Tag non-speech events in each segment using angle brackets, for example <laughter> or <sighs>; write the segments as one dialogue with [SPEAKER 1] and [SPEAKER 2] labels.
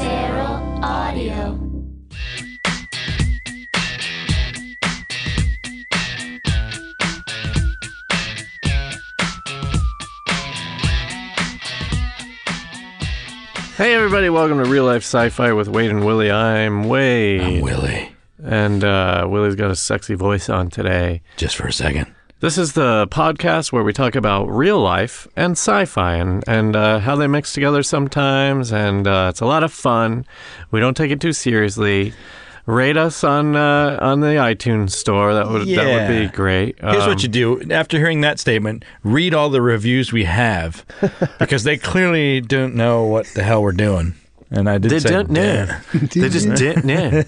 [SPEAKER 1] Feral Audio.
[SPEAKER 2] Hey everybody, welcome to Real Life Sci-Fi with Wade and Willie. I'm Wade.
[SPEAKER 3] I'm Willie,
[SPEAKER 2] And uh, Willie's got a sexy voice on today.
[SPEAKER 3] just for a second.
[SPEAKER 2] This is the podcast where we talk about real life and sci-fi and, and uh, how they mix together sometimes. And uh, it's a lot of fun. We don't take it too seriously. Rate us on uh, on the iTunes store. That would that would
[SPEAKER 3] Yeah.
[SPEAKER 2] be great.
[SPEAKER 3] Here's
[SPEAKER 2] Um,
[SPEAKER 3] what you do after hearing that statement: read all the reviews we
[SPEAKER 2] <laughs>
[SPEAKER 3] have, because they clearly don't know what the hell we're doing. And I did.
[SPEAKER 2] They
[SPEAKER 3] say,
[SPEAKER 2] don't know.
[SPEAKER 3] Yeah. <laughs>
[SPEAKER 2] they just didn't know.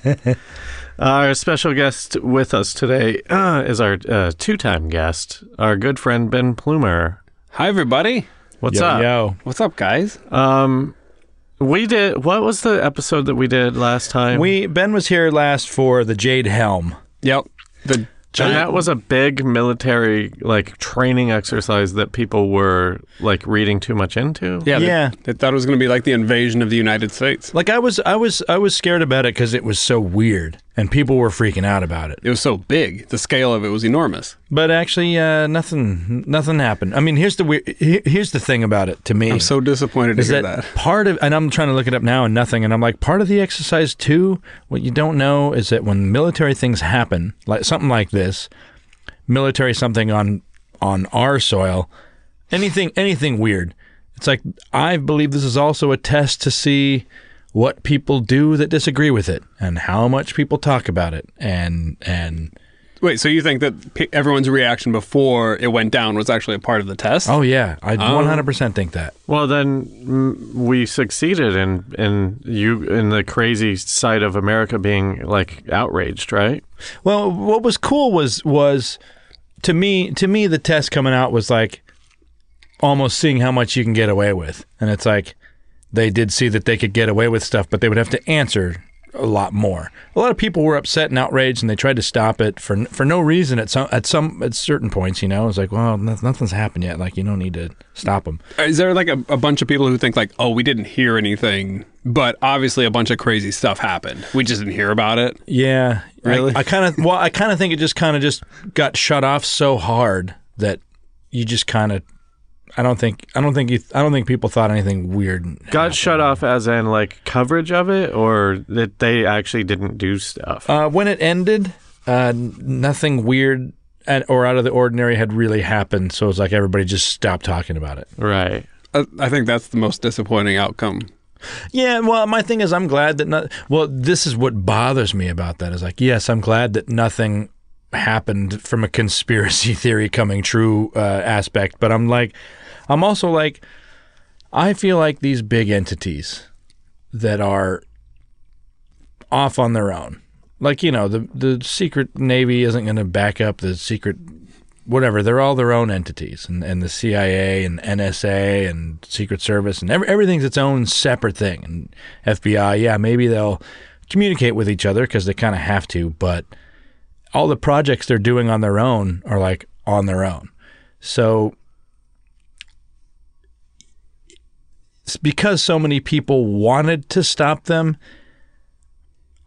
[SPEAKER 2] Our special guest with us today uh, is our uh, two-time guest, our good friend Ben Plumer.
[SPEAKER 4] Hi everybody.
[SPEAKER 2] What's
[SPEAKER 3] Yo,
[SPEAKER 2] up?
[SPEAKER 3] yo.
[SPEAKER 4] What's up, guys?
[SPEAKER 2] Um, we did. What was the episode that we did last time?
[SPEAKER 3] We Ben was here last for the Jade Helm.
[SPEAKER 4] Yep. The
[SPEAKER 2] and that was a big military like training exercise that people were like reading too much into.
[SPEAKER 4] yeah, they-
[SPEAKER 3] Yeah.
[SPEAKER 4] They, thought it was going to be like the invasion of the United States.
[SPEAKER 3] Like I was, I was, I was scared about it because it was so weird and people were freaking out about it.
[SPEAKER 4] It was so big. The scale of it was enormous.
[SPEAKER 3] But actually, uh, nothing, nothing happened. I mean, here's the weird. Here, here's the thing about it to me.
[SPEAKER 4] I'm so disappointed to
[SPEAKER 3] is
[SPEAKER 4] hear
[SPEAKER 3] that,
[SPEAKER 4] that.
[SPEAKER 3] part of and i'm trying to look it up now and nothing and i'm like part of the exercise too what you don't know is that when military things happen like something like this military something on on our soil anything anything weird it's like i believe this is also a test to see what people do that disagree with it and how much people talk about it and and
[SPEAKER 4] Wait, so you think that pe everyone's reaction before it went down was actually a part of the test?
[SPEAKER 3] oh yeah i
[SPEAKER 4] Um,
[SPEAKER 3] 100% think that
[SPEAKER 2] Well, then mm, we succeeded in in you in the crazy side of America being like outraged, right?
[SPEAKER 3] Well, what was cool was was to me to me the test coming out was like almost seeing how much you can get away with, and it's like they did see that they could get away with stuff, but they would have to answer a lot more. A lot of people were upset and outraged, and they tried to stop it for for no reason at some at some at certain points. You know, it's like well, no, nothing's happened yet. Like you don't need to stop them.
[SPEAKER 4] Is there like a, a bunch of people who think like, oh, we didn't hear anything, but obviously a bunch of crazy stuff happened. We just didn't hear about it.
[SPEAKER 3] Yeah,
[SPEAKER 4] Really?
[SPEAKER 3] I, kind of well, I kind of think it just kind of just got shut off so hard that you just kind of. I don't think I don't think you I don't think people thought anything weird.
[SPEAKER 2] Got shut off as in like coverage of it, or that they actually didn't do stuff.
[SPEAKER 3] Uh, when it ended, uh, n- nothing weird and, or out of the ordinary had really happened. So it was like everybody just stopped talking about it.
[SPEAKER 2] right.
[SPEAKER 4] I, I think that's the most disappointing outcome.
[SPEAKER 3] Yeah, well, my thing is, I'm glad that not. Well, this is what bothers me about that is like, yes, I'm glad that nothing happened from a conspiracy <laughs> theory coming true uh, aspect, but I'm like, I'm also like, I feel like these big entities that are off on their own, like you know, the the secret navy isn't going to back up the secret. Whatever, they're all their own entities, and, and the CIA and NSA and Secret Service and every, everything's its own separate thing. And FBI, yeah, maybe they'll communicate with each other because they kind of have to, but all the projects they're doing on their own are like on their own. So s- because so many people wanted to stop them,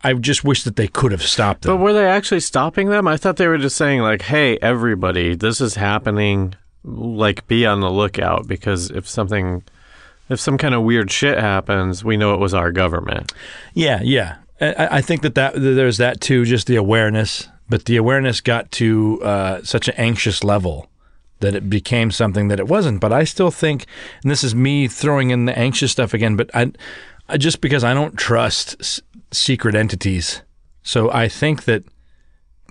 [SPEAKER 3] I just wish that they could have stopped
[SPEAKER 2] But
[SPEAKER 3] them.
[SPEAKER 2] were they actually stopping them? I thought they were just saying like, "Hey, everybody, this is happening. Like, be on the lookout because if something, if some kind of weird shit happens, we know it was our government."
[SPEAKER 3] yeah, yeah. I- I, I think that, that that there's that too, just the awareness. But the awareness got to uh, such an anxious level that it became something that it wasn't. But I still think, and this is me throwing in the anxious stuff again, but I, I just because I don't trust s- secret entities. So I think that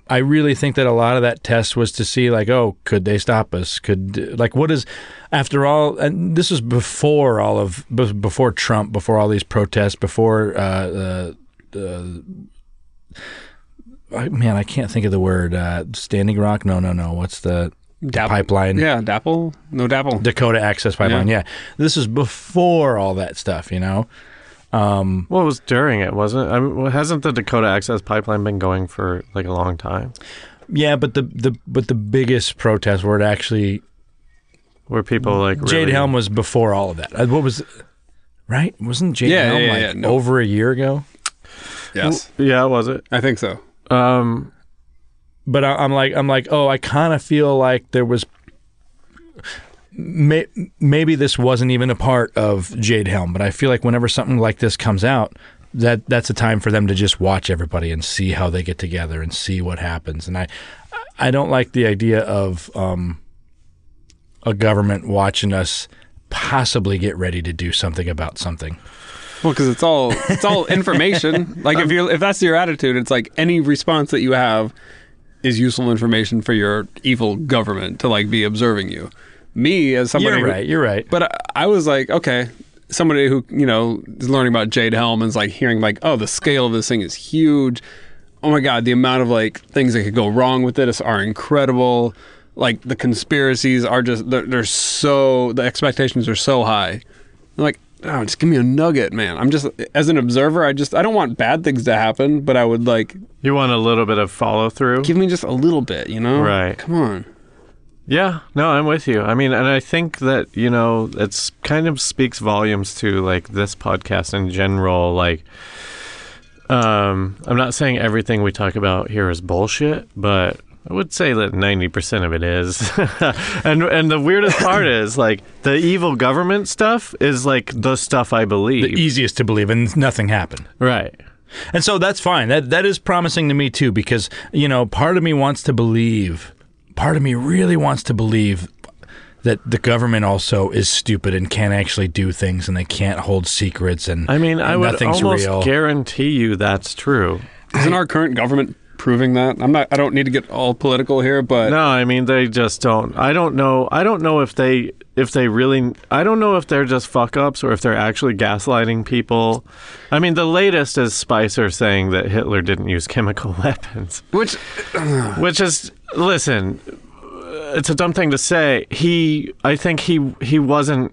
[SPEAKER 3] I really think that a lot of that test was to see like, oh, could they stop us? Could like what is after all? And this was before all of b- before Trump, before all these protests, before uh, uh, uh, I- man, I can't think of the word uh, Standing Rock. No, no, no. What's the
[SPEAKER 4] Dap-
[SPEAKER 3] pipeline?
[SPEAKER 4] Yeah, Dapple. No Dapple.
[SPEAKER 3] Dakota Access Pipeline. Yeah. this is before all that stuff. You know,
[SPEAKER 2] What was during it, wasn't it? I mean, well, hasn't the Dakota Access Pipeline been going for like a long time?
[SPEAKER 3] yeah. But the the but the biggest protests were it actually
[SPEAKER 2] Where people like really,
[SPEAKER 3] Jade Helm was before all of that. Uh, What was right? Wasn't Jade
[SPEAKER 4] Yeah,
[SPEAKER 3] Helm
[SPEAKER 4] yeah,
[SPEAKER 3] like
[SPEAKER 4] yeah, no.
[SPEAKER 3] over a year ago?
[SPEAKER 4] yes.
[SPEAKER 2] Yeah, was it?
[SPEAKER 4] I think so.
[SPEAKER 2] Um,
[SPEAKER 3] But I, I'm like, I'm like, oh, I kind of feel like there was. May, maybe this wasn't even a part of Jade Helm, but I feel like whenever something like this comes out, that that's a time for them to just watch everybody and see how they get together and see what happens. And I, I don't like the idea of um, a government watching us possibly get ready to do something about something.
[SPEAKER 4] Well, because it's all it's all
[SPEAKER 3] <laughs>
[SPEAKER 4] information. like
[SPEAKER 3] Um,
[SPEAKER 4] if you if that's your attitude, it's like any response that you have is useful information for your evil government to like be observing you. Me as somebody,
[SPEAKER 3] You're
[SPEAKER 4] who-
[SPEAKER 3] right. You're right.
[SPEAKER 4] But I, I was like, okay, somebody who you know is learning about Jade Helm and is like hearing like, oh, the scale of this thing is huge. Oh my god, the amount of like things that could go wrong with this are incredible. Like the conspiracies are just they're, they're so the expectations are so high. I'm like, oh, just give me a nugget, man. I'm just as an observer, I just I don't want bad things to happen, but I would like
[SPEAKER 2] you want a little bit of follow through?
[SPEAKER 4] give me just a little bit, you know?
[SPEAKER 2] Right.
[SPEAKER 4] Come on.
[SPEAKER 2] Yeah, no, I'm with you. I mean, and I think that, you know, it's kind of speaks volumes to like this podcast in general. Like, um, I'm not saying everything we talk about here is bullshit, but I would say that 90% of it is. <laughs> and and the
[SPEAKER 3] <coughs>
[SPEAKER 2] weirdest part is like the evil government stuff is like the stuff I believe.
[SPEAKER 3] the e- easiest to believe, and nothing happened.
[SPEAKER 2] right.
[SPEAKER 3] And so that's fine. That that is promising to me too, because you know, part of me wants to believe. Part of me really wants to believe that the government also is stupid and can't actually do things, and they can't hold secrets, and
[SPEAKER 2] I mean, I
[SPEAKER 3] and
[SPEAKER 2] would
[SPEAKER 3] nothing's
[SPEAKER 2] almost
[SPEAKER 3] real.
[SPEAKER 2] guarantee you that's true.
[SPEAKER 4] Isn't our current government proving that? I'm not I don't need to get all political here, but
[SPEAKER 2] No, I mean they just don't. I don't know. I don't know if they if they really. I don't know if they're just fuck ups or if they're actually gaslighting people. I mean, the latest is Spicer saying that Hitler didn't use chemical <laughs> weapons,
[SPEAKER 4] which
[SPEAKER 2] which is listen. It's a dumb thing to say. He, I think he he wasn't.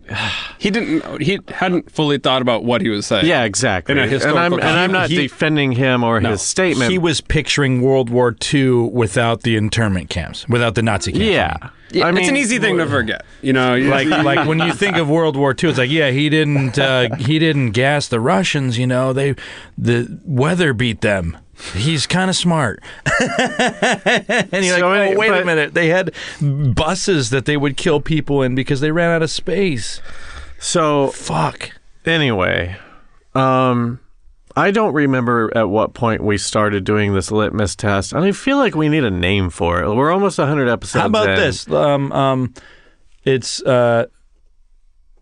[SPEAKER 4] He didn't. He hadn't fully thought about what he was saying.
[SPEAKER 2] Yeah, exactly.
[SPEAKER 4] In a
[SPEAKER 2] and I'm
[SPEAKER 4] historical
[SPEAKER 2] and I'm not
[SPEAKER 3] context. He-
[SPEAKER 2] defending him or his statement.
[SPEAKER 3] He was picturing World War II without the internment camps, without the Nazi camps.
[SPEAKER 2] yeah. I mean,
[SPEAKER 4] it's an easy thing to forget. You know, you-
[SPEAKER 3] like
[SPEAKER 2] <laughs>
[SPEAKER 3] like when you think of World War II, it's like yeah, he didn't uh, he didn't gas the Russians. You know, they the weather beat them. He's kind of smart. <laughs> and you're
[SPEAKER 2] So
[SPEAKER 3] like,
[SPEAKER 2] any-
[SPEAKER 3] oh, wait a
[SPEAKER 2] but-
[SPEAKER 3] minute. They had buses that they would kill people in because they ran out of space.
[SPEAKER 2] so
[SPEAKER 3] Fuck.
[SPEAKER 2] anyway, um, I don't remember at what point we started doing this litmus test, and I feel like we need a name for it. We're almost 100 episodes.
[SPEAKER 3] How about
[SPEAKER 2] in.
[SPEAKER 3] this? Um, um, it's uh,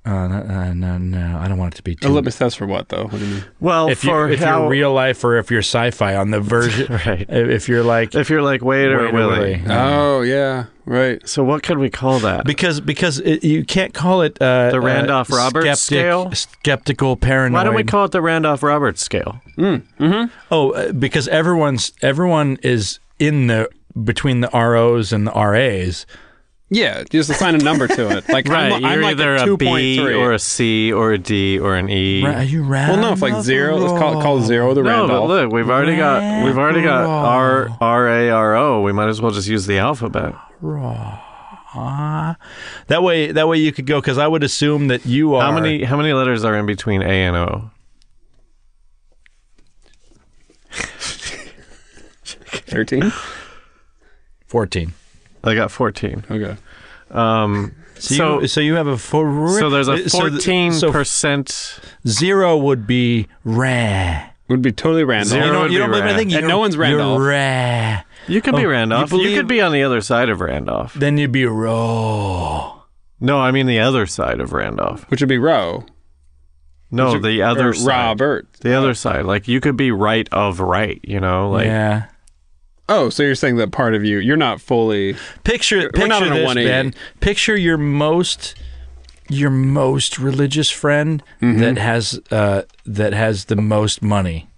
[SPEAKER 3] uh, no, uh, no, no, I don't want it to be
[SPEAKER 4] a
[SPEAKER 3] too.
[SPEAKER 4] litmus test for what though? What do you mean?
[SPEAKER 2] Well,
[SPEAKER 3] if
[SPEAKER 2] for
[SPEAKER 3] you're, if
[SPEAKER 2] how,
[SPEAKER 3] you're real life or if you're sci-fi on the version,
[SPEAKER 2] <laughs> Right.
[SPEAKER 3] If you're like
[SPEAKER 2] if you're like Wade or
[SPEAKER 3] Wait a
[SPEAKER 2] Willie.
[SPEAKER 3] Willie.
[SPEAKER 4] Oh yeah, right.
[SPEAKER 2] So what could we call that?
[SPEAKER 3] because because it, you can't call it uh,
[SPEAKER 2] The Randolph-Roberts
[SPEAKER 3] skeptic,
[SPEAKER 2] scale?
[SPEAKER 3] skeptical paranoid.
[SPEAKER 2] Why don't we call it the Randolph Roberts scale?
[SPEAKER 3] Oh, uh, because everyone's everyone is in the between the ROs and the RAs.
[SPEAKER 4] Yeah, just assign a number to it. Like
[SPEAKER 2] Right.
[SPEAKER 4] I'm,
[SPEAKER 2] you're
[SPEAKER 4] I'm like
[SPEAKER 2] either
[SPEAKER 4] a
[SPEAKER 2] a
[SPEAKER 4] two
[SPEAKER 2] B
[SPEAKER 4] point three
[SPEAKER 2] or a C or a D or an E.
[SPEAKER 3] Ra- Are you right?
[SPEAKER 4] Well, no, if like zero, let's call it call zero the
[SPEAKER 2] No, but
[SPEAKER 4] Randolph.
[SPEAKER 2] look, we've already got we've already got R R A R O. We might as well just use the alphabet.
[SPEAKER 3] that way that way you could go because I would assume that you are
[SPEAKER 2] How many how many letters are in between A and O?
[SPEAKER 4] Thirteen.
[SPEAKER 3] fourteen.
[SPEAKER 2] I got 14.
[SPEAKER 4] Okay.
[SPEAKER 2] Um,
[SPEAKER 3] So,
[SPEAKER 2] so,
[SPEAKER 3] you, so you have a four.
[SPEAKER 2] Uh,
[SPEAKER 3] uh,
[SPEAKER 2] so there's a
[SPEAKER 3] so the-
[SPEAKER 2] 14
[SPEAKER 3] So,
[SPEAKER 2] percent.
[SPEAKER 3] zero would be rare.
[SPEAKER 4] Would be totally random.
[SPEAKER 2] Zero.
[SPEAKER 3] You
[SPEAKER 2] would
[SPEAKER 3] don't, you
[SPEAKER 2] be
[SPEAKER 3] don't believe
[SPEAKER 2] rare.
[SPEAKER 3] anything.
[SPEAKER 4] And
[SPEAKER 3] you're-
[SPEAKER 4] no one's Randolph.
[SPEAKER 3] You're rare.
[SPEAKER 2] You could be
[SPEAKER 3] Oh,
[SPEAKER 2] Randolph.
[SPEAKER 3] you
[SPEAKER 2] You,
[SPEAKER 3] believe-
[SPEAKER 2] could be on the other side of Randolph.
[SPEAKER 3] Then you'd be raw.
[SPEAKER 2] No, I mean the other side of Randolph.
[SPEAKER 4] Which would be row.
[SPEAKER 2] No, the other
[SPEAKER 4] Or
[SPEAKER 2] side.
[SPEAKER 4] Robert.
[SPEAKER 2] The other side. Like you could be right of right, you know? Like
[SPEAKER 3] yeah.
[SPEAKER 4] Oh, so you're saying that part of you, you're not fully.
[SPEAKER 3] Picture
[SPEAKER 4] We're
[SPEAKER 3] picture
[SPEAKER 4] not on a
[SPEAKER 3] this,
[SPEAKER 4] 180.
[SPEAKER 3] Ben. Picture your most your most religious friend
[SPEAKER 2] Mm-hmm.
[SPEAKER 3] that has uh, that has the most money.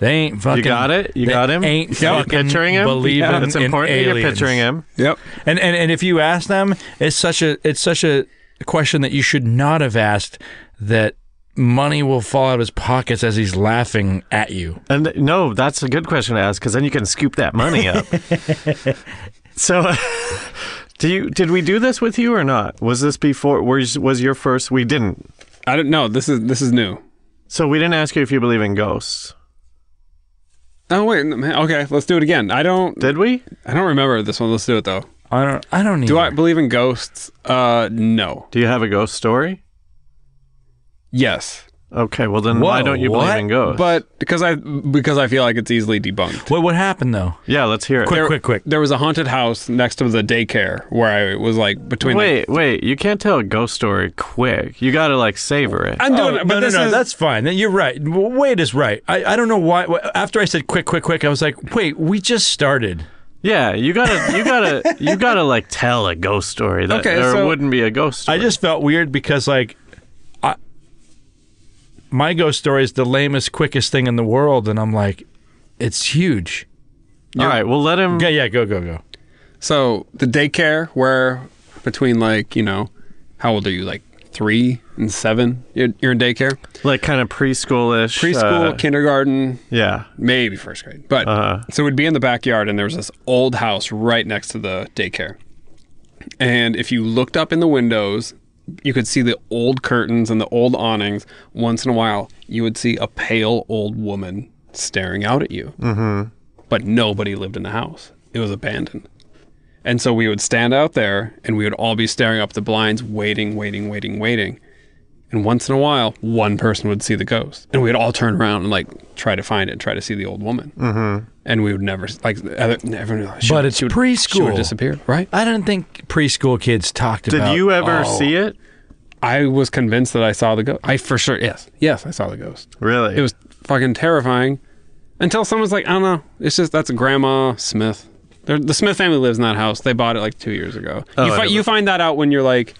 [SPEAKER 3] They ain't fucking.
[SPEAKER 2] You got it? You
[SPEAKER 3] they
[SPEAKER 2] got him?
[SPEAKER 3] Ain't
[SPEAKER 2] You're
[SPEAKER 3] fucking
[SPEAKER 2] picturing him?
[SPEAKER 3] Believing
[SPEAKER 2] It's
[SPEAKER 3] in
[SPEAKER 2] important that you're
[SPEAKER 3] aliens.
[SPEAKER 2] picturing him.
[SPEAKER 4] Yep.
[SPEAKER 3] And, and and if you ask them, it's such a it's such a question that you should not have asked. That money will fall out of his pockets as he's laughing at you.
[SPEAKER 2] And no, that's a good question to ask because then you can scoop that money up.
[SPEAKER 3] <laughs>
[SPEAKER 2] so, <laughs> do you did we do this with you or not? Was this before? Was was your first? We didn't.
[SPEAKER 4] I don't know. This is this is new.
[SPEAKER 2] So we didn't ask you if you believe in ghosts,
[SPEAKER 4] Oh wait, no, man. okay, let's do it again. I don't,
[SPEAKER 2] did we?
[SPEAKER 4] I don't remember this one. Let's do it though.
[SPEAKER 3] I don't. I don't.
[SPEAKER 4] Do
[SPEAKER 3] either.
[SPEAKER 4] I believe in ghosts? Uh, no.
[SPEAKER 2] Do you have a ghost story?
[SPEAKER 4] Yes,
[SPEAKER 2] Okay, well then why
[SPEAKER 3] Whoa,
[SPEAKER 2] don't you believe
[SPEAKER 3] what?
[SPEAKER 2] in ghosts?
[SPEAKER 4] but because I because I feel like it's easily debunked.
[SPEAKER 3] What what happened though?
[SPEAKER 2] yeah, let's hear it.
[SPEAKER 3] Quick, quick, quick.
[SPEAKER 4] There was a haunted house next to the daycare where I was like between. the-
[SPEAKER 2] Wait, wait! You can't tell a ghost story quick. You gotta like savor it.
[SPEAKER 4] I'm doing
[SPEAKER 3] Oh,
[SPEAKER 4] it, but
[SPEAKER 3] no,
[SPEAKER 4] this
[SPEAKER 3] no, no,
[SPEAKER 4] is
[SPEAKER 3] that's fine. You're right. W- Wade is right. I, I don't know why. wh- After I said quick, quick, quick, I was like, wait, we just started.
[SPEAKER 2] yeah, you gotta, you gotta, you gotta like tell a ghost story. That,
[SPEAKER 4] Okay,
[SPEAKER 2] there
[SPEAKER 4] so-
[SPEAKER 2] wouldn't be a ghost story.
[SPEAKER 3] I just felt weird because like, I, my ghost story is the lamest, quickest thing in the world, and I'm like, it's huge.
[SPEAKER 2] all right. Well, let him.
[SPEAKER 3] Yeah, yeah, go, go, go.
[SPEAKER 4] so the daycare where between like you know, how old are you? Like three and seven. You're, you're in daycare,
[SPEAKER 2] like kind of preschoolish.
[SPEAKER 4] preschool,
[SPEAKER 2] uh,
[SPEAKER 4] kindergarten,
[SPEAKER 2] yeah.
[SPEAKER 4] maybe first grade. But so we'd be in the backyard, and there was this old house right next to the daycare. And if you looked up in the windows, you could see the old curtains and the old awnings. Once in a while, you would see a pale old woman staring out at you. Mm-hmm. But nobody lived in the house, it was abandoned. And so we would stand out there and we would all be staring up the blinds, waiting, waiting, waiting, waiting. And once in a while, one person would see the ghost, and we'd all turn around and like try to find it, and try to see the old woman, mm-hmm. and we would never like other, everyone. Like, she
[SPEAKER 3] But
[SPEAKER 4] would-
[SPEAKER 3] it's
[SPEAKER 4] she would- She would
[SPEAKER 3] preschool.
[SPEAKER 4] have disappeared, right?
[SPEAKER 3] I don't think preschool kids talked
[SPEAKER 2] Did
[SPEAKER 3] about.
[SPEAKER 2] you ever
[SPEAKER 3] Oh.
[SPEAKER 2] see it?
[SPEAKER 4] I was convinced that I saw the ghost. I for sure, yes, yes, I saw the ghost.
[SPEAKER 2] Really?
[SPEAKER 4] It was fucking terrifying until someone's like, I don't know. It's just that's Grandma Smith. They're, the Smith family lives in that house. They bought it like two years ago. you,
[SPEAKER 2] Oh, I
[SPEAKER 4] fi-
[SPEAKER 2] know
[SPEAKER 4] you
[SPEAKER 2] that.
[SPEAKER 4] find that out when you're like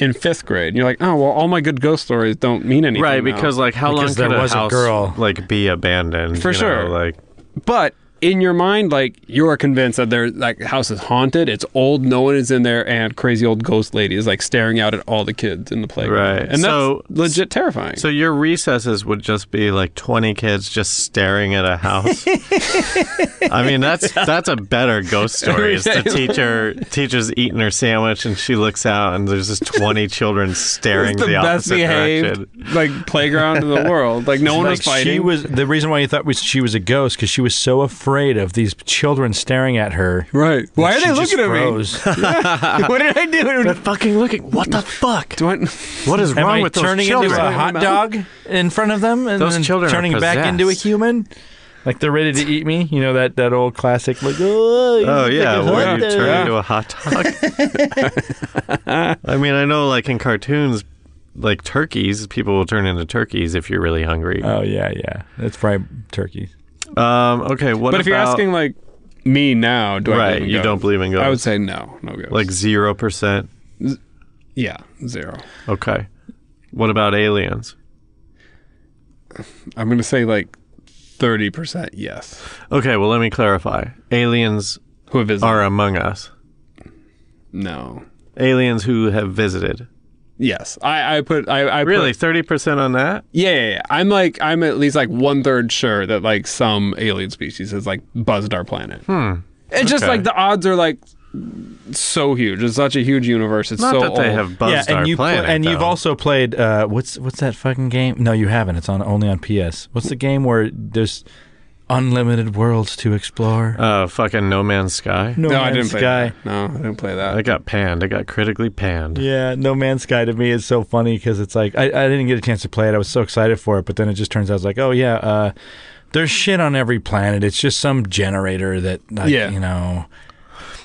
[SPEAKER 4] in fifth grade. And you're like, oh well, all my good ghost stories don't mean anything.
[SPEAKER 2] right
[SPEAKER 4] now."
[SPEAKER 2] because like how
[SPEAKER 3] Because
[SPEAKER 2] long
[SPEAKER 3] there
[SPEAKER 2] could
[SPEAKER 3] was
[SPEAKER 2] a
[SPEAKER 3] a
[SPEAKER 2] house
[SPEAKER 3] girl.
[SPEAKER 2] like be abandoned?
[SPEAKER 4] For
[SPEAKER 2] you know,
[SPEAKER 4] sure.
[SPEAKER 2] Like
[SPEAKER 4] but in your mind, like you're convinced that their like house is haunted. It's old. No one is in there, and crazy old ghost lady is like staring out at all the kids in the playground.
[SPEAKER 2] Right.
[SPEAKER 4] and that's
[SPEAKER 2] So-
[SPEAKER 4] legit terrifying.
[SPEAKER 2] so, your recesses would just be like twenty kids just staring at a
[SPEAKER 4] <laughs>
[SPEAKER 2] house. I mean, that's that's a better ghost story.
[SPEAKER 4] <laughs>
[SPEAKER 2] Is the teacher teacher's eating her sandwich and she looks out and there's just
[SPEAKER 4] <laughs>
[SPEAKER 2] twenty children staring
[SPEAKER 4] it's the, best
[SPEAKER 2] opposite
[SPEAKER 4] behaved
[SPEAKER 2] direction.
[SPEAKER 4] like playground
[SPEAKER 2] <laughs>
[SPEAKER 4] in the world. Like no one
[SPEAKER 3] Like
[SPEAKER 4] was fighting.
[SPEAKER 3] she was the reason why you thought was she was a ghost because she was so afraid of these children staring at her.
[SPEAKER 4] right. Why
[SPEAKER 3] She
[SPEAKER 4] are they
[SPEAKER 3] just
[SPEAKER 4] looking at
[SPEAKER 3] froze.
[SPEAKER 4] me? <laughs> what did I do?
[SPEAKER 2] Fucking looking! What the fuck?
[SPEAKER 4] Do I-
[SPEAKER 2] What is
[SPEAKER 3] Am
[SPEAKER 2] wrong
[SPEAKER 3] I
[SPEAKER 2] with those
[SPEAKER 3] turning
[SPEAKER 2] children?
[SPEAKER 3] into a hot
[SPEAKER 4] Mouth?
[SPEAKER 3] dog in front of them and
[SPEAKER 2] Those
[SPEAKER 3] then
[SPEAKER 2] children are
[SPEAKER 3] turning back into a
[SPEAKER 2] possessed.
[SPEAKER 3] human? Like they're ready to eat me? You know that, that old classic like oh, you
[SPEAKER 2] Oh
[SPEAKER 3] look
[SPEAKER 2] yeah,
[SPEAKER 3] like a
[SPEAKER 2] where
[SPEAKER 3] hot
[SPEAKER 2] you
[SPEAKER 3] dog."
[SPEAKER 2] turn
[SPEAKER 4] Yeah.
[SPEAKER 2] into a hot dog.
[SPEAKER 4] <laughs>
[SPEAKER 2] I mean, I know like in cartoons, like turkeys, people will turn into turkeys if you're really hungry.
[SPEAKER 4] Uh,
[SPEAKER 3] Oh yeah, yeah. That's probably turkey.
[SPEAKER 2] Um, okay, what
[SPEAKER 4] But if you're
[SPEAKER 2] about-
[SPEAKER 4] asking like me now, do I
[SPEAKER 2] right,
[SPEAKER 4] believe in
[SPEAKER 2] you
[SPEAKER 4] ghosts?
[SPEAKER 2] don't believe in ghosts?
[SPEAKER 4] I would say no, no ghosts.
[SPEAKER 2] like zero percent.
[SPEAKER 4] yeah, zero.
[SPEAKER 2] Okay, what about aliens?
[SPEAKER 4] I'm gonna say like thirty percent yes.
[SPEAKER 2] Okay, well let me clarify. Aliens
[SPEAKER 4] Who have visited?
[SPEAKER 2] are among us.
[SPEAKER 4] No.
[SPEAKER 2] Aliens who have visited.
[SPEAKER 4] Yes, I, I put I, I put-
[SPEAKER 2] Really, thirty percent on that?
[SPEAKER 4] yeah, yeah, yeah. I'm like I'm at least like one third sure that like some alien species has like buzzed our planet. Hmm. It's just
[SPEAKER 2] Okay.
[SPEAKER 4] like the odds are like so huge. It's such a huge universe. It's
[SPEAKER 2] Not
[SPEAKER 4] so
[SPEAKER 2] that they
[SPEAKER 4] old.
[SPEAKER 2] have buzzed
[SPEAKER 3] yeah,
[SPEAKER 2] our
[SPEAKER 3] and you pla-
[SPEAKER 2] planet.
[SPEAKER 3] and you've
[SPEAKER 2] though.
[SPEAKER 3] also played uh, what's what's that fucking game? No, you haven't. It's on only on PS. What's the game where there's unlimited worlds to explore?
[SPEAKER 2] uh, fucking No Man's Sky.
[SPEAKER 4] No, I
[SPEAKER 3] Man's
[SPEAKER 4] didn't play
[SPEAKER 3] Sky.
[SPEAKER 4] that. No, I didn't play that.
[SPEAKER 2] I got panned. I got critically panned.
[SPEAKER 3] Yeah, No Man's Sky to me is so funny because it's like I, I didn't get a chance to play it. I was so excited for it, but then it just turns out it's like, oh yeah, uh, there's shit on every planet. It's just some generator that, like,
[SPEAKER 4] Yeah.
[SPEAKER 3] you know,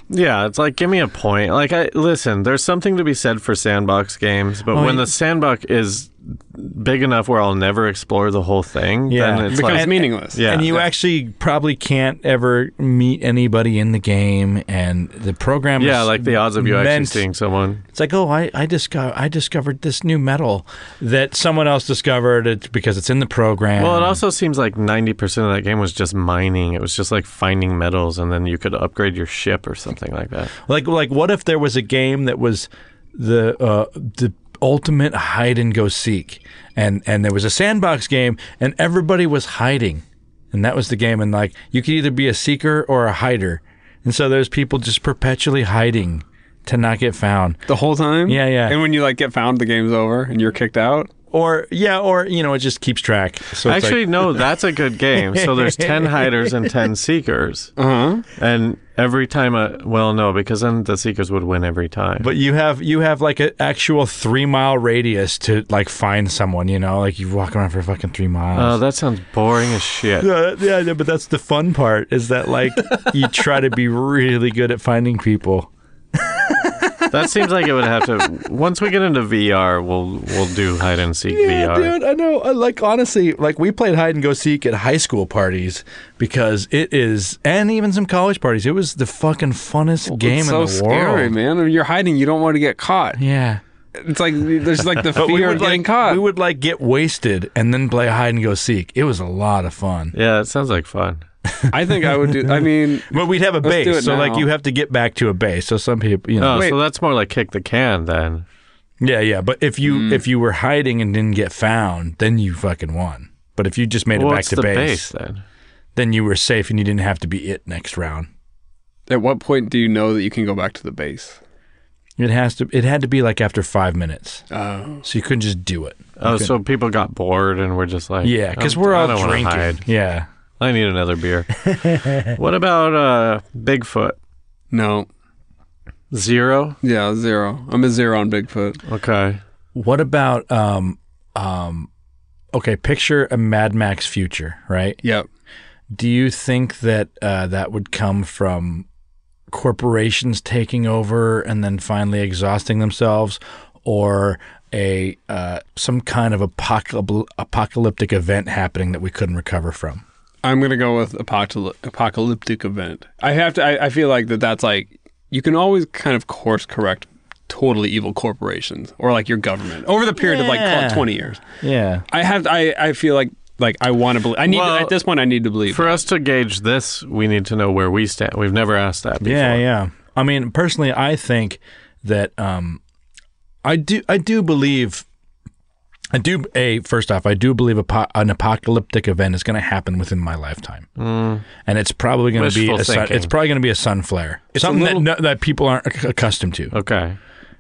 [SPEAKER 2] Yeah, it's like give me a point. Like I listen, there's something to be said for sandbox games, but
[SPEAKER 3] Oh,
[SPEAKER 2] when
[SPEAKER 3] y-
[SPEAKER 2] the sandbox is big enough where I'll never explore the whole thing,
[SPEAKER 3] Yeah.
[SPEAKER 2] then it's
[SPEAKER 4] becomes
[SPEAKER 2] like,
[SPEAKER 4] meaningless.
[SPEAKER 2] yeah,
[SPEAKER 3] and you actually probably can't ever meet anybody in the game, and the program.
[SPEAKER 2] yeah,
[SPEAKER 3] is
[SPEAKER 2] like the odds of you actually
[SPEAKER 3] meant-
[SPEAKER 2] seeing someone.
[SPEAKER 3] It's like, oh, I I, disco- I discovered this new metal that someone else discovered it because it's in the program.
[SPEAKER 2] Well, it also seems like 90% of that game was just mining. It was just like finding metals and then you could upgrade your ship or something like that.
[SPEAKER 3] Like like what if there was a game that was the uh, the ultimate hide and go seek and and there was a sandbox game and everybody was hiding and that was the game and like you could either be a seeker or a hider and so there's people just perpetually hiding to not get found
[SPEAKER 4] The whole time?
[SPEAKER 3] Yeah, yeah.
[SPEAKER 4] And when you like get found, the game's over and you're kicked out.
[SPEAKER 3] or yeah or you know it just keeps track so it's
[SPEAKER 2] Actually,
[SPEAKER 3] like,
[SPEAKER 2] no, that's a good game. So there's
[SPEAKER 3] <laughs>
[SPEAKER 2] 10 hiders and 10 seekers.
[SPEAKER 3] Uh-huh.
[SPEAKER 4] Uh huh.
[SPEAKER 2] And every time, a, well, no, because then the seekers would win every time.
[SPEAKER 3] but you have you have like an actual three mile radius to like find someone you know like you walk around for fucking three miles
[SPEAKER 2] Oh, that sounds boring as
[SPEAKER 3] <laughs>
[SPEAKER 2] shit.
[SPEAKER 3] Uh, yeah, yeah, but that's the fun part is that like you try to be really good at finding people.
[SPEAKER 2] That seems like it would have to. Once we get into VR, we'll we'll do hide and seek VR.
[SPEAKER 3] I know. I like honestly, like we played hide and go seek at high school parties because it is, and even some college parties. It was the fucking funnest game
[SPEAKER 4] Oh, it's so
[SPEAKER 3] in the
[SPEAKER 4] scary,
[SPEAKER 3] world.
[SPEAKER 4] man. I mean, you're hiding. You don't want to get caught.
[SPEAKER 3] Yeah.
[SPEAKER 4] It's like there's
[SPEAKER 3] <laughs>
[SPEAKER 4] like the
[SPEAKER 3] we
[SPEAKER 4] fear
[SPEAKER 3] would
[SPEAKER 4] of getting
[SPEAKER 3] like
[SPEAKER 4] caught.
[SPEAKER 3] we would like get wasted and then play hide and go seek. It was a lot of fun.
[SPEAKER 2] Yeah, it sounds like fun.
[SPEAKER 4] I think I
[SPEAKER 3] <laughs>
[SPEAKER 4] would do. I mean,
[SPEAKER 3] But we'd have a
[SPEAKER 4] Let's do
[SPEAKER 3] base,
[SPEAKER 4] it
[SPEAKER 3] so like
[SPEAKER 4] now.
[SPEAKER 3] you have to get back to a base. So some people, you know,
[SPEAKER 2] Oh,
[SPEAKER 4] Wait.
[SPEAKER 2] so that's more like kick the can then.
[SPEAKER 3] Yeah, yeah. But if you
[SPEAKER 2] Hmm.
[SPEAKER 3] if you were hiding and didn't get found, then you fucking won. But if you just made it back
[SPEAKER 2] What's
[SPEAKER 3] to
[SPEAKER 2] the
[SPEAKER 3] base,
[SPEAKER 2] base then?
[SPEAKER 3] then you were safe and you didn't have to be it next round.
[SPEAKER 4] at what point do you know that you can go back to the base?
[SPEAKER 3] It has to. It had to be like after five minutes,
[SPEAKER 4] Oh,
[SPEAKER 3] so you couldn't just do it.
[SPEAKER 2] Oh, so people got bored and we're just like,
[SPEAKER 3] Yeah, because
[SPEAKER 2] I'm-
[SPEAKER 3] we're
[SPEAKER 2] Um, I
[SPEAKER 3] all
[SPEAKER 2] don't wanna
[SPEAKER 3] drinking.
[SPEAKER 2] hide.
[SPEAKER 3] Yeah,
[SPEAKER 2] I need another
[SPEAKER 3] <laughs>
[SPEAKER 2] beer. what about uh, Bigfoot?
[SPEAKER 4] no.
[SPEAKER 2] Zero.
[SPEAKER 4] Yeah, zero. I'm a zero on Bigfoot.
[SPEAKER 2] Okay.
[SPEAKER 3] What about um um okay, picture a Mad Max future, right?
[SPEAKER 4] Yep.
[SPEAKER 3] Do you think that uh that would come from corporations taking over and then finally exhausting themselves or a uh, some kind of apocal- apocalyptic event happening that we couldn't recover from?
[SPEAKER 4] I'm gonna go with apocal- apocalyptic event. I have to. I, I feel like that. That's like you can always kind of course correct totally evil corporations or like your government over the period of like call it
[SPEAKER 3] Yeah.
[SPEAKER 4] 20 years.
[SPEAKER 3] Yeah.
[SPEAKER 4] I have. I. I feel like like I want to believe. I need
[SPEAKER 2] Well,
[SPEAKER 4] to, at this point. I need to believe.
[SPEAKER 2] For us to gauge this, we need to know where we stand. We've never asked that before.
[SPEAKER 3] Yeah, yeah. I mean, personally, I think that um, I do. I do believe. I do. A first off, I do believe apo- an apocalyptic event is going to happen within my lifetime, and it's probably going to be
[SPEAKER 2] Mm. Wishful
[SPEAKER 3] a sun,
[SPEAKER 2] thinking.
[SPEAKER 3] it's probably going to be a sun flare, something that no, that people aren't acc- accustomed to.
[SPEAKER 2] Okay.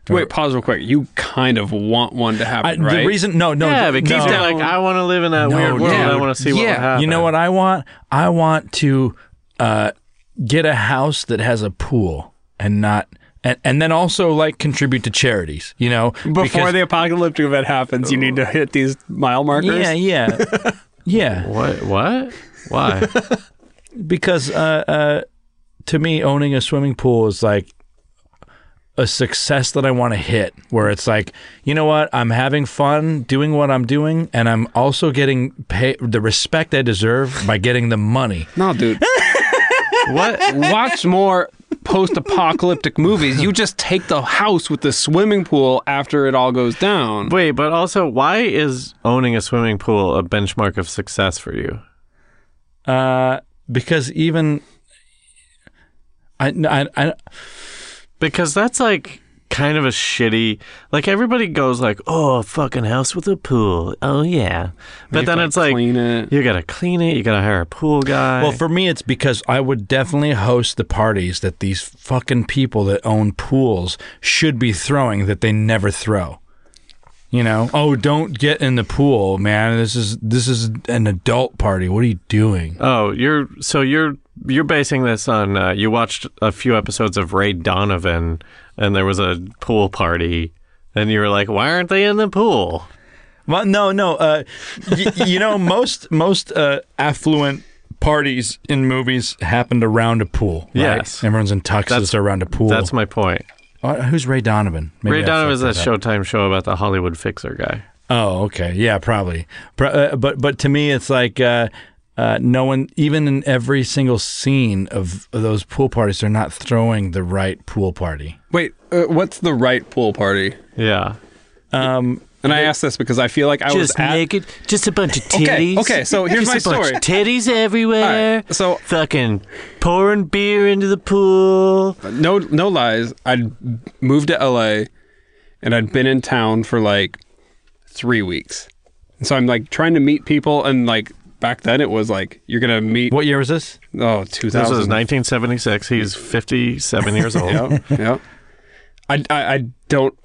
[SPEAKER 4] Wait, pause real quick. You kind of want one to
[SPEAKER 3] I,
[SPEAKER 4] happen, right?
[SPEAKER 3] The reason, no, no,
[SPEAKER 2] Yeah,
[SPEAKER 3] no,
[SPEAKER 2] because
[SPEAKER 3] no.
[SPEAKER 2] they're like, I want to live in that
[SPEAKER 3] No,
[SPEAKER 2] weird world.
[SPEAKER 3] dude.
[SPEAKER 2] I want to see what
[SPEAKER 4] Yeah.
[SPEAKER 2] would happen.
[SPEAKER 3] You know what I want? I want to uh, get a house that has a pool and not, and, and then also like contribute to charities. You know,
[SPEAKER 4] Before
[SPEAKER 3] because-
[SPEAKER 4] the apocalyptic event happens, you need to hit these mile markers.
[SPEAKER 3] Yeah, yeah, yeah.
[SPEAKER 2] What? What? Why?
[SPEAKER 3] <laughs> Because uh, uh, to me, owning a swimming pool is like a success that I want to hit. Where it's like, you know what? I'm having fun doing what I'm doing, and I'm also getting pay- the respect I deserve by getting the money.
[SPEAKER 4] No, dude.
[SPEAKER 2] what?
[SPEAKER 4] Watch more post-apocalyptic movies. You just take the house with the swimming pool after it all goes down.
[SPEAKER 2] Wait, but also, why is owning a swimming pool a benchmark of success for you?
[SPEAKER 3] Uh, because even I, I, I,
[SPEAKER 2] Because that's like kind of a shitty. Like everybody goes like, "Oh, a fucking house with a pool. Oh yeah," but then
[SPEAKER 4] gotta
[SPEAKER 2] it's like
[SPEAKER 4] clean it.
[SPEAKER 2] you gotta clean it. You gotta hire a pool guy.
[SPEAKER 3] Well, for me, it's because I would definitely host the parties that these fucking people that own pools should be throwing that they never throw. You know, oh, don't get in the pool, man. This is this is an adult party. What are you doing?
[SPEAKER 2] oh, you're so you're you're basing this on uh, you watched a few episodes of Ray Donovan, and there was a pool party, and you were like, "Why aren't they in the pool?"
[SPEAKER 3] Well, no, no. Uh, y- you know, <laughs> most most uh, affluent parties in movies happened around a pool. Right?
[SPEAKER 2] Yes.
[SPEAKER 3] everyone's in tuxes around a pool.
[SPEAKER 2] That's my point.
[SPEAKER 3] Uh, who's Ray Donovan. Maybe
[SPEAKER 2] Ray
[SPEAKER 3] I
[SPEAKER 2] Donovan is that
[SPEAKER 3] fucked
[SPEAKER 2] Showtime show about the Hollywood fixer guy.
[SPEAKER 3] Oh, okay. Yeah, probably. Pro- uh, but but to me, it's like uh, uh, no one, even in every single scene of those pool parties, they're not throwing the right pool party.
[SPEAKER 4] Wait, uh, what's the right pool party?
[SPEAKER 2] Yeah.
[SPEAKER 3] Um,
[SPEAKER 4] And I ask this because I feel like I was
[SPEAKER 5] Just
[SPEAKER 4] at.
[SPEAKER 5] naked, just a bunch of
[SPEAKER 4] Okay,
[SPEAKER 5] titties.
[SPEAKER 4] okay, so here's
[SPEAKER 5] just
[SPEAKER 4] my
[SPEAKER 5] a bunch
[SPEAKER 4] story.
[SPEAKER 5] Of titties everywhere.
[SPEAKER 4] All right, so-
[SPEAKER 5] fucking pouring beer into the pool.
[SPEAKER 4] no no lies i'd moved to la and i'd been in town for like three weeks and so i'm like trying to meet people and like back then it was like you're gonna meet
[SPEAKER 3] what year was this?
[SPEAKER 4] oh
[SPEAKER 2] This was
[SPEAKER 4] 2000
[SPEAKER 2] 1976. He's 57 years old.
[SPEAKER 4] <laughs> yep yep I, I i don't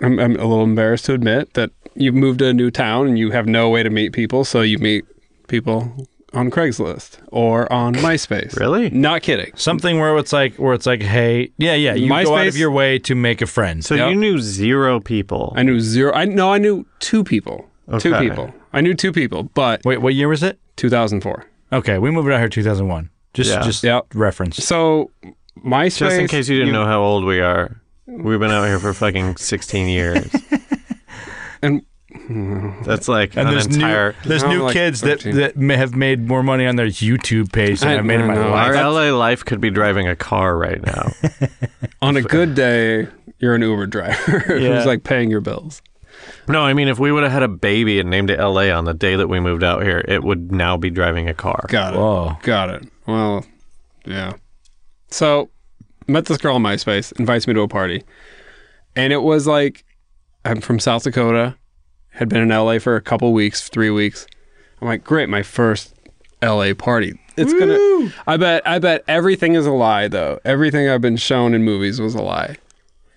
[SPEAKER 4] I'm, I'm a little embarrassed to admit that you've moved to a new town and you have no way to meet people so you meet people on craigslist or
[SPEAKER 2] <laughs>
[SPEAKER 4] on myspace
[SPEAKER 2] Really?
[SPEAKER 4] not kidding
[SPEAKER 3] Something where it's like where it's like, hey, yeah, yeah, you go out of
[SPEAKER 4] MySpace?
[SPEAKER 3] your way to make a friend.
[SPEAKER 2] So you knew zero people.
[SPEAKER 4] i knew zero i no i knew two people two
[SPEAKER 2] Okay.
[SPEAKER 4] people i knew two people but
[SPEAKER 3] Wait, what year was it?
[SPEAKER 4] 2004
[SPEAKER 3] Okay, we moved out here 2001. Just
[SPEAKER 2] Yeah.
[SPEAKER 3] just
[SPEAKER 4] Yep.
[SPEAKER 3] reference.
[SPEAKER 4] So MySpace.
[SPEAKER 2] Just in case you didn't know how old we are, we've been out here for fucking 16
[SPEAKER 4] <laughs>
[SPEAKER 2] years.
[SPEAKER 4] And-
[SPEAKER 2] that's like an
[SPEAKER 3] there's
[SPEAKER 2] entire.
[SPEAKER 3] new there's
[SPEAKER 4] I'm
[SPEAKER 3] new
[SPEAKER 4] like
[SPEAKER 3] kids
[SPEAKER 4] 13.
[SPEAKER 3] that that may have made more money on their YouTube page than
[SPEAKER 4] I-
[SPEAKER 3] I, made in
[SPEAKER 4] I
[SPEAKER 3] my
[SPEAKER 4] know.
[SPEAKER 3] life.
[SPEAKER 2] our
[SPEAKER 4] that's-
[SPEAKER 2] LA life could be driving a car right
[SPEAKER 4] <laughs>
[SPEAKER 2] now.
[SPEAKER 4] on a good day, you're an Uber driver <laughs>
[SPEAKER 3] Yeah.
[SPEAKER 4] who's like paying your bills.
[SPEAKER 2] no, I mean, if we would have had a baby and named it LA on the day that we moved out here, it would now be driving a car.
[SPEAKER 4] Got it.
[SPEAKER 3] Whoa.
[SPEAKER 4] Got it. Well, yeah. So met this girl on MySpace, invites me to a party, and it was like I'm from South Dakota, had been in LA for a couple weeks, three weeks. I'm like, great, my first LA party. It's gonna. I bet. I bet everything is a lie, though. Everything I've been shown in movies was a lie.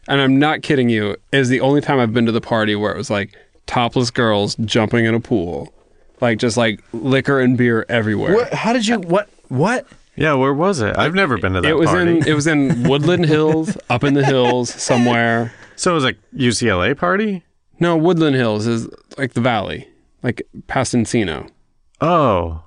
[SPEAKER 4] and I'm not kidding you, is the only time I've been to the party where it was like topless girls jumping in a pool, like just like liquor and beer everywhere.
[SPEAKER 3] What, how did you what what?
[SPEAKER 2] Yeah, where was it? I've never been to that
[SPEAKER 4] It was
[SPEAKER 2] party.
[SPEAKER 4] in it was in
[SPEAKER 2] <laughs>
[SPEAKER 4] Woodland Hills, up in the hills somewhere.
[SPEAKER 2] so it was a UCLA party?
[SPEAKER 4] No, Woodland Hills is like the valley, like past Encino.
[SPEAKER 2] Oh.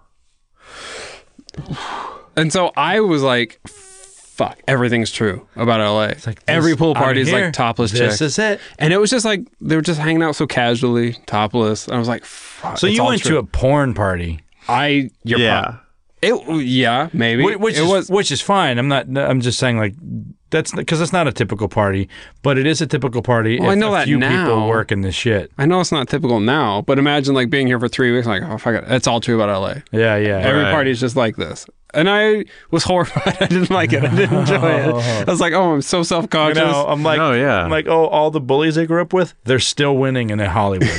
[SPEAKER 4] And so I was like, fuck, everything's true about LA. It's
[SPEAKER 3] like,
[SPEAKER 4] every
[SPEAKER 3] this-
[SPEAKER 4] pool
[SPEAKER 3] I'm
[SPEAKER 4] party is
[SPEAKER 3] here.
[SPEAKER 4] like topless
[SPEAKER 3] This
[SPEAKER 4] chicks.
[SPEAKER 3] is it.
[SPEAKER 4] and it was just like they were just hanging out so casually, topless. And I was like, fuck.
[SPEAKER 3] So you went to a porn party,
[SPEAKER 4] I you're
[SPEAKER 2] yeah.
[SPEAKER 4] pro- It yeah maybe
[SPEAKER 3] Wh- which
[SPEAKER 4] it
[SPEAKER 3] is
[SPEAKER 4] was
[SPEAKER 3] which is fine. I'm not. I'm just saying like that's because it's not a typical party, but it is a typical party.
[SPEAKER 4] Well, I
[SPEAKER 3] if
[SPEAKER 4] know
[SPEAKER 3] a
[SPEAKER 4] that
[SPEAKER 3] few people
[SPEAKER 4] now.
[SPEAKER 3] working this shit.
[SPEAKER 4] I know it's not typical now, but imagine like being here for three weeks like oh fuck it that's all true about LA
[SPEAKER 3] Yeah, yeah.
[SPEAKER 4] every
[SPEAKER 2] Right.
[SPEAKER 4] party's just like this and I was horrified <laughs> I didn't like it I didn't enjoy it I was like oh I'm so self
[SPEAKER 3] you
[SPEAKER 4] conscious
[SPEAKER 3] know, I'm like,
[SPEAKER 2] No, yeah.
[SPEAKER 3] I'm like, oh, all the bullies I grew up with, they're still winning in Hollywood.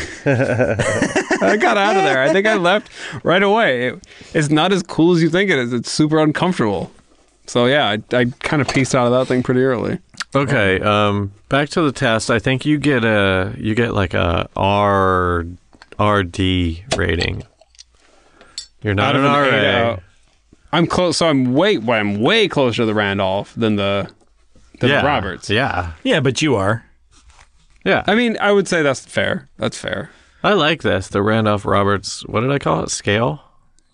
[SPEAKER 4] I got out of there I think I left right away It- it's not as cool as you think it is it's super uncomfortable so yeah I, I kind of pieced out of that thing pretty early
[SPEAKER 2] Okay, um, back to the test. I think you get a you get like a R R D rating. You're not
[SPEAKER 4] Out of
[SPEAKER 2] an
[SPEAKER 4] an eight
[SPEAKER 2] RA.
[SPEAKER 4] out. I'm close so I'm way well, I'm way closer to Randolph than the than
[SPEAKER 2] yeah.
[SPEAKER 4] the Roberts
[SPEAKER 2] Yeah.
[SPEAKER 3] yeah, but you are.
[SPEAKER 2] Yeah.
[SPEAKER 4] I mean I would say that's fair that's fair
[SPEAKER 2] I like this. The Randolph Roberts what did I call it? Scale?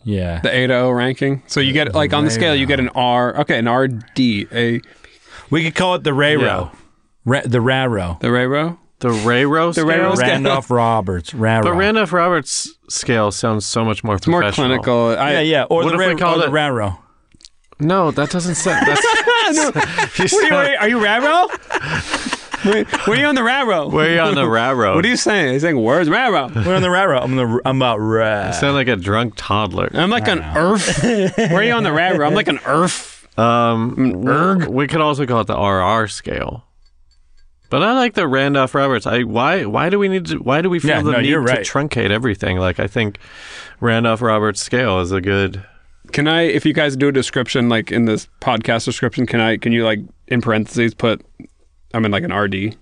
[SPEAKER 3] Yeah.
[SPEAKER 4] The A to O ranking. So you get like on the scale, you get an R. Okay, an R D A.
[SPEAKER 3] We could call it the Ray Row. Ra- the Raro.
[SPEAKER 4] The Rayro.
[SPEAKER 2] The Rayro scale?
[SPEAKER 4] Ray Row scale.
[SPEAKER 3] Randolph Roberts. Raro.
[SPEAKER 2] But Randolph Roberts scale sounds so much more
[SPEAKER 4] More
[SPEAKER 2] professional.
[SPEAKER 4] clinical. I,
[SPEAKER 3] Yeah, yeah. Or
[SPEAKER 2] What
[SPEAKER 3] the
[SPEAKER 2] if we
[SPEAKER 3] Ray-
[SPEAKER 2] called
[SPEAKER 3] or
[SPEAKER 2] it-
[SPEAKER 3] the Raro.
[SPEAKER 2] No, that doesn't sound that's <laughs> you
[SPEAKER 4] <laughs> Wait,
[SPEAKER 2] sound
[SPEAKER 4] wait, are you <laughs> Rayro? Wait, were you on the Rayro?
[SPEAKER 2] way on the Raro.
[SPEAKER 4] What are you saying? He's saying words Rayro.
[SPEAKER 3] We're on the Raro. I'm the. I'm about Ra.
[SPEAKER 2] sound like a drunk toddler?
[SPEAKER 4] I'm like an Earth. Where are you on the Rayro? I'm like an Earth.
[SPEAKER 2] Um, we could also call it the RR scale. But I like the Randolph Roberts. I why why do we need to why do we feel
[SPEAKER 3] Yeah,
[SPEAKER 2] the
[SPEAKER 3] no,
[SPEAKER 2] need
[SPEAKER 3] you're right.
[SPEAKER 2] to truncate everything? Like I think Randolph Roberts scale is a good.
[SPEAKER 4] Can I, if you guys do a description like in this podcast description, can I, can you like in parentheses put, I'm in like an RD?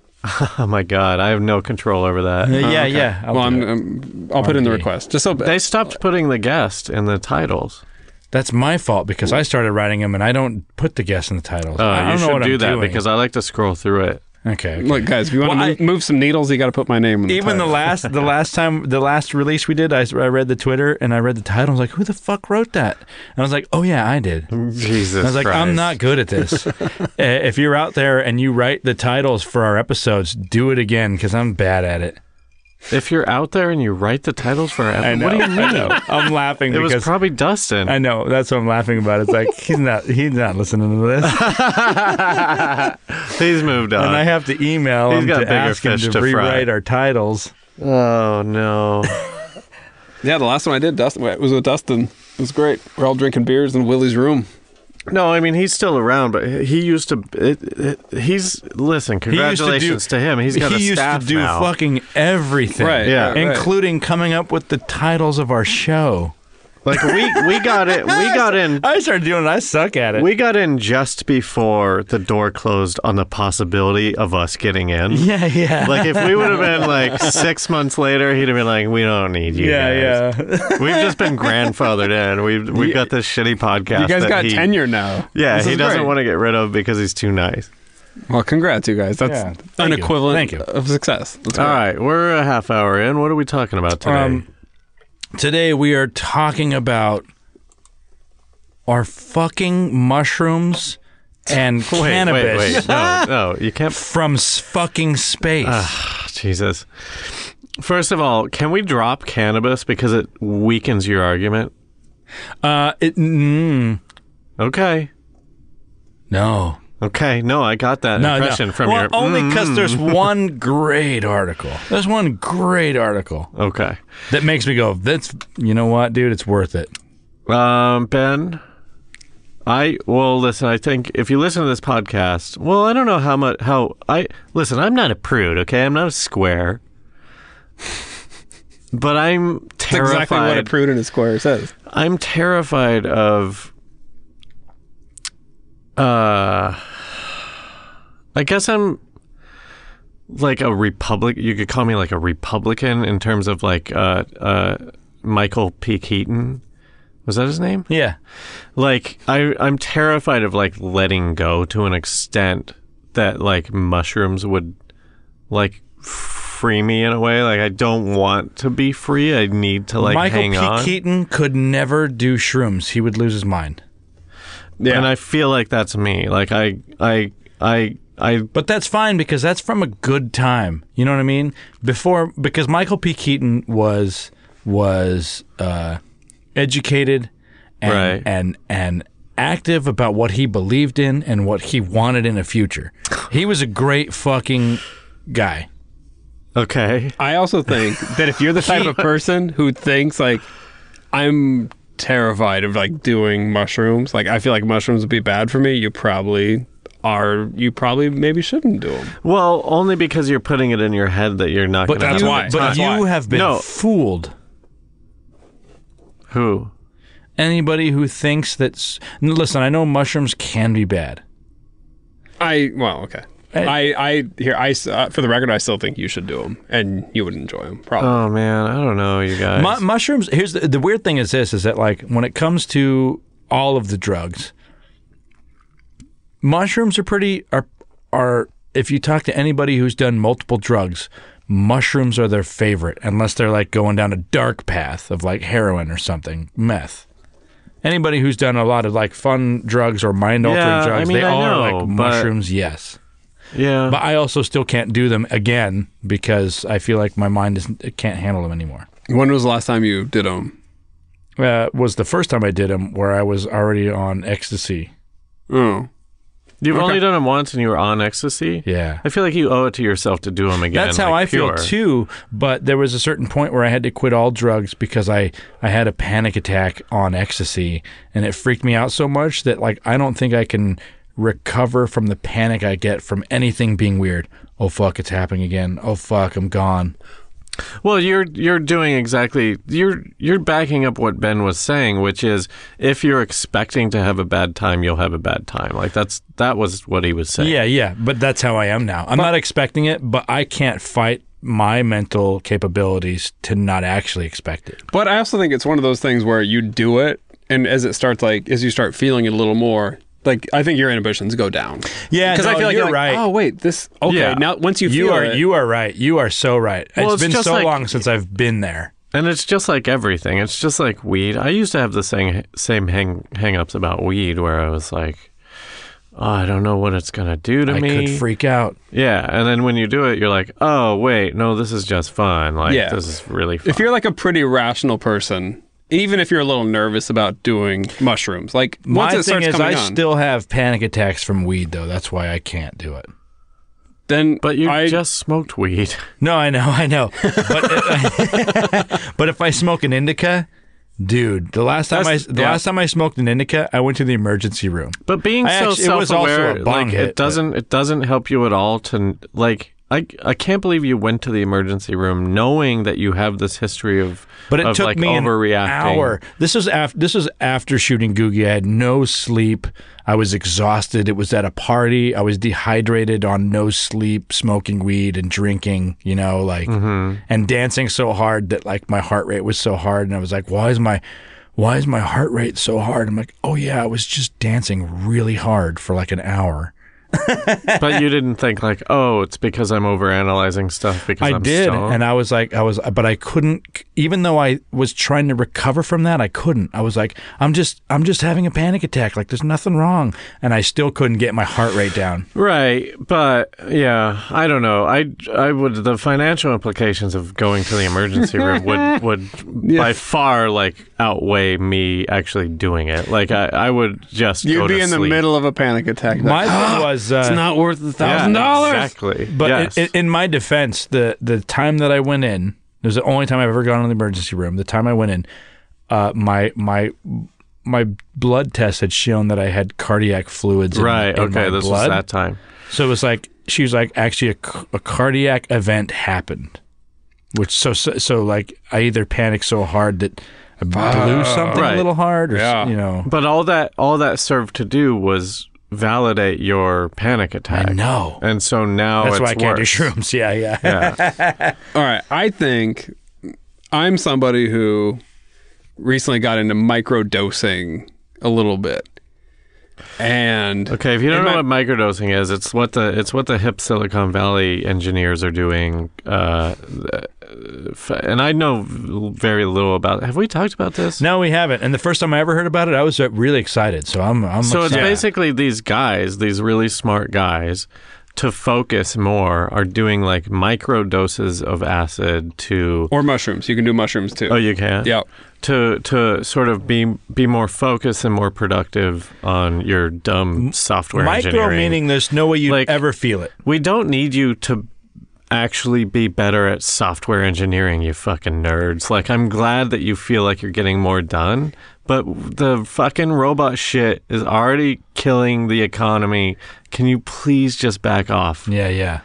[SPEAKER 2] Oh my god, I have no control over that.
[SPEAKER 3] Uh, yeah, yeah. I'll
[SPEAKER 4] Well,
[SPEAKER 3] do
[SPEAKER 4] I'm,
[SPEAKER 3] it.
[SPEAKER 4] I'm, I'll put in the
[SPEAKER 3] RD.
[SPEAKER 4] request. Just so
[SPEAKER 2] They stopped putting the guest in the titles.
[SPEAKER 3] That's my fault because I started writing them and I don't put the guest in the titles.
[SPEAKER 2] Uh,
[SPEAKER 3] I don't
[SPEAKER 2] you
[SPEAKER 3] know
[SPEAKER 2] should
[SPEAKER 3] what
[SPEAKER 2] do
[SPEAKER 3] I'm
[SPEAKER 2] that
[SPEAKER 3] doing.
[SPEAKER 2] because I like to scroll through it.
[SPEAKER 3] okay. okay.
[SPEAKER 4] Look, guys, if you want
[SPEAKER 3] Well, I-
[SPEAKER 4] to move some needles, you got to put my name in the
[SPEAKER 3] Even the
[SPEAKER 4] title.
[SPEAKER 3] last, the last time, the last release we did, I, s- I read the Twitter and I read the title. I was like, "Who the fuck wrote that?" And I was like, "Oh yeah, I <laughs> did." I
[SPEAKER 2] Jesus,
[SPEAKER 3] was like, "I'm not good at <laughs> this." Uh, if you're out there and you write the titles for our episodes, do it again because I'm bad at it.
[SPEAKER 2] If you're out there and you write the titles for our
[SPEAKER 3] I
[SPEAKER 2] episode,
[SPEAKER 3] know.
[SPEAKER 2] what do you
[SPEAKER 3] I
[SPEAKER 2] mean?
[SPEAKER 3] know. I'm laughing
[SPEAKER 2] It was
[SPEAKER 3] because
[SPEAKER 2] probably Dustin.
[SPEAKER 3] I know that's what I'm laughing about. It's like he's not he's not listening to this,
[SPEAKER 2] He's moved
[SPEAKER 3] and I
[SPEAKER 2] on.
[SPEAKER 3] have to email
[SPEAKER 2] Uh, He's
[SPEAKER 3] him
[SPEAKER 2] got
[SPEAKER 3] to
[SPEAKER 2] bigger
[SPEAKER 3] ask him
[SPEAKER 2] fish
[SPEAKER 3] to,
[SPEAKER 2] to fry.
[SPEAKER 3] rewrite our titles.
[SPEAKER 2] oh no.
[SPEAKER 4] Yeah, the last one I did, Dustin, was with Dustin. It was great. We're all drinking beers in Willie's room.
[SPEAKER 2] No, I mean he's still around, but he used to. It, it, he's listen. Congratulations to, him. He's got
[SPEAKER 3] he
[SPEAKER 2] a
[SPEAKER 3] used
[SPEAKER 2] staff
[SPEAKER 3] to do
[SPEAKER 2] now.
[SPEAKER 3] fucking everything,
[SPEAKER 4] Right.
[SPEAKER 2] Yeah.
[SPEAKER 4] right, right.
[SPEAKER 3] including coming up with the titles of our show.
[SPEAKER 2] like we we
[SPEAKER 3] <laughs>
[SPEAKER 2] got it. We got in.
[SPEAKER 3] I started doing it. I suck at it.
[SPEAKER 2] We got in just before the door closed on the possibility of us getting in.
[SPEAKER 3] yeah, yeah,
[SPEAKER 2] Like if we would have been
[SPEAKER 3] <laughs>
[SPEAKER 2] like six months later, he'd have been like, "We don't need you."
[SPEAKER 3] yeah,
[SPEAKER 2] guys.
[SPEAKER 3] yeah. <laughs>
[SPEAKER 2] We've just been grandfathered in. We've we've got this shitty podcast.
[SPEAKER 4] You guys
[SPEAKER 2] that
[SPEAKER 4] got
[SPEAKER 2] he-
[SPEAKER 4] tenure now.
[SPEAKER 2] Yeah,
[SPEAKER 4] This
[SPEAKER 2] he
[SPEAKER 4] is
[SPEAKER 2] doesn't
[SPEAKER 4] great.
[SPEAKER 2] want to get rid of because he's too nice.
[SPEAKER 4] Well, congrats, you guys. That's
[SPEAKER 3] Yeah. Thank
[SPEAKER 4] an
[SPEAKER 3] you.
[SPEAKER 4] equivalent
[SPEAKER 3] Thank you.
[SPEAKER 4] of success. That's
[SPEAKER 2] All
[SPEAKER 4] great.
[SPEAKER 2] right, we're a half hour in. What are we talking about today?
[SPEAKER 3] Um, today we are talking about our fucking mushrooms and
[SPEAKER 2] <laughs> wait,
[SPEAKER 3] cannabis
[SPEAKER 2] wait,
[SPEAKER 3] <laughs>
[SPEAKER 2] wait. No, no, you can't <laughs> oh,
[SPEAKER 3] from s- fucking space.
[SPEAKER 2] Jesus. First of all, can we drop cannabis because it weakens your argument?
[SPEAKER 3] Uh, it, mm,
[SPEAKER 2] Okay.
[SPEAKER 3] no,
[SPEAKER 2] Okay. No, I got that
[SPEAKER 3] no,
[SPEAKER 2] impression
[SPEAKER 3] no.
[SPEAKER 2] from
[SPEAKER 3] well,
[SPEAKER 2] your.
[SPEAKER 3] only
[SPEAKER 2] Mm.
[SPEAKER 3] because
[SPEAKER 2] <laughs>
[SPEAKER 3] there's one great article. There's one great article
[SPEAKER 2] Okay.
[SPEAKER 3] that makes me go, "That's you know what, dude, it's worth it."
[SPEAKER 2] Um, Ben, I well listen. I think if you listen to this podcast, well, I don't know how much how I listen. I'm not a prude. Okay, I'm not a square. <laughs> But I'm
[SPEAKER 4] That's
[SPEAKER 2] terrified.
[SPEAKER 4] exactly what a prude and a square says.
[SPEAKER 2] I'm terrified of. Uh, I guess I'm like a republic. You could call me like a Republican in terms of like uh, uh, Michael P. Keaton. Was that his name?
[SPEAKER 3] Yeah,
[SPEAKER 2] Like I, I'm terrified of like letting go to an extent that like mushrooms would like free me in a way. Like I don't want to be free. I need to like
[SPEAKER 3] Michael
[SPEAKER 2] hang
[SPEAKER 3] P.
[SPEAKER 2] on.
[SPEAKER 3] Keaton could never do shrooms; he would lose his mind.
[SPEAKER 4] Yeah.
[SPEAKER 2] and I feel like that's me. Like I, I, I, I.
[SPEAKER 3] But that's fine because that's from a good time. You know what I mean? Before because Michael P. Keaton was was uh, educated and
[SPEAKER 2] Right.
[SPEAKER 3] and and active about what he believed in and what he wanted in the future. He was a great fucking guy.
[SPEAKER 2] Okay.
[SPEAKER 4] I also
[SPEAKER 2] <laughs>
[SPEAKER 4] think that if you're the type of person who thinks like I'm terrified of like doing mushrooms, like I feel like mushrooms would be bad for me, you probably are you probably maybe shouldn't do them.
[SPEAKER 2] Well, only because you're putting it in your head that you're not.
[SPEAKER 3] But
[SPEAKER 2] gonna
[SPEAKER 3] you,
[SPEAKER 2] do
[SPEAKER 4] why.
[SPEAKER 2] it.
[SPEAKER 3] But
[SPEAKER 4] That's
[SPEAKER 3] you
[SPEAKER 4] why.
[SPEAKER 3] have been
[SPEAKER 2] No.
[SPEAKER 3] fooled.
[SPEAKER 2] Who?
[SPEAKER 3] Anybody who thinks that's listen, I know mushrooms can be bad.
[SPEAKER 4] I well, okay. I I here I s- uh, for the record I still think you should do them and you would enjoy them probably.
[SPEAKER 2] Oh man, I don't know, you guys.
[SPEAKER 3] Mu- mushrooms. Here's the, the weird thing is this: is that like when it comes to all of the drugs, mushrooms are pretty are are. If you talk to anybody who's done multiple drugs, mushrooms are their favorite, unless they're like going down a dark path of like heroin or something, meth. Anybody who's done a lot of like fun drugs or mind altering
[SPEAKER 2] Yeah, I
[SPEAKER 3] drugs,
[SPEAKER 2] mean,
[SPEAKER 3] they
[SPEAKER 2] I
[SPEAKER 3] all
[SPEAKER 2] know,
[SPEAKER 3] are
[SPEAKER 2] but-
[SPEAKER 3] like mushrooms, yes.
[SPEAKER 2] yeah.
[SPEAKER 3] But I also still can't do them again because I feel like my mind is, it can't handle them anymore
[SPEAKER 4] When was the last time you did them?
[SPEAKER 3] uh, was the first time I did them where I was already on ecstasy.
[SPEAKER 4] Oh.
[SPEAKER 2] You've only done them once, and you were on ecstasy.
[SPEAKER 3] Yeah.
[SPEAKER 2] I feel like you owe it to yourself to do them again.
[SPEAKER 3] That's how
[SPEAKER 2] like,
[SPEAKER 3] I feel
[SPEAKER 2] pure.
[SPEAKER 3] too, but there was a certain point where I had to quit all drugs because I, I had a panic attack on ecstasy and it freaked me out so much that like I don't think I can recover from the panic I get from anything being weird. Oh fuck, it's happening again. Oh fuck, I'm gone.
[SPEAKER 2] Well, you're you're doing exactly you're you're backing up what Ben was saying, which is if you're expecting to have a bad time, you'll have a bad time. Like that's that was what he was saying.
[SPEAKER 3] Yeah, yeah, but that's how I am now. I'm not expecting it, but I can't fight my mental capabilities to not actually expect it.
[SPEAKER 4] But I also think it's one of those things where you do it and as it starts like as you start feeling it a little more like I think your inhibitions go down.
[SPEAKER 3] Yeah,
[SPEAKER 4] because I
[SPEAKER 3] no,
[SPEAKER 4] feel like
[SPEAKER 3] you're
[SPEAKER 4] like,
[SPEAKER 3] right.
[SPEAKER 4] Oh wait, this okay.
[SPEAKER 2] Yeah.
[SPEAKER 4] Now once you feel
[SPEAKER 3] You are
[SPEAKER 4] it,
[SPEAKER 3] you are right. You are so right.
[SPEAKER 2] Well, it's
[SPEAKER 3] it's been
[SPEAKER 2] just
[SPEAKER 3] so
[SPEAKER 2] like-
[SPEAKER 3] long since I've been there.
[SPEAKER 2] And it's just like everything. It's just like weed. I used to have the same same hang hang ups about weed where I was like, oh, I don't know what it's gonna do to
[SPEAKER 3] I
[SPEAKER 2] me.
[SPEAKER 3] could freak out.
[SPEAKER 2] yeah, and then when you do it, you're like, oh wait, no, this is just fun. Like
[SPEAKER 4] Yeah.
[SPEAKER 2] this is really fun.
[SPEAKER 4] If you're like a pretty rational person, even if you're a little nervous about doing mushrooms, like
[SPEAKER 3] My
[SPEAKER 4] once it
[SPEAKER 3] thing
[SPEAKER 4] starts
[SPEAKER 3] is, I
[SPEAKER 4] coming on,
[SPEAKER 3] still have panic attacks from weed, though. That's why I can't do it.
[SPEAKER 4] then
[SPEAKER 2] but you
[SPEAKER 4] I,
[SPEAKER 2] just smoked weed. <laughs>
[SPEAKER 3] No, I know, <laughs> I know. But, but if I <laughs> smoke an indica, dude, the last time
[SPEAKER 4] That's-
[SPEAKER 3] I the
[SPEAKER 4] yeah.
[SPEAKER 3] last time I smoked an indica, I went to the emergency room.
[SPEAKER 2] But being
[SPEAKER 3] I
[SPEAKER 2] so
[SPEAKER 3] actually- it was also a
[SPEAKER 2] self-aware,
[SPEAKER 3] bong
[SPEAKER 2] like
[SPEAKER 3] hit,
[SPEAKER 2] it
[SPEAKER 3] but-
[SPEAKER 2] doesn't it doesn't help you at all to like I I can't believe you went to the emergency room knowing that you have this history of
[SPEAKER 3] But it
[SPEAKER 2] of,
[SPEAKER 3] took
[SPEAKER 2] like,
[SPEAKER 3] me an
[SPEAKER 2] overreacting.
[SPEAKER 3] hour. This was after this was after shooting Googie. I had no sleep. I was exhausted. It was at a party. I was dehydrated on no sleep, smoking weed and drinking. You know, like
[SPEAKER 2] Mm-hmm.
[SPEAKER 3] and dancing so hard that like my heart rate was so hard, and I was like, why is my why is my heart rate so hard? I'm like, oh yeah, I was just dancing really hard for like an hour.
[SPEAKER 2] but you didn't think like, oh, it's because I'm overanalyzing stuff because
[SPEAKER 3] I
[SPEAKER 2] am
[SPEAKER 3] did,
[SPEAKER 2] stoned.
[SPEAKER 3] and I was like, I was, but I couldn't. Even though I was trying to recover from that, I couldn't. I was like, I'm just, I'm just having a panic attack. Like, there's nothing wrong, and I still couldn't get my heart rate
[SPEAKER 2] <laughs>
[SPEAKER 3] down.
[SPEAKER 2] right, but yeah, I don't know. I I would the financial implications of going to the emergency room
[SPEAKER 3] <laughs>
[SPEAKER 2] would would by far like outweigh me actually doing it. Like I, I would just
[SPEAKER 4] you'd
[SPEAKER 2] go
[SPEAKER 4] be
[SPEAKER 2] to
[SPEAKER 4] in the
[SPEAKER 2] sleep.
[SPEAKER 4] middle of a panic attack.
[SPEAKER 3] My thing was, uh,
[SPEAKER 4] <laughs> it's not worth the
[SPEAKER 2] Yeah,
[SPEAKER 4] thousand dollars.
[SPEAKER 2] exactly.
[SPEAKER 3] but
[SPEAKER 2] yes.
[SPEAKER 3] in, in my defense, the the time that I went in, it was the only time I've ever gone in the emergency room. The time I went in, uh, my my. My blood test had shown that I had cardiac fluids. In,
[SPEAKER 2] right.
[SPEAKER 3] in
[SPEAKER 2] okay,
[SPEAKER 3] my
[SPEAKER 2] this was
[SPEAKER 3] blood.
[SPEAKER 2] that time.
[SPEAKER 3] So it was like she was like actually a, c- a cardiac event happened, which so, so so like I either panicked so hard that I blew something
[SPEAKER 2] Oh, Right.
[SPEAKER 3] a little hard, or s-
[SPEAKER 4] Yeah.
[SPEAKER 3] you know.
[SPEAKER 2] But all that all that served to do was validate your panic attack.
[SPEAKER 3] I know.
[SPEAKER 2] And so now
[SPEAKER 3] That's
[SPEAKER 2] Oh, it's
[SPEAKER 3] why I can't do
[SPEAKER 2] worse.
[SPEAKER 3] shrooms. <laughs> Yeah, yeah.
[SPEAKER 2] Yeah.
[SPEAKER 4] All right, I think I'm somebody who recently got into micro dosing a little bit, and
[SPEAKER 2] Okay. If you don't
[SPEAKER 4] In
[SPEAKER 2] know
[SPEAKER 4] my-
[SPEAKER 2] what microdosing is, it's what the it's what the hip Silicon Valley engineers are doing. Uh, f- and I know very little about. Have we talked about this?
[SPEAKER 3] No, we haven't. And the first time I ever heard about it, I was uh, really excited. So I'm, I'm
[SPEAKER 2] So it's
[SPEAKER 3] excited.
[SPEAKER 2] basically these guys, these really smart guys, to focus more are doing like micro doses of acid to.
[SPEAKER 4] or mushrooms. You can do mushrooms too.
[SPEAKER 2] Oh, you can.
[SPEAKER 4] yeah.
[SPEAKER 2] to to sort of be be more focused and more productive on your dumb software
[SPEAKER 3] micro
[SPEAKER 2] engineering.
[SPEAKER 3] meaning there's no way you
[SPEAKER 2] Like-
[SPEAKER 3] would ever feel it.
[SPEAKER 2] we don't need you to actually be better at software engineering, you fucking nerds. Like I'm glad that you feel like you're getting more done, but the fucking robot shit is already killing the economy. Can you please just back off?
[SPEAKER 3] Yeah, yeah.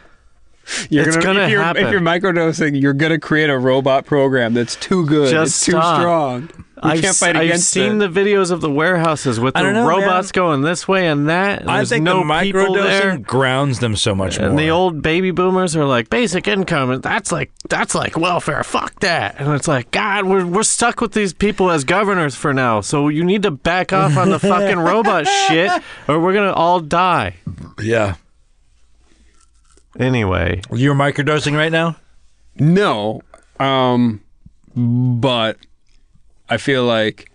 [SPEAKER 4] You're
[SPEAKER 2] It's gonna
[SPEAKER 4] if you're, If
[SPEAKER 2] happen.
[SPEAKER 4] you're microdosing, you're gonna create a robot program that's too good.
[SPEAKER 2] Just
[SPEAKER 4] it's too
[SPEAKER 2] stop.
[SPEAKER 4] strong. You
[SPEAKER 2] I've,
[SPEAKER 4] can't fight
[SPEAKER 2] I've
[SPEAKER 4] against
[SPEAKER 2] seen
[SPEAKER 4] it.
[SPEAKER 2] the videos of the warehouses with the
[SPEAKER 3] I don't know,
[SPEAKER 2] robots going this way and that. And
[SPEAKER 3] I
[SPEAKER 2] there's
[SPEAKER 3] think
[SPEAKER 2] no
[SPEAKER 3] the
[SPEAKER 2] people there.
[SPEAKER 3] microdosing grounds them so much
[SPEAKER 2] And
[SPEAKER 3] more.
[SPEAKER 2] the old baby boomers are like basic income. That's like that's like welfare. Fuck that. And it's like God, we're we're stuck with these people as governors for now. So you need to back off on the
[SPEAKER 4] <laughs>
[SPEAKER 2] fucking robot shit, or we're gonna all die.
[SPEAKER 3] yeah.
[SPEAKER 2] Anyway,
[SPEAKER 3] You're microdosing right now.
[SPEAKER 4] No, um, but I feel like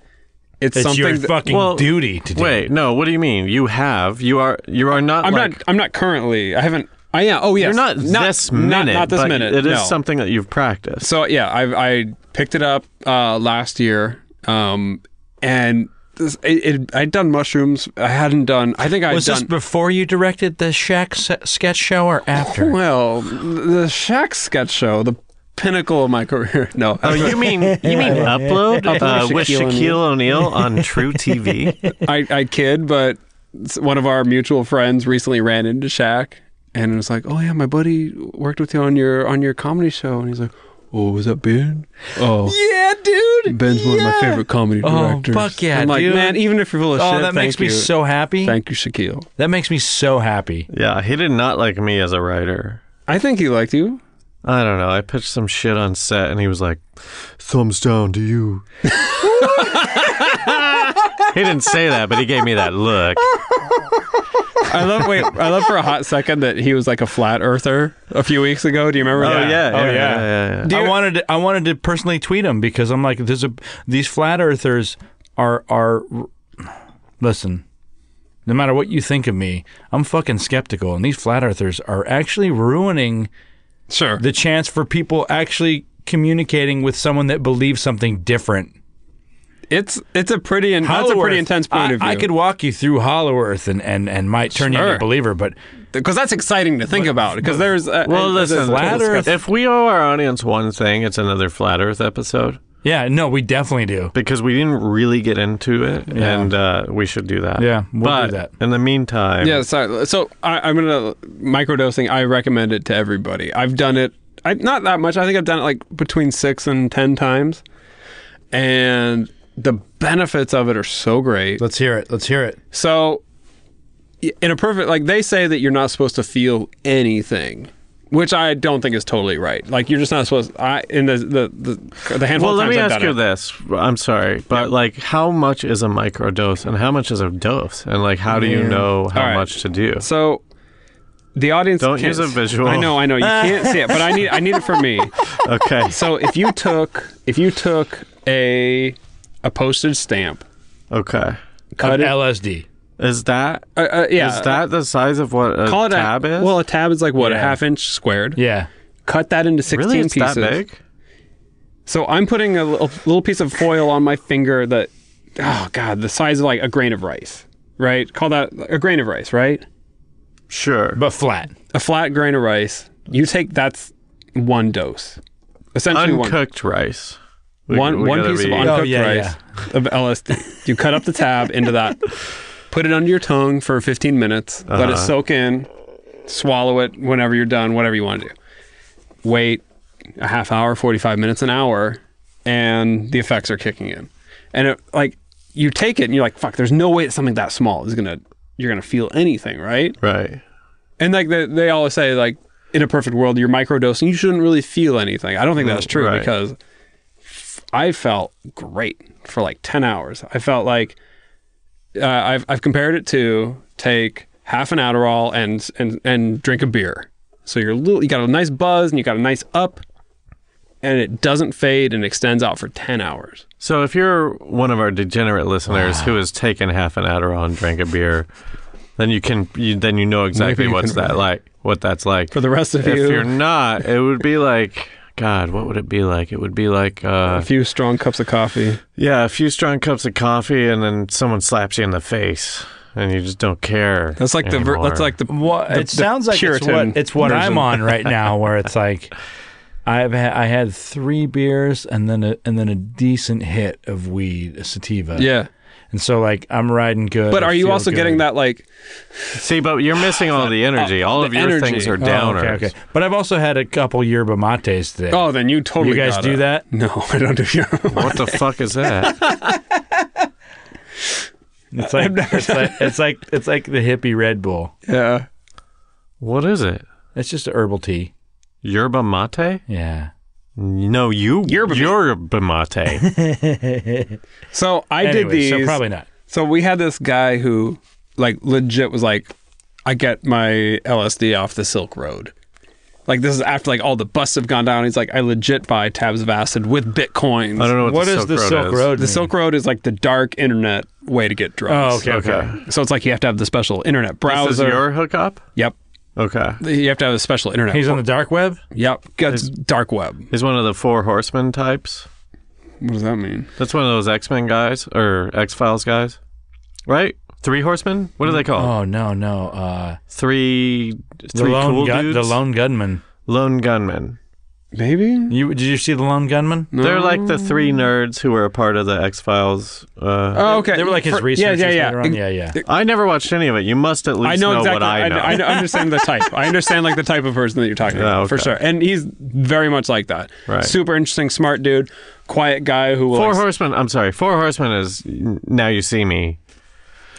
[SPEAKER 4] it's,
[SPEAKER 3] It's
[SPEAKER 4] something.
[SPEAKER 3] your
[SPEAKER 4] that-
[SPEAKER 3] fucking
[SPEAKER 2] well,
[SPEAKER 3] duty to do.
[SPEAKER 2] wait, no. What do you mean? You have you are you are not.
[SPEAKER 4] I'm
[SPEAKER 2] like,
[SPEAKER 4] not. I'm not currently. I haven't. I am. Oh yes.
[SPEAKER 2] You're not, this minute.
[SPEAKER 4] Not, this
[SPEAKER 2] but
[SPEAKER 4] minute.
[SPEAKER 2] It is
[SPEAKER 4] no.
[SPEAKER 2] something that you've practiced.
[SPEAKER 4] So yeah, I I picked it up uh, last year, um, and this, it, it, I'd done mushrooms. I hadn't done. I think I'd
[SPEAKER 3] Was this
[SPEAKER 4] done.
[SPEAKER 3] before you directed the Shack se- sketch show or after?
[SPEAKER 4] well, the Shaq sketch show, the pinnacle of my <laughs> career. No,
[SPEAKER 2] Oh, you mean you
[SPEAKER 4] <laughs>
[SPEAKER 2] mean upload uh, with
[SPEAKER 4] Shaquille
[SPEAKER 2] Shaquille O'Neal on True
[SPEAKER 4] <laughs>
[SPEAKER 2] TV?
[SPEAKER 4] I, I kid, but s- one of our mutual friends recently ran into Shaq and was like, "Oh yeah, my buddy worked with you on your on your comedy show," and he's like, "Oh, was that Ben? Oh,
[SPEAKER 3] yeah, dude.
[SPEAKER 4] Ben's one of my favorite comedy
[SPEAKER 3] Oh,
[SPEAKER 4] directors."
[SPEAKER 3] fuck yeah,
[SPEAKER 4] I'm like,
[SPEAKER 3] dude.
[SPEAKER 4] man, even if you're full of
[SPEAKER 3] Oh,
[SPEAKER 4] shit,
[SPEAKER 3] that makes
[SPEAKER 4] thank
[SPEAKER 3] me
[SPEAKER 4] you.
[SPEAKER 3] so happy.
[SPEAKER 4] Thank you, Shaquille.
[SPEAKER 3] that makes me so happy.
[SPEAKER 2] yeah, he did not like me as a writer.
[SPEAKER 4] I think he liked you.
[SPEAKER 2] I don't know. I pitched some shit on set, and he was like, "Thumbs down to you." he didn't say that, but he gave me that look.
[SPEAKER 4] I love wait. I love for a hot second that he was like a flat earther a few weeks ago. Do you remember?
[SPEAKER 2] Oh yeah,
[SPEAKER 4] that?
[SPEAKER 2] yeah,
[SPEAKER 3] yeah.
[SPEAKER 2] yeah, yeah, yeah.
[SPEAKER 3] I wanted to, I wanted to personally tweet him because I'm like, there's a these flat earthers are are. Listen, No matter what you think of me, I'm fucking skeptical. And these flat earthers are actually ruining
[SPEAKER 4] Sure.
[SPEAKER 3] the chance for people actually communicating with someone that believes something different.
[SPEAKER 4] It's it's a pretty in, that's a
[SPEAKER 3] Hollow
[SPEAKER 4] pretty
[SPEAKER 3] Earth,
[SPEAKER 4] intense point
[SPEAKER 3] I,
[SPEAKER 4] of view.
[SPEAKER 3] I could walk you through Hollow Earth and, and, and might turn you into
[SPEAKER 4] Sure.
[SPEAKER 3] a believer, but
[SPEAKER 4] because that's exciting to think about because there's uh,
[SPEAKER 2] Well,
[SPEAKER 4] there's
[SPEAKER 2] listen,
[SPEAKER 4] a-
[SPEAKER 3] flat Earth-
[SPEAKER 2] if we owe our audience one thing, it's another flat Earth episode
[SPEAKER 3] yeah, no, we definitely do.
[SPEAKER 2] because we didn't really get into it, and uh, we should do that.
[SPEAKER 3] Yeah, we'll do
[SPEAKER 2] but
[SPEAKER 3] that.
[SPEAKER 2] in the meantime,
[SPEAKER 4] yeah sorry so I, i'm gonna microdosing i recommend it to everybody i've done it I, not that much i think i've done it like between six and ten times and the benefits of it are so great
[SPEAKER 3] Let's hear it. Let's hear it.
[SPEAKER 4] so y- in a perfect like they say that you're not supposed to feel anything which I don't think is totally right. Like you're just not supposed. I in the the the, the handful
[SPEAKER 2] Well,
[SPEAKER 4] of
[SPEAKER 2] let
[SPEAKER 4] times
[SPEAKER 2] me
[SPEAKER 4] I've
[SPEAKER 2] ask
[SPEAKER 4] done
[SPEAKER 2] you
[SPEAKER 4] it.
[SPEAKER 2] this. I'm sorry, but like, how much is a microdose, and how much is a dose, and like, how do you know how
[SPEAKER 4] All right.
[SPEAKER 2] much to do?
[SPEAKER 4] So the audience
[SPEAKER 2] Don't
[SPEAKER 4] can't
[SPEAKER 2] use a
[SPEAKER 4] s-
[SPEAKER 2] visual.
[SPEAKER 4] I know, I know, you can't see it, but I need I need it for
[SPEAKER 2] <laughs>
[SPEAKER 4] me.
[SPEAKER 2] Okay,
[SPEAKER 4] So if you took if you took a a postage stamp,
[SPEAKER 2] okay.
[SPEAKER 4] cut it,
[SPEAKER 3] LSD.
[SPEAKER 2] Is that
[SPEAKER 4] uh, uh, yeah,
[SPEAKER 2] is that the size of what a
[SPEAKER 4] call it
[SPEAKER 2] tab
[SPEAKER 4] a,
[SPEAKER 2] is?
[SPEAKER 4] Well, a tab is like what a
[SPEAKER 3] Yeah.
[SPEAKER 4] half inch squared.
[SPEAKER 3] Yeah.
[SPEAKER 4] Cut that into sixteen
[SPEAKER 2] really, it's
[SPEAKER 4] pieces.
[SPEAKER 2] that big.
[SPEAKER 4] So I'm putting a little, little piece of foil on my finger that oh god, the size of like a grain of rice, right? Call that a grain of rice, right?
[SPEAKER 2] Sure.
[SPEAKER 3] But flat.
[SPEAKER 4] A flat grain of rice. You take that's one dose, essentially one.
[SPEAKER 2] Uncooked rice. We-
[SPEAKER 4] one
[SPEAKER 2] we
[SPEAKER 4] one
[SPEAKER 2] gotta
[SPEAKER 4] piece of
[SPEAKER 2] be-
[SPEAKER 4] uncooked
[SPEAKER 3] Oh, yeah,
[SPEAKER 4] rice of LSD. you cut up the tab into that, put it under your tongue for 15 minutes, let
[SPEAKER 2] Uh-huh.
[SPEAKER 4] it soak in, swallow it whenever you're done, whatever you want to do. Wait a half hour, 45 minutes, an hour, and the effects are kicking in. And it, like you take it and you're like, fuck, there's no way that something that small is gonna you're gonna feel anything, right?
[SPEAKER 2] Right.
[SPEAKER 4] And like they, they always say, like in a perfect world, you're microdosing, you shouldn't really feel anything. I don't think that's true
[SPEAKER 2] Right.
[SPEAKER 4] because f- I felt great for like ten hours. I felt like uh, I've I've compared it to take half an Adderall and and and drink a beer. So you're a little, you got a nice buzz and you got a nice up, and it doesn't fade and extends out for ten hours.
[SPEAKER 2] So if you're one of our degenerate listeners
[SPEAKER 4] Ah.
[SPEAKER 2] who has taken half an Adderall and drank a beer, then you can you, then you know exactly
[SPEAKER 4] you
[SPEAKER 2] what's
[SPEAKER 4] can
[SPEAKER 2] that like, what that's like.
[SPEAKER 4] For the rest of
[SPEAKER 2] if
[SPEAKER 4] you,
[SPEAKER 2] you're not, it would be like God. What would it be like? It would be like uh,
[SPEAKER 4] a few strong cups of coffee.
[SPEAKER 2] yeah, a few strong cups of coffee, and then someone slaps you in the face, and you just don't care.
[SPEAKER 4] That's like the
[SPEAKER 2] anymore.
[SPEAKER 4] that's like the
[SPEAKER 3] What it sounds like it's
[SPEAKER 4] Puritan
[SPEAKER 3] what it's what I'm
[SPEAKER 4] version.
[SPEAKER 3] on right now, where it's
[SPEAKER 4] <laughs>
[SPEAKER 3] like I've had, I had three beers and then a, and then a decent hit of weed, a sativa.
[SPEAKER 4] yeah.
[SPEAKER 3] and so like I'm riding good.
[SPEAKER 4] But
[SPEAKER 3] I
[SPEAKER 4] are you
[SPEAKER 3] feel
[SPEAKER 4] also getting
[SPEAKER 3] good.
[SPEAKER 4] that like
[SPEAKER 2] see, but you're missing all the energy. All of
[SPEAKER 4] the
[SPEAKER 2] your
[SPEAKER 4] energy.
[SPEAKER 2] things are
[SPEAKER 4] Oh,
[SPEAKER 3] Oh,
[SPEAKER 2] downers.
[SPEAKER 3] okay, okay. But I've also had a couple yerba mates today.
[SPEAKER 4] Oh, then you totally.
[SPEAKER 3] you guys
[SPEAKER 4] gotta-
[SPEAKER 3] do that?
[SPEAKER 4] <laughs> No, I don't do your.
[SPEAKER 2] What the fuck is that?
[SPEAKER 3] It's like, it's like it's like it's like the hippie Red Bull.
[SPEAKER 4] yeah.
[SPEAKER 2] What is it?
[SPEAKER 3] It's just a herbal tea.
[SPEAKER 2] Yerba mate?
[SPEAKER 3] Yeah.
[SPEAKER 2] No, you
[SPEAKER 4] Yerba-
[SPEAKER 2] yerba mate.
[SPEAKER 4] So I did
[SPEAKER 3] Anyway,
[SPEAKER 4] these.
[SPEAKER 3] So probably not.
[SPEAKER 4] So we had this guy who, like, legit was like, I get my LSD off the Silk Road. Like this is after like all the busts have gone down. He's like, I legit buy tabs of acid with bitcoins.
[SPEAKER 2] I don't know
[SPEAKER 3] <laughs>
[SPEAKER 2] what,
[SPEAKER 3] What
[SPEAKER 2] the
[SPEAKER 3] is
[SPEAKER 2] Silk
[SPEAKER 3] the
[SPEAKER 2] Road
[SPEAKER 3] Silk
[SPEAKER 2] is.
[SPEAKER 3] Road?
[SPEAKER 4] The Silk Road is like the dark internet way to get drugs.
[SPEAKER 3] Oh, okay, okay.
[SPEAKER 2] Okay.
[SPEAKER 4] So it's like you have to have the special internet browser.
[SPEAKER 2] This is your hookup?
[SPEAKER 4] yep.
[SPEAKER 2] Okay.
[SPEAKER 4] You have to have a special internet.
[SPEAKER 3] He's on the dark web.
[SPEAKER 4] yep. That's dark web.
[SPEAKER 2] He's one of the four horsemen types.
[SPEAKER 4] What does that mean?
[SPEAKER 2] That's one of those X Men guys or X Files guys. Right? Three horsemen? What are they called?
[SPEAKER 3] Oh no, no. Uh,
[SPEAKER 2] Three
[SPEAKER 3] the
[SPEAKER 2] three
[SPEAKER 3] lone
[SPEAKER 2] cool
[SPEAKER 3] gun,
[SPEAKER 2] dudes?
[SPEAKER 3] the lone gunman.
[SPEAKER 2] Lone gunmen.
[SPEAKER 4] Maybe.
[SPEAKER 3] You did you see the lone gunman?
[SPEAKER 2] They're like the three nerds who were a part of the X Files uh,
[SPEAKER 4] Oh, okay.
[SPEAKER 3] They were like his
[SPEAKER 4] For-
[SPEAKER 3] researchers
[SPEAKER 4] Yeah, yeah, yeah.
[SPEAKER 3] later on. Yeah, yeah.
[SPEAKER 2] I never watched any of it. You must at least
[SPEAKER 4] I know, exactly.
[SPEAKER 2] what I know.
[SPEAKER 4] I, understand the type. I understand like the type of person that you're talking about
[SPEAKER 2] Oh,
[SPEAKER 4] for
[SPEAKER 2] okay.
[SPEAKER 4] sure. And he's very much like that.
[SPEAKER 2] Right.
[SPEAKER 4] Super interesting, smart dude, quiet guy who will.
[SPEAKER 2] Four
[SPEAKER 4] like,
[SPEAKER 2] horsemen. I'm sorry. Four horsemen is now you see me.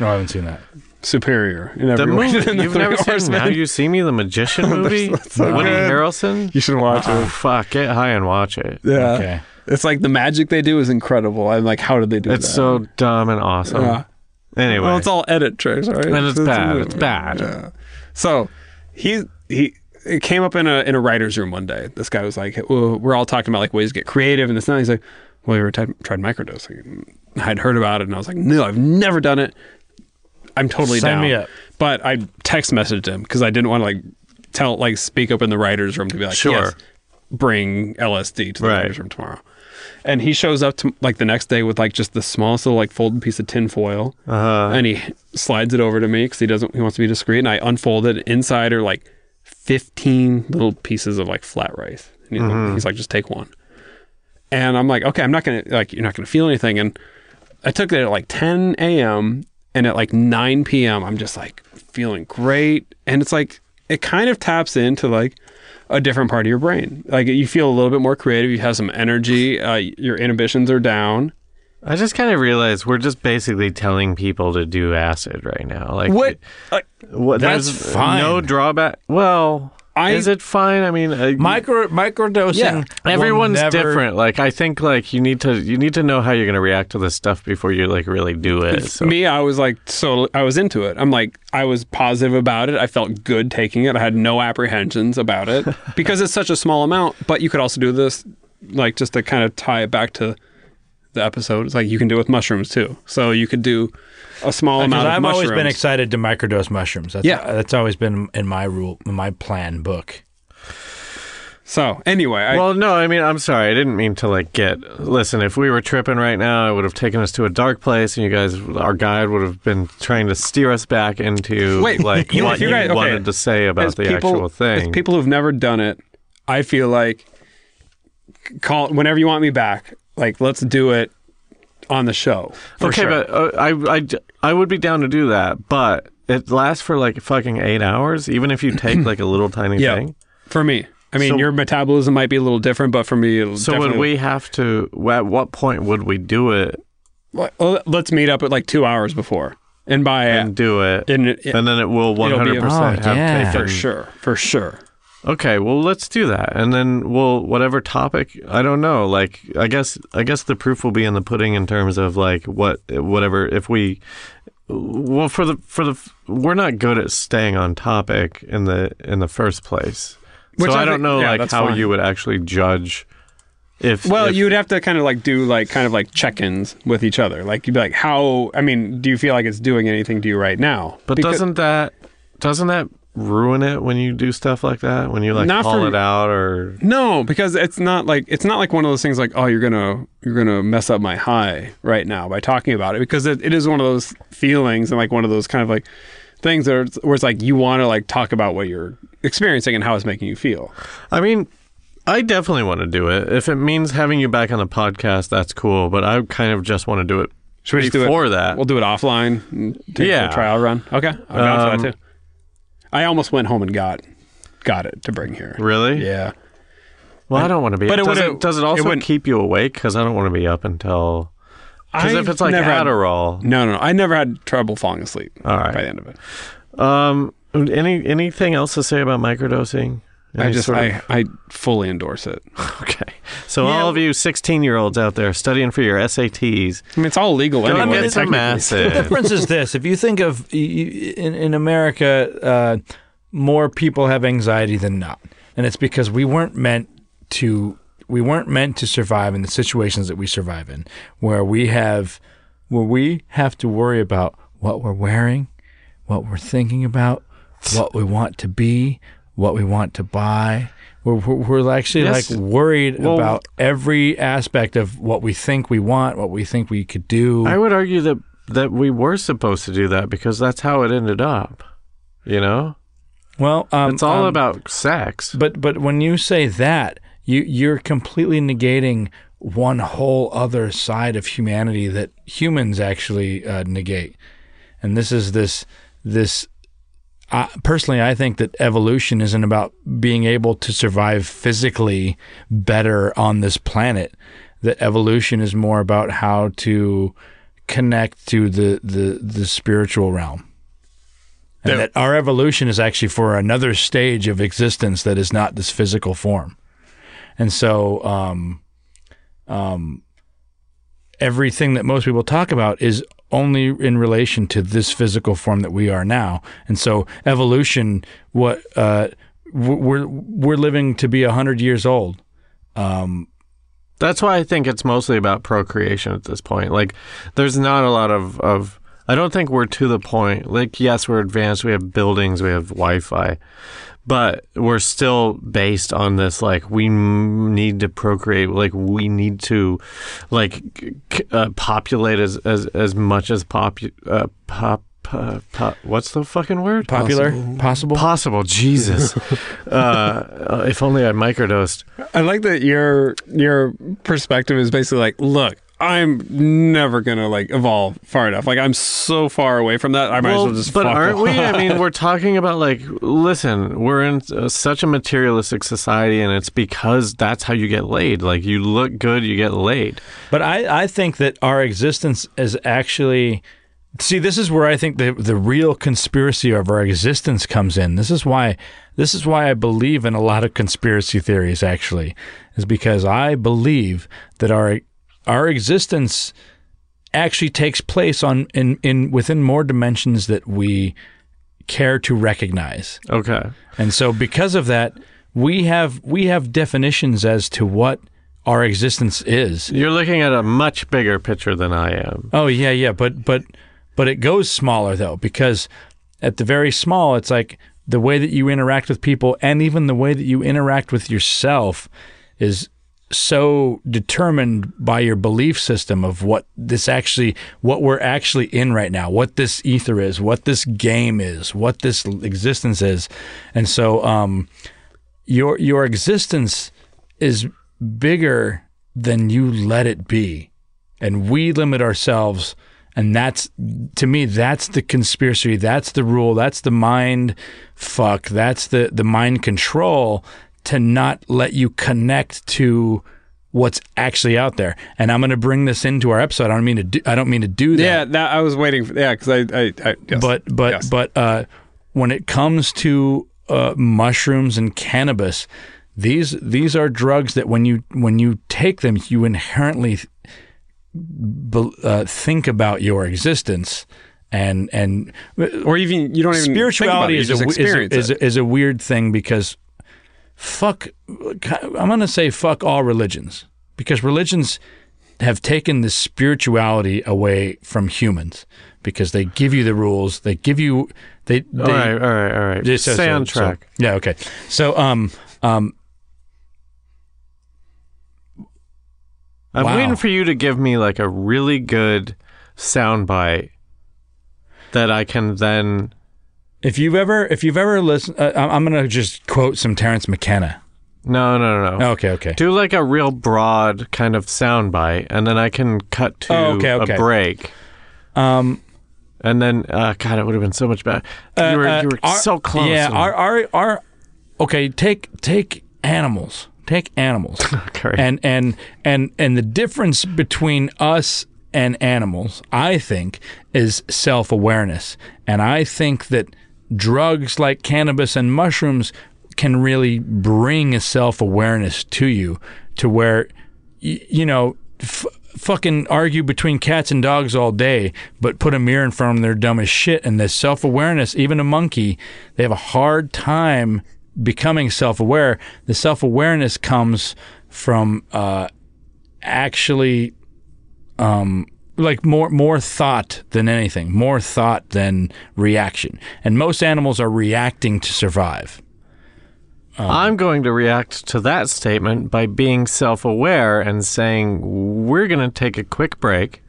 [SPEAKER 3] No, I haven't seen that.
[SPEAKER 4] superior in every
[SPEAKER 2] The
[SPEAKER 4] way
[SPEAKER 2] movie.
[SPEAKER 4] than the
[SPEAKER 2] You've
[SPEAKER 4] Three
[SPEAKER 2] never seen
[SPEAKER 4] Horsemen.
[SPEAKER 2] Now You See Me, the
[SPEAKER 4] <laughs>
[SPEAKER 2] magician movie? Woody
[SPEAKER 4] good.
[SPEAKER 2] Harrelson?
[SPEAKER 4] You should watch
[SPEAKER 2] Oh,
[SPEAKER 4] it.
[SPEAKER 2] fuck. Get high and watch it.
[SPEAKER 4] Yeah.
[SPEAKER 3] Okay.
[SPEAKER 4] It's like the magic they do is incredible. I'm like, how did they do
[SPEAKER 2] It's
[SPEAKER 4] that?
[SPEAKER 2] so dumb and awesome.
[SPEAKER 4] Yeah.
[SPEAKER 2] Anyway,
[SPEAKER 4] Well, it's all edit tricks, right?
[SPEAKER 2] and it's bad.
[SPEAKER 4] a
[SPEAKER 2] It's
[SPEAKER 4] movie.
[SPEAKER 2] bad.
[SPEAKER 4] So he he it came up in a in a writer's room one day. This guy was like, well, "We're all talking about like ways to get creative and this and that." He's like, "Well, you ever tried, tried microdosing?" And I'd heard about it, and I was like, "No, I've never done it." I'm totally
[SPEAKER 3] Sign
[SPEAKER 4] down.
[SPEAKER 3] me up.
[SPEAKER 4] But I text messaged him because I didn't want to like tell like speak up in the writers room to be like
[SPEAKER 2] Sure.
[SPEAKER 4] "Yes, bring LSD to the
[SPEAKER 2] Right.
[SPEAKER 4] writers room tomorrow. And he shows up to like the next day with like just the smallest little like folded piece of tin foil, uh-huh. and he slides it over to me because he doesn't he wants to be discreet. And I unfold it. Inside are like fifteen little pieces of like flat rice. And he's, like, he's like, just take one. And I'm like, okay, I'm not gonna like you're not gonna feel anything. And I took it at like 10 a.m. and at like 9 p.m. I'm just like feeling great, and it's like it kind of taps into like a different part of your brain. Like you feel a little bit more creative. You have some energy. Uh, your inhibitions are down.
[SPEAKER 2] I just kind of realized we're just basically telling people to do acid right now. Like
[SPEAKER 4] What? Like,
[SPEAKER 2] what-
[SPEAKER 3] That's
[SPEAKER 2] there's
[SPEAKER 3] fine.
[SPEAKER 2] No drawback. Well,
[SPEAKER 4] I-
[SPEAKER 2] is it fine? I mean, uh,
[SPEAKER 3] Micro microdosing.
[SPEAKER 4] Yeah.
[SPEAKER 3] will
[SPEAKER 2] everyone's
[SPEAKER 3] never-
[SPEAKER 2] different. Like I think like you need to you need to know how you're going to react to this stuff before you like really do it. So.
[SPEAKER 4] me, I was like so. I was into it. I'm like I was positive about it. I felt good taking it. I had no apprehensions about
[SPEAKER 2] <laughs>
[SPEAKER 4] it because it's such a small amount. But you could also do this, like just to kind of tie it back to the episode. It's like you can do it with mushrooms too. So you could do a small
[SPEAKER 3] Because
[SPEAKER 4] amount of
[SPEAKER 3] I've
[SPEAKER 4] mushrooms.
[SPEAKER 3] always been excited to microdose mushrooms. That's,
[SPEAKER 4] Yeah.
[SPEAKER 3] that's always been in my rule, in my plan book.
[SPEAKER 4] so anyway, I,
[SPEAKER 2] well, no, I mean, I'm sorry. I didn't mean to like get. Listen, if we were tripping right now, I would have taken us to a dark place, and you guys, our guide, would have been trying to steer us back into
[SPEAKER 4] Wait,
[SPEAKER 2] like
[SPEAKER 4] you-
[SPEAKER 2] what
[SPEAKER 4] if you
[SPEAKER 2] you
[SPEAKER 4] guys- okay.
[SPEAKER 2] wanted to say about
[SPEAKER 4] as
[SPEAKER 2] the
[SPEAKER 4] people-
[SPEAKER 2] actual
[SPEAKER 4] As
[SPEAKER 2] thing.
[SPEAKER 4] people who've never done it, I feel like c- call whenever you want me back. Like let's do it on the show. for
[SPEAKER 2] okay,
[SPEAKER 4] sure.
[SPEAKER 2] but uh, I, I, j- I would be down to do that, but it lasts for like fucking eight hours, even if you take like a
[SPEAKER 4] <clears throat>
[SPEAKER 2] little tiny
[SPEAKER 4] Yeah.
[SPEAKER 2] thing.
[SPEAKER 4] for me, I mean,
[SPEAKER 2] So-
[SPEAKER 4] your metabolism might be a little different, but for me, it'll
[SPEAKER 2] So would
[SPEAKER 4] definitely-
[SPEAKER 2] we have to? At what point would we do it
[SPEAKER 4] Well, Let's meet up at like two hours before, and by
[SPEAKER 2] and do it?
[SPEAKER 4] and it-
[SPEAKER 2] and then it will
[SPEAKER 4] be a-
[SPEAKER 2] 100%
[SPEAKER 3] Oh,
[SPEAKER 2] have
[SPEAKER 3] yeah.
[SPEAKER 2] taken
[SPEAKER 4] for sure, for sure.
[SPEAKER 2] Okay, well, let's do that, and then we'll whatever topic. I don't know. Like, I guess, I guess the proof will be in the pudding in terms of like what, whatever. If we, well, for the for the, we're not good at staying on topic in the in the first place.
[SPEAKER 4] Which
[SPEAKER 2] so
[SPEAKER 4] I
[SPEAKER 2] I, don't
[SPEAKER 4] think-
[SPEAKER 2] know
[SPEAKER 4] yeah,
[SPEAKER 2] like
[SPEAKER 4] that's
[SPEAKER 2] how
[SPEAKER 4] fine.
[SPEAKER 2] you would actually judge if.
[SPEAKER 4] Well,
[SPEAKER 2] if-
[SPEAKER 4] you would have to kind of like do like kind of like check-ins with each other. Like you'd be like, how? I mean, do you feel like it's doing anything to you right now?
[SPEAKER 2] But
[SPEAKER 4] Because-
[SPEAKER 2] doesn't that doesn't that ruin it when you do stuff like that? When you like
[SPEAKER 4] Not
[SPEAKER 2] call
[SPEAKER 4] for-
[SPEAKER 2] it out or
[SPEAKER 4] No, because it's not like it's not like one of those things like oh you're gonna you're gonna mess up my high right now by talking about it because it, it is one of those feelings and like one of those kind of like things that are, where it's like you want to like talk about what you're experiencing and how it's making you feel.
[SPEAKER 2] I mean, I definitely want to do it. If it means having you back on the podcast, that's cool. But I kind of just want to do it
[SPEAKER 4] Should we just do it-
[SPEAKER 2] before that.
[SPEAKER 4] We'll do it offline. And take
[SPEAKER 2] Yeah.
[SPEAKER 4] a trial run. Okay, I'm down for
[SPEAKER 2] Um,
[SPEAKER 4] that too. I almost went home and got got it to bring here.
[SPEAKER 2] really?
[SPEAKER 4] Yeah.
[SPEAKER 2] Well, I don't want to be.
[SPEAKER 4] But
[SPEAKER 2] But
[SPEAKER 4] it
[SPEAKER 2] does,
[SPEAKER 4] wouldn't-
[SPEAKER 2] it, does it
[SPEAKER 4] it
[SPEAKER 2] also
[SPEAKER 4] wouldn't-
[SPEAKER 2] keep you awake? Because I don't want to be up until. Because
[SPEAKER 4] I've
[SPEAKER 2] if it's like
[SPEAKER 4] never had-
[SPEAKER 2] Adderall,
[SPEAKER 4] <laughs> No, no, no. I never had trouble falling asleep
[SPEAKER 2] All right.
[SPEAKER 4] by the end of it.
[SPEAKER 2] um, any anything else to say about microdosing?
[SPEAKER 4] I
[SPEAKER 2] Any
[SPEAKER 4] just
[SPEAKER 2] sort of-
[SPEAKER 4] I, I fully endorse it.
[SPEAKER 2] <laughs> okay. So all of you sixteen-year-olds out there studying for your SATs,
[SPEAKER 4] I mean, it's all legal
[SPEAKER 2] go
[SPEAKER 4] anyway.
[SPEAKER 2] get some
[SPEAKER 3] The
[SPEAKER 4] technically. <laughs>
[SPEAKER 2] acid.
[SPEAKER 3] difference is this: if you think of y- y- in, in America, uh, more people have anxiety than not, and it's because we weren't meant to. We weren't meant to survive in the situations that we survive in, where we have, where we have to worry about what we're wearing, what we're thinking about, what we want to be, what we want to buy. We're, we're we're actually
[SPEAKER 2] Yes.
[SPEAKER 3] like worried about every aspect of what we think we want, what we think we could do.
[SPEAKER 2] I would argue that that we were supposed to do that because that's how it ended up. You know.
[SPEAKER 3] well, um,
[SPEAKER 2] It's all
[SPEAKER 3] um,
[SPEAKER 2] about sex.
[SPEAKER 3] But but when you say that, you you're completely negating one whole other side of humanity that humans actually uh, negate, and this is this this. I, personally, I think that evolution isn't about being able to survive physically better on this planet. That evolution is more about how to connect to the the, the spiritual realm. And that our evolution is actually for another stage of existence that is not this physical form. And so, um, um, everything that most people talk about is only in relation to this physical form that we are now. And so, evolution, what, uh, w- we're we're living to be hundred years old.
[SPEAKER 2] That's why I think it's mostly about procreation at this point. Like, there's not a lot of of I don't think we're to the point. Like, yes, we're advanced. We have buildings. We have Wi-Fi, but we're still based on this. Like, we m- need to procreate. Like, we need to, like, c- c- uh, populate as as as much as pop uh, pop. Uh, pop what's the fucking word?
[SPEAKER 3] Popular, possible.
[SPEAKER 2] Possible.
[SPEAKER 3] <laughs>
[SPEAKER 2] Jesus. uh, uh, if only I microdosed.
[SPEAKER 4] I like that your your perspective is basically like, look, I'm never gonna like evolve far enough. Like I'm so far away from that. I might as well just.
[SPEAKER 2] but
[SPEAKER 4] fuck
[SPEAKER 2] aren't we?
[SPEAKER 4] off.
[SPEAKER 2] I mean, we're talking about like, listen, we're in uh, such a materialistic society, and it's because that's how you get laid. Like, you look good, you get laid.
[SPEAKER 3] But I, I think that our existence is actually. See, this is where I think the the real conspiracy of our existence comes in. This is why this is why I believe in a lot of conspiracy theories actually is because I believe that our our existence actually takes place on in, in within more dimensions that we care to recognize.
[SPEAKER 2] Okay.
[SPEAKER 3] And so because of that, we have we have definitions as to what our existence is.
[SPEAKER 2] You're looking at a much bigger picture than I am.
[SPEAKER 3] Oh yeah, yeah, but but but it goes smaller though because at the very small, it's like the way that you interact with people and even the way that you interact with yourself is so determined by your belief system of what this actually what we're actually in right now what this ether is what this game is what this existence is and so um your your existence is bigger than you let it be and we limit ourselves and that's to me that's the conspiracy that's the rule that's the mind fuck that's the the mind control to not let you connect to what's actually out there and i'm going to bring this into our episode i don't mean to do, i don't mean to do that
[SPEAKER 4] <laughs> Yeah, that I was waiting for. Yeah, because I, I, I yes.
[SPEAKER 3] but but
[SPEAKER 4] Yes.
[SPEAKER 3] but uh, when it comes to uh, mushrooms and cannabis, these these are drugs that when you when you take them, you inherently be, uh, think about your existence, and and
[SPEAKER 4] or even you don't even
[SPEAKER 3] spirituality is,
[SPEAKER 4] think about
[SPEAKER 3] a, is,
[SPEAKER 4] it, you just
[SPEAKER 3] a,
[SPEAKER 4] experience
[SPEAKER 3] is,
[SPEAKER 4] it.
[SPEAKER 3] a, is a weird thing because fuck i'm going to say fuck all religions because religions have taken the spirituality away from humans because they give you the rules they give you they, they
[SPEAKER 2] all right, all right, all right.
[SPEAKER 3] yeah, so-
[SPEAKER 2] Stay
[SPEAKER 3] so-
[SPEAKER 2] on
[SPEAKER 3] so-
[SPEAKER 2] track.
[SPEAKER 3] yeah, okay. So um um
[SPEAKER 2] I'm
[SPEAKER 3] Wow.
[SPEAKER 2] waiting for you to give me like a really good soundbite that I can then.
[SPEAKER 3] if you've ever if you've ever listened uh, I'm- I'm going to just quote some Terrence McKenna.
[SPEAKER 2] No, no, no, no.
[SPEAKER 3] Okay, okay.
[SPEAKER 2] Do like a real broad kind of soundbite, and then I can cut to
[SPEAKER 3] Oh, okay, okay.
[SPEAKER 2] a break.
[SPEAKER 3] Um
[SPEAKER 2] And then, uh, God, it would have been so much better. you were,
[SPEAKER 3] uh,
[SPEAKER 2] you were
[SPEAKER 3] our-
[SPEAKER 2] so close.
[SPEAKER 3] Yeah,
[SPEAKER 2] and-
[SPEAKER 3] our, our our okay, take take animals. Take
[SPEAKER 2] <laughs>
[SPEAKER 3] animals.
[SPEAKER 2] Great.
[SPEAKER 3] and and and and the difference between us and animals, I think, is self awareness. And I think that drugs like cannabis and mushrooms can really bring a self awareness to you, to where y- you know. F- fucking argue between cats and dogs all day but put a mirror in front of them they're dumb as shit and this self-awareness even a monkey they have a hard time becoming self-aware the self-awareness comes from uh, actually um, like more more thought than anything, more thought than reaction. And most animals are reacting to survive.
[SPEAKER 2] I'm going to react to that statement by being self aware and saying, we're going to take a quick break.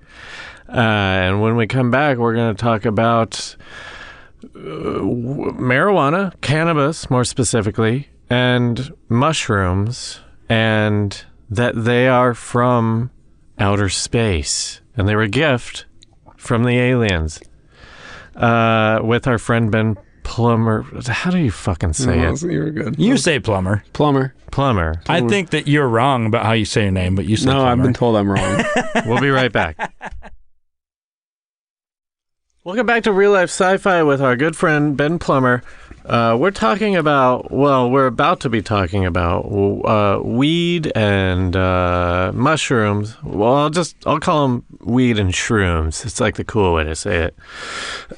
[SPEAKER 2] Uh, and when we come back, we're going to talk about uh, w- marijuana, cannabis more specifically, and mushrooms, and that they are from outer space and they were a gift from the aliens. Uh, with our friend Ben Plummer. How do you fucking say it?
[SPEAKER 4] you were good.
[SPEAKER 3] You say plumber.
[SPEAKER 4] plumber.
[SPEAKER 2] Plumber.
[SPEAKER 3] I think that you're wrong about how you say your name, but you say
[SPEAKER 4] No,
[SPEAKER 3] plumber.
[SPEAKER 4] I've been told I'm <laughs> wrong.
[SPEAKER 2] We'll be right back. <laughs> Welcome back to Real Life Sci Fi with our good friend Ben Plummer. Uh, we're talking about, well, we're about to be talking about uh, weed and uh, mushrooms. Well, I'll just, I'll call them weed and shrooms. It's like the cool way to say it.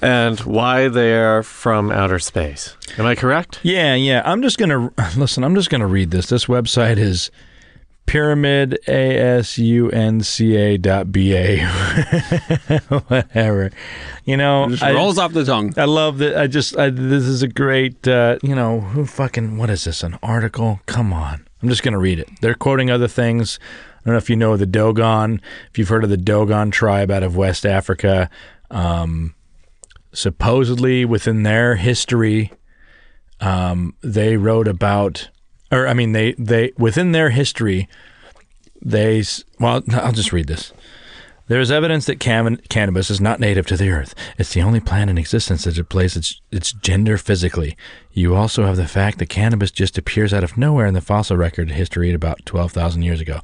[SPEAKER 2] And why they're from outer space. Am I correct?
[SPEAKER 3] Yeah, yeah. I'm just gonna listen. I'm just gonna read this. This website is pyramid a s u n c a dot b a <laughs> whatever. You know,
[SPEAKER 4] Just
[SPEAKER 3] I-
[SPEAKER 4] rolls off the tongue.
[SPEAKER 3] I love that. I just I, this is a great. Uh, you know who fucking what is this? An article? Come on! I'm just gonna read it. They're quoting other things. I don't know if you know the Dogon. If you've heard of the Dogon tribe out of West Africa, um, supposedly within their history, um, they wrote about, or I mean, they they within their history, they s- well, I'll just read this. There is evidence that cam- cannabis is not native to the earth. It's the only plant in existence that displays its, its gender physically. You also have the fact that cannabis just appears out of nowhere in the fossil record history at about 12,000 years ago.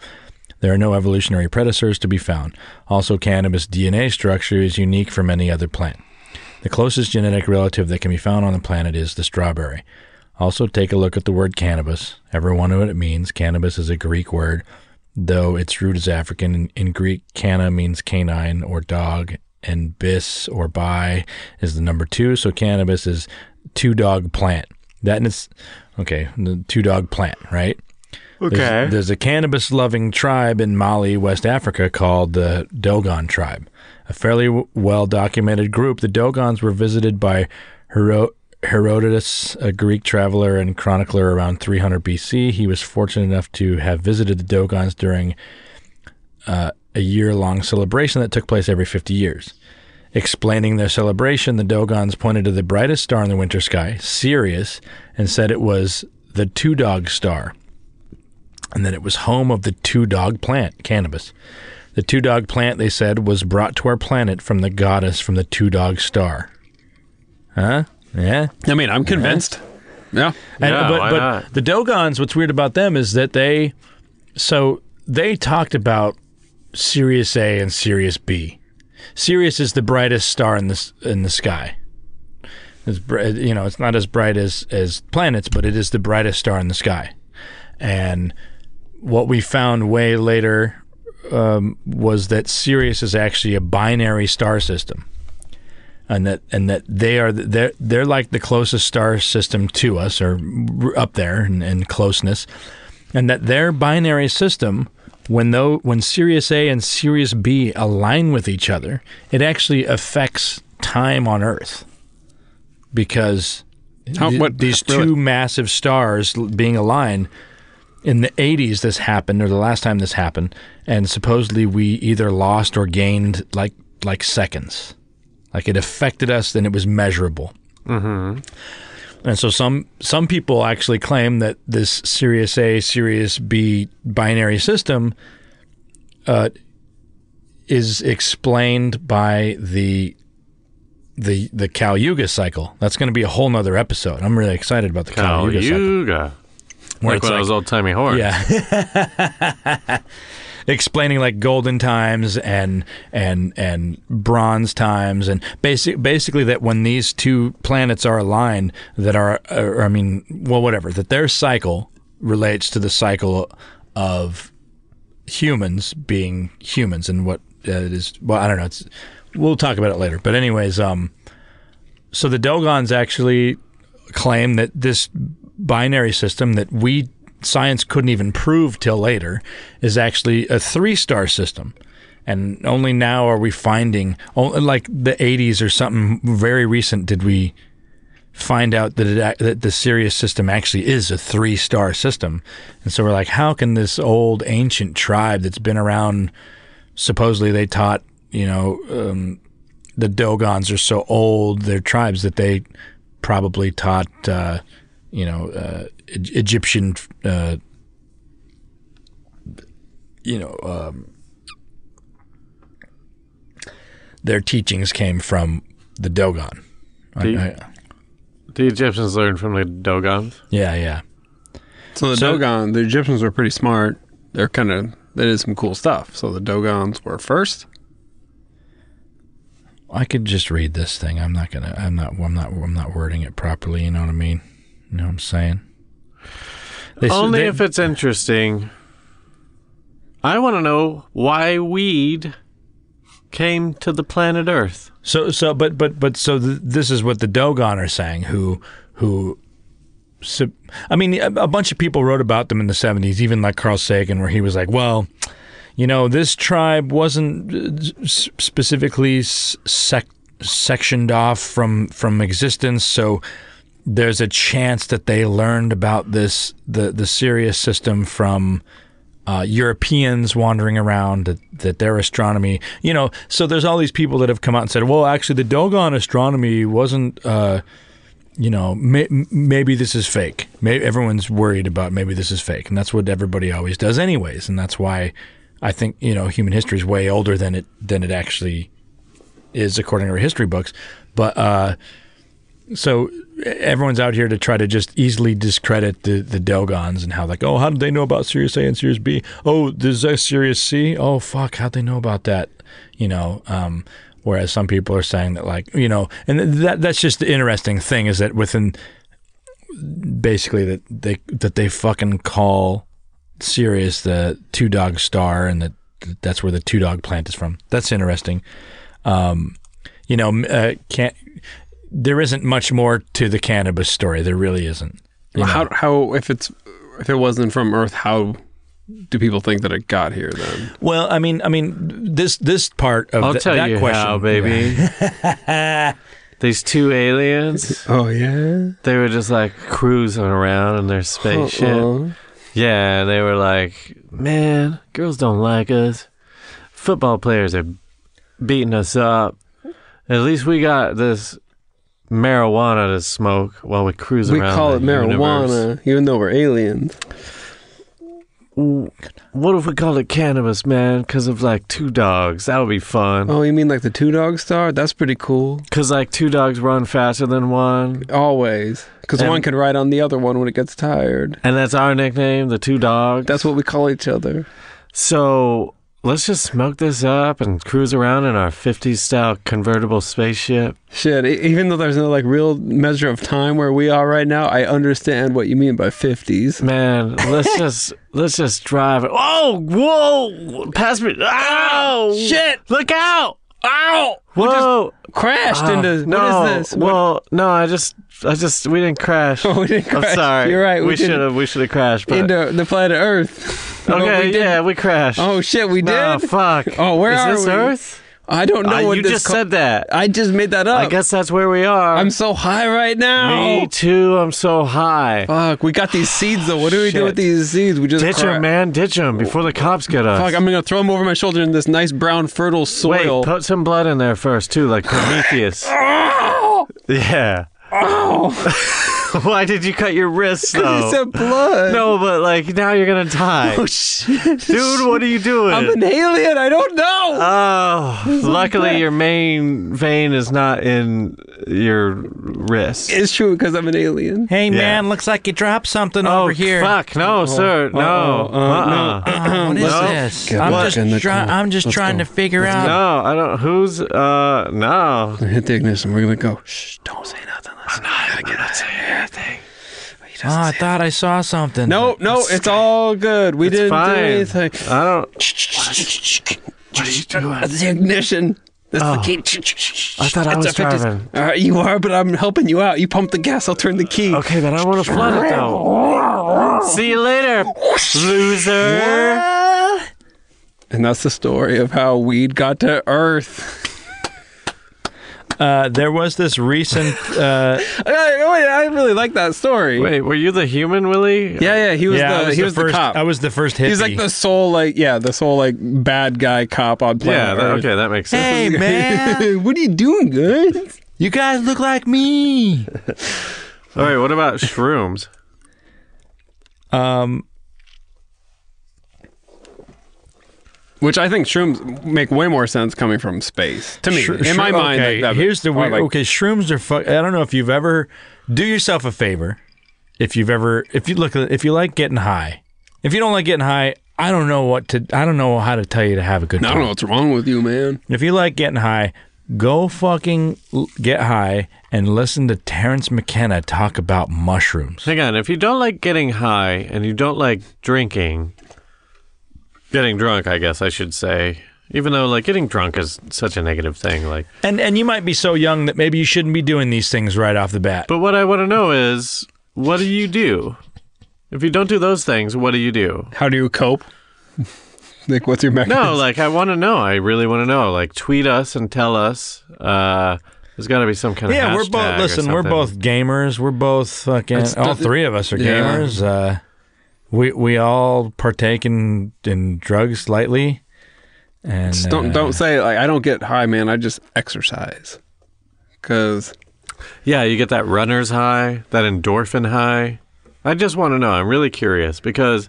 [SPEAKER 3] There are no evolutionary predecessors to be found. Also, cannabis DNA structure is unique from any other plant. The closest genetic relative that can be found on the planet is the strawberry. Also, take a look at the word cannabis. Everyone know what it means. Cannabis is a Greek word, though its root is African. In, in Greek, canna means canine or dog, and bis or bi is the number two. So, cannabis is two dog plant. That and it's okay, the two dog plant, right? There's, there's a cannabis loving tribe in Mali, West Africa, called the Dogon tribe. A fairly w- well documented group, the Dogons were visited by Hero- Herodotus, a Greek traveler and chronicler around 300 BC. He was fortunate enough to have visited the Dogons during uh, a year long celebration that took place every 50 years. Explaining their celebration, the Dogons pointed to the brightest star in the winter sky, Sirius, and said it was the two dog star and that it was home of the two dog plant, cannabis. The two dog plant, they said, was brought to our planet from the goddess from the two dog star. Huh? Yeah.
[SPEAKER 4] I mean, I'm convinced. Yeah.
[SPEAKER 3] And-
[SPEAKER 2] Yeah,
[SPEAKER 3] but
[SPEAKER 2] why
[SPEAKER 3] but
[SPEAKER 2] not?
[SPEAKER 3] the Dogons, what's weird about them is that they, so they talked about Sirius A and Sirius B. Sirius is the brightest star in the s- in the sky. It's br- you know it's not as bright as as planets, but it is the brightest star in the sky. And what we found way later um, was that Sirius is actually a binary star system and that and that they are th- they're they're like the closest star system to us or r- up there in, in closeness and that their binary system when though when Sirius A and Sirius B align with each other it actually affects time on earth because
[SPEAKER 4] How,
[SPEAKER 3] th-
[SPEAKER 4] what,
[SPEAKER 3] these
[SPEAKER 4] really?
[SPEAKER 3] two massive stars l- being aligned in the 80s this happened or the last time this happened and supposedly we either lost or gained like like seconds like it affected us and it was measurable mm-hmm. and so some some people actually claim that this sirius a sirius b binary system uh, is explained by the the the Caliuga cycle. That's going to be a whole nother episode. I'm really excited about the Caliuga cycle.
[SPEAKER 2] Caliuga.
[SPEAKER 3] where
[SPEAKER 2] Like
[SPEAKER 3] it's
[SPEAKER 2] one of those old timey horns.
[SPEAKER 3] yeah. Explaining like golden times and and and bronze times and basic basically that when these two planets are aligned that are or, I mean well whatever that their cycle relates to the cycle of humans being humans and what uh, it is well I don't know it's we'll talk about it later but anyways um so the Dogons actually claim that this binary system that we science couldn't even prove till later is actually a three star system. And only now are we finding, oh, like the 80s or something very recent, did we find out that, it, ac- that the Sirius system actually is a three star system. And so we're like, how can this old ancient tribe that's been around, supposedly they taught, you know, um, the Dogons are so old, their tribes that they probably taught, uh, you know, uh, E- Egyptian, uh, you know, um, their teachings came from the Dogon. I-
[SPEAKER 2] Do you-
[SPEAKER 3] I-
[SPEAKER 2] The Egyptians learned from the Dogons.
[SPEAKER 3] yeah, yeah.
[SPEAKER 4] So the
[SPEAKER 3] So-
[SPEAKER 4] Dogon, the Egyptians were pretty smart. They're kind of they did some cool stuff. So the Dogons were first.
[SPEAKER 3] I could just read this thing. I'm not gonna. I'm not. I'm not. I'm not wording it properly. You know what I mean? You know what I'm saying? They s-
[SPEAKER 2] Only
[SPEAKER 3] they-
[SPEAKER 2] if it's interesting. I want to know why weed came to the planet Earth.
[SPEAKER 3] So so but but but so th- this is what the Dogon are saying who who sub- I mean, a, a bunch of people wrote about them in the 70s, even like Carl Sagan, where he was like, well, you know, this tribe wasn't uh, s- specifically s- sec- sectioned off from, from existence, so there's a chance that they learned about this the, the Sirius system from uh, Europeans wandering around that, that their astronomy, you know, so there's all these people that have come out and said, well, actually, the Dogon astronomy wasn't, uh, you know, may, m- maybe this is fake. May everyone's worried about maybe this is fake, and that's what everybody always does, anyways. And that's why I think you know human history is way older than it than it actually is according to our history books. But uh, so everyone's out here to try to just easily discredit the the Delgons and how like oh how did they know about Sirius A and Sirius B oh there's a Sirius C oh fuck how'd they know about that you know um, whereas some people are saying that like you know and th- that that's just the interesting thing is that within basically that they that they fucking call Sirius the two dog star and that that's where the two dog plant is from that's interesting um, you know m- uh, can't there isn't much more to the cannabis story. There really isn't. You know?
[SPEAKER 4] How how if it's if it wasn't from Earth, how do people think that it got here then?
[SPEAKER 3] well, I mean, I mean, this this part of
[SPEAKER 2] I'll
[SPEAKER 3] th-
[SPEAKER 2] tell
[SPEAKER 3] that
[SPEAKER 2] you
[SPEAKER 3] question,
[SPEAKER 2] how, baby.
[SPEAKER 4] <laughs>
[SPEAKER 3] <laughs>
[SPEAKER 2] These two aliens,
[SPEAKER 4] Oh yeah.
[SPEAKER 2] they were just like cruising around in their spaceship. Yeah, they were like, man, girls don't like us. Football players are beating us up. At least we got this marijuana to smoke while we cruise
[SPEAKER 4] We
[SPEAKER 2] around.
[SPEAKER 4] call it
[SPEAKER 2] the
[SPEAKER 4] marijuana,
[SPEAKER 2] universe.
[SPEAKER 4] even though we're aliens.
[SPEAKER 2] What if we called it cannabis, man? Because of like two dogs. That would be fun.
[SPEAKER 4] Oh, you mean like the two dog star? That's pretty cool.
[SPEAKER 2] Because like two dogs run faster than one.
[SPEAKER 4] Always, because
[SPEAKER 2] And-
[SPEAKER 4] one can ride on the other one when it gets tired.
[SPEAKER 2] And that's our nickname, the two dogs.
[SPEAKER 4] That's what we call each other.
[SPEAKER 2] So let's just smoke this up and cruise around in our 50s style convertible spaceship.
[SPEAKER 4] Shit, e- even though there's no like real measure of time where we are right now, I understand what you mean by 50s. <laughs>
[SPEAKER 2] Man, let's just let's just drive it. Oh, whoa! Pass me. Ow!
[SPEAKER 4] Shit!
[SPEAKER 2] Look out!
[SPEAKER 4] Ow!
[SPEAKER 2] Whoa!
[SPEAKER 4] Crashed
[SPEAKER 2] Ah,
[SPEAKER 4] into.
[SPEAKER 2] no.
[SPEAKER 4] What is this? What-
[SPEAKER 2] Well, no, I just I just we didn't crash.
[SPEAKER 4] <laughs> we didn't
[SPEAKER 2] I'm
[SPEAKER 4] crash.
[SPEAKER 2] sorry.
[SPEAKER 4] You're right, we
[SPEAKER 2] We
[SPEAKER 4] didn't.
[SPEAKER 2] should have we should have crashed. But
[SPEAKER 4] into the planet Earth. <laughs> But
[SPEAKER 2] okay,
[SPEAKER 4] we didn't.
[SPEAKER 2] yeah, we crashed.
[SPEAKER 4] Oh shit, we
[SPEAKER 2] No,
[SPEAKER 4] did.
[SPEAKER 2] fuck.
[SPEAKER 4] <laughs> Oh, where
[SPEAKER 2] Is
[SPEAKER 4] are
[SPEAKER 2] this
[SPEAKER 4] we?
[SPEAKER 2] Earth?
[SPEAKER 4] I don't know
[SPEAKER 2] Uh,
[SPEAKER 4] what
[SPEAKER 2] you
[SPEAKER 4] this
[SPEAKER 2] just
[SPEAKER 4] co-
[SPEAKER 2] said that.
[SPEAKER 4] I just made that up.
[SPEAKER 2] I guess that's where we are.
[SPEAKER 4] Uh, I'm oh. so high right now.
[SPEAKER 2] Me too. I'm so high.
[SPEAKER 4] Fuck, we got these seeds though. What do we do
[SPEAKER 2] Shit.
[SPEAKER 4] with these seeds? We just
[SPEAKER 2] Ditch
[SPEAKER 4] cra-
[SPEAKER 2] him, man. Ditch him before the cops get us.
[SPEAKER 4] Fuck, I'm gonna throw them over my shoulder in this nice brown fertile
[SPEAKER 2] Wait,
[SPEAKER 4] soil. <laughs>
[SPEAKER 2] put some blood in there first, too, like Prometheus. yeah. <laughs> Why did you cut your wrist,
[SPEAKER 4] <laughs>
[SPEAKER 2] though?
[SPEAKER 4] It's a blood.
[SPEAKER 2] no, <laughs> but like now you're gonna die,
[SPEAKER 4] Oh, shit.
[SPEAKER 2] dude. What are you doing?
[SPEAKER 4] I'm an alien. I don't know. <laughs>
[SPEAKER 2] oh, luckily your main vein is not in your wrist.
[SPEAKER 4] it's true because I'm an alien.
[SPEAKER 3] Hey
[SPEAKER 2] man,
[SPEAKER 3] looks like you dropped something
[SPEAKER 2] oh, fuck! No, sir. No.
[SPEAKER 4] Uh-oh, uh, no.
[SPEAKER 2] uh-uh.
[SPEAKER 3] <clears throat> what
[SPEAKER 2] is No.
[SPEAKER 3] this?
[SPEAKER 4] Good I'm luck just in the try- car. I'm
[SPEAKER 3] just trying to figure
[SPEAKER 4] Uh-uh.
[SPEAKER 3] out.
[SPEAKER 2] No, I don't. Who's uh? No.
[SPEAKER 4] Hit the ignition. We're gonna go. Shh, don't say nothing. Let's not gonna get out everything.
[SPEAKER 3] Oh, I thought I saw something.
[SPEAKER 4] No, no, it's all good. We
[SPEAKER 2] It's
[SPEAKER 4] didn't
[SPEAKER 2] fine.
[SPEAKER 4] do anything.
[SPEAKER 2] I don't.
[SPEAKER 4] That's the ignition. That's the key.
[SPEAKER 3] Oh.
[SPEAKER 2] I thought I
[SPEAKER 4] That's
[SPEAKER 2] was
[SPEAKER 4] a 50s.
[SPEAKER 2] driving.
[SPEAKER 4] All right, you are, but I'm helping you out. You pump the gas. I'll turn the
[SPEAKER 3] Oh.
[SPEAKER 4] key.
[SPEAKER 2] Okay, but I want to flood it though. See you later, loser.
[SPEAKER 4] And that's the story of how weed got to Earth.
[SPEAKER 3] Uh, there was this
[SPEAKER 4] <laughs>
[SPEAKER 3] recent. Uh,
[SPEAKER 4] Hey, wait, I really like that story.
[SPEAKER 2] Wait, were you the human Willie?
[SPEAKER 4] Yeah, yeah, he was
[SPEAKER 3] yeah, I
[SPEAKER 4] the he was the,
[SPEAKER 3] first,
[SPEAKER 4] cop.
[SPEAKER 3] I was the first hippie.
[SPEAKER 4] He's like the sole like yeah, the sole like bad guy cop on
[SPEAKER 2] Yeah.
[SPEAKER 4] planet
[SPEAKER 2] That,
[SPEAKER 4] Earth.
[SPEAKER 2] okay, that makes sense.
[SPEAKER 3] Hey
[SPEAKER 2] <laughs>
[SPEAKER 4] <laughs>
[SPEAKER 3] man,
[SPEAKER 4] what are you doing, guys?
[SPEAKER 3] you guys look like
[SPEAKER 4] <laughs>
[SPEAKER 3] me.
[SPEAKER 2] All right. What about shrooms?
[SPEAKER 3] Um,
[SPEAKER 4] Which I think shrooms make way more sense coming from space to me.
[SPEAKER 3] Sh-
[SPEAKER 4] in my
[SPEAKER 3] shroom-
[SPEAKER 4] mind,
[SPEAKER 3] okay,
[SPEAKER 4] like, that-
[SPEAKER 3] here's the
[SPEAKER 4] or,
[SPEAKER 3] weird.
[SPEAKER 4] oh, like,
[SPEAKER 3] okay, shrooms are. Fu- I don't know if you've ever. Do yourself a favor. If you've ever, if you look, if you like getting high, if you don't like getting high, I don't know what to. I don't know how to tell you to have a good.
[SPEAKER 4] I
[SPEAKER 3] time.
[SPEAKER 4] don't know what's wrong with you, man.
[SPEAKER 3] If you like getting high, go fucking l- get high and listen to Terrence McKenna talk about mushrooms.
[SPEAKER 2] Hang on. If you don't like getting high and you don't like drinking, getting drunk, I guess I should say. Even though like getting drunk is such a negative thing, like.
[SPEAKER 3] And and you might be so young that maybe you shouldn't be doing these things right off the bat.
[SPEAKER 2] But what I want to know is what do you do? If you don't do those things, what do you do?
[SPEAKER 4] How do you cope? <laughs> Nick, what's your mechanism?
[SPEAKER 3] <laughs>
[SPEAKER 2] No, like I want to know. I really want to know. Like tweet us and tell us. Uh, there's got to be some kind of
[SPEAKER 3] Yeah, we're
[SPEAKER 2] hashtag
[SPEAKER 3] both.
[SPEAKER 2] or
[SPEAKER 3] Listen, we're
[SPEAKER 2] something.
[SPEAKER 3] both gamers. We're both fucking.
[SPEAKER 4] It's
[SPEAKER 3] all
[SPEAKER 4] not-
[SPEAKER 3] three of us are
[SPEAKER 4] Yeah.
[SPEAKER 3] gamers. Uh, we we all partake in in drugs lightly. And
[SPEAKER 4] Just don't
[SPEAKER 3] uh,
[SPEAKER 4] don't say like I don't get high, man. I just exercise because
[SPEAKER 2] Yeah, you get that runner's high, that endorphin high. I just want to know. I'm really curious because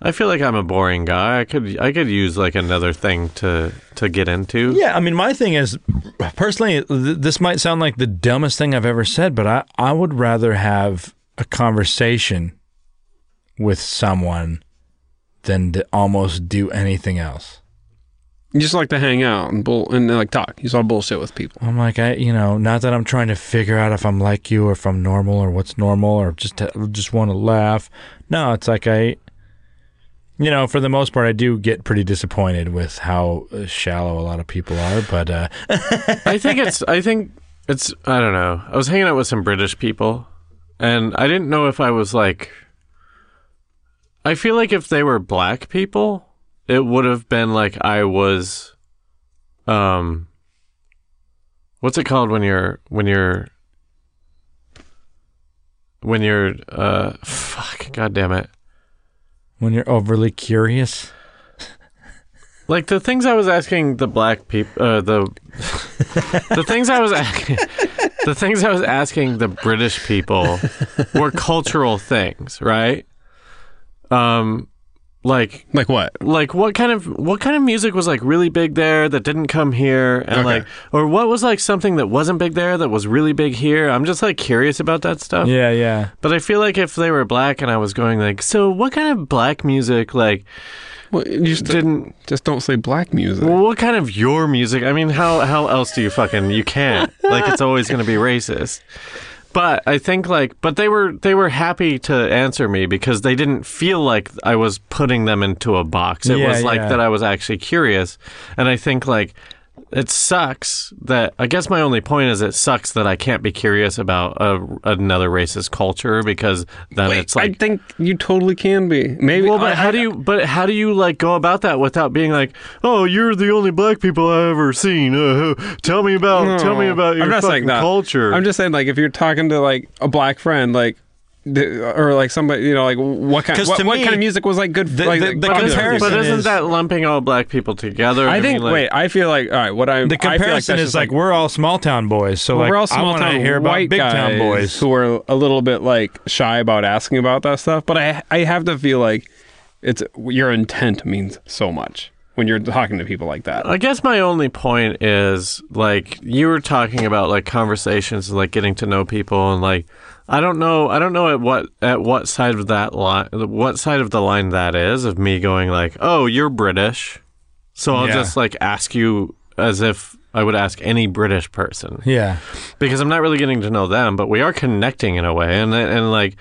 [SPEAKER 2] I feel like I'm a boring guy. I could I could use like another thing to to get into.
[SPEAKER 3] Yeah, I mean, my thing is, personally, th- this might sound like the dumbest thing I've ever said, but I, I would rather have a conversation with someone than to almost do anything else.
[SPEAKER 4] you just like to hang out and bull and like talk. You just all bullshit with people.
[SPEAKER 3] I'm like, I, you know, not that I'm trying to figure out if I'm like you or if I'm normal or what's normal or just just want to laugh. No, it's like I, you know, for the most part, I do get pretty disappointed with how uh, shallow a lot of people are. But uh,
[SPEAKER 2] I think it's I think it's I don't know. I was hanging out with some British people and I didn't know if I was like I feel like if they were black people, it would have been like I was um what's it called when you're when you're when you're uh fuck god damn it.
[SPEAKER 3] when you're overly curious,
[SPEAKER 2] Like the things I was asking the black people, uh, the the things I was asking, <laughs> the things I was asking the British people were cultural things, right? Um, like
[SPEAKER 4] Like what?
[SPEAKER 2] like what kind of what kind of music was like really big there that didn't come here, and
[SPEAKER 4] Okay.
[SPEAKER 2] like or what was like something that wasn't big there that was really big here? I'm just like curious about that stuff.
[SPEAKER 3] yeah, yeah.
[SPEAKER 2] But I feel like if they were black and I was going like, so what kind of black music like
[SPEAKER 4] Well, you just
[SPEAKER 2] didn't
[SPEAKER 4] just don't say black music.
[SPEAKER 2] well, what kind of your music? I mean, how how else do you fucking you can't like it's always going to be racist. But I think like but they were they were happy to answer me because they didn't feel like I was putting them into a box. It
[SPEAKER 3] Yeah,
[SPEAKER 2] was like
[SPEAKER 3] yeah.
[SPEAKER 2] that I was actually curious. And I think like it sucks that I guess my only point is it sucks that I can't be curious about a, another racist culture because then it's like
[SPEAKER 4] I think you totally can be. Maybe.
[SPEAKER 2] well, but
[SPEAKER 4] I-
[SPEAKER 2] how do you? But how do you like go about that without being like, "Oh, you're the only black people I've ever seen." Uh, tell me about.
[SPEAKER 4] No.
[SPEAKER 2] Tell me about your
[SPEAKER 4] I'm not saying
[SPEAKER 2] fucking
[SPEAKER 4] that.
[SPEAKER 2] culture.
[SPEAKER 4] I'm just saying like if you're talking to like a black friend, like. th- Or like somebody, you know, like what kind?
[SPEAKER 3] 'Cause
[SPEAKER 4] What,
[SPEAKER 3] to
[SPEAKER 4] what
[SPEAKER 3] me,
[SPEAKER 4] kind of music was like good?
[SPEAKER 3] the-
[SPEAKER 4] like,
[SPEAKER 3] the-
[SPEAKER 4] like,
[SPEAKER 3] the
[SPEAKER 4] popular
[SPEAKER 2] But
[SPEAKER 4] with you?
[SPEAKER 2] isn't-
[SPEAKER 3] comparison
[SPEAKER 2] but isn't
[SPEAKER 3] is-
[SPEAKER 2] that lumping all black people together?
[SPEAKER 4] I think.
[SPEAKER 2] mean, like,
[SPEAKER 4] wait, I feel like all right. What I'm
[SPEAKER 3] The
[SPEAKER 4] I feel like
[SPEAKER 3] comparison
[SPEAKER 4] that's
[SPEAKER 3] is
[SPEAKER 4] just,
[SPEAKER 3] like, we're all small town boys, so like
[SPEAKER 4] we're all
[SPEAKER 3] I
[SPEAKER 4] small
[SPEAKER 3] want to
[SPEAKER 4] town
[SPEAKER 3] hear about
[SPEAKER 4] white
[SPEAKER 3] big
[SPEAKER 4] guys
[SPEAKER 3] town boys.
[SPEAKER 4] who are a little bit like shy about asking about that stuff. But I I have to feel like it's your intent means so much when you're talking to people like that.
[SPEAKER 2] I guess my only point is like you were talking about like conversations, like getting to know people, and like I don't know, I don't know at what at what side of that line, what side of the line that is of me going like, oh, you're British, so I'll
[SPEAKER 3] Yeah.
[SPEAKER 2] just like ask you as if I would ask any British person
[SPEAKER 3] Yeah,
[SPEAKER 2] because I'm not really getting to know them, but we are connecting in a way, and and like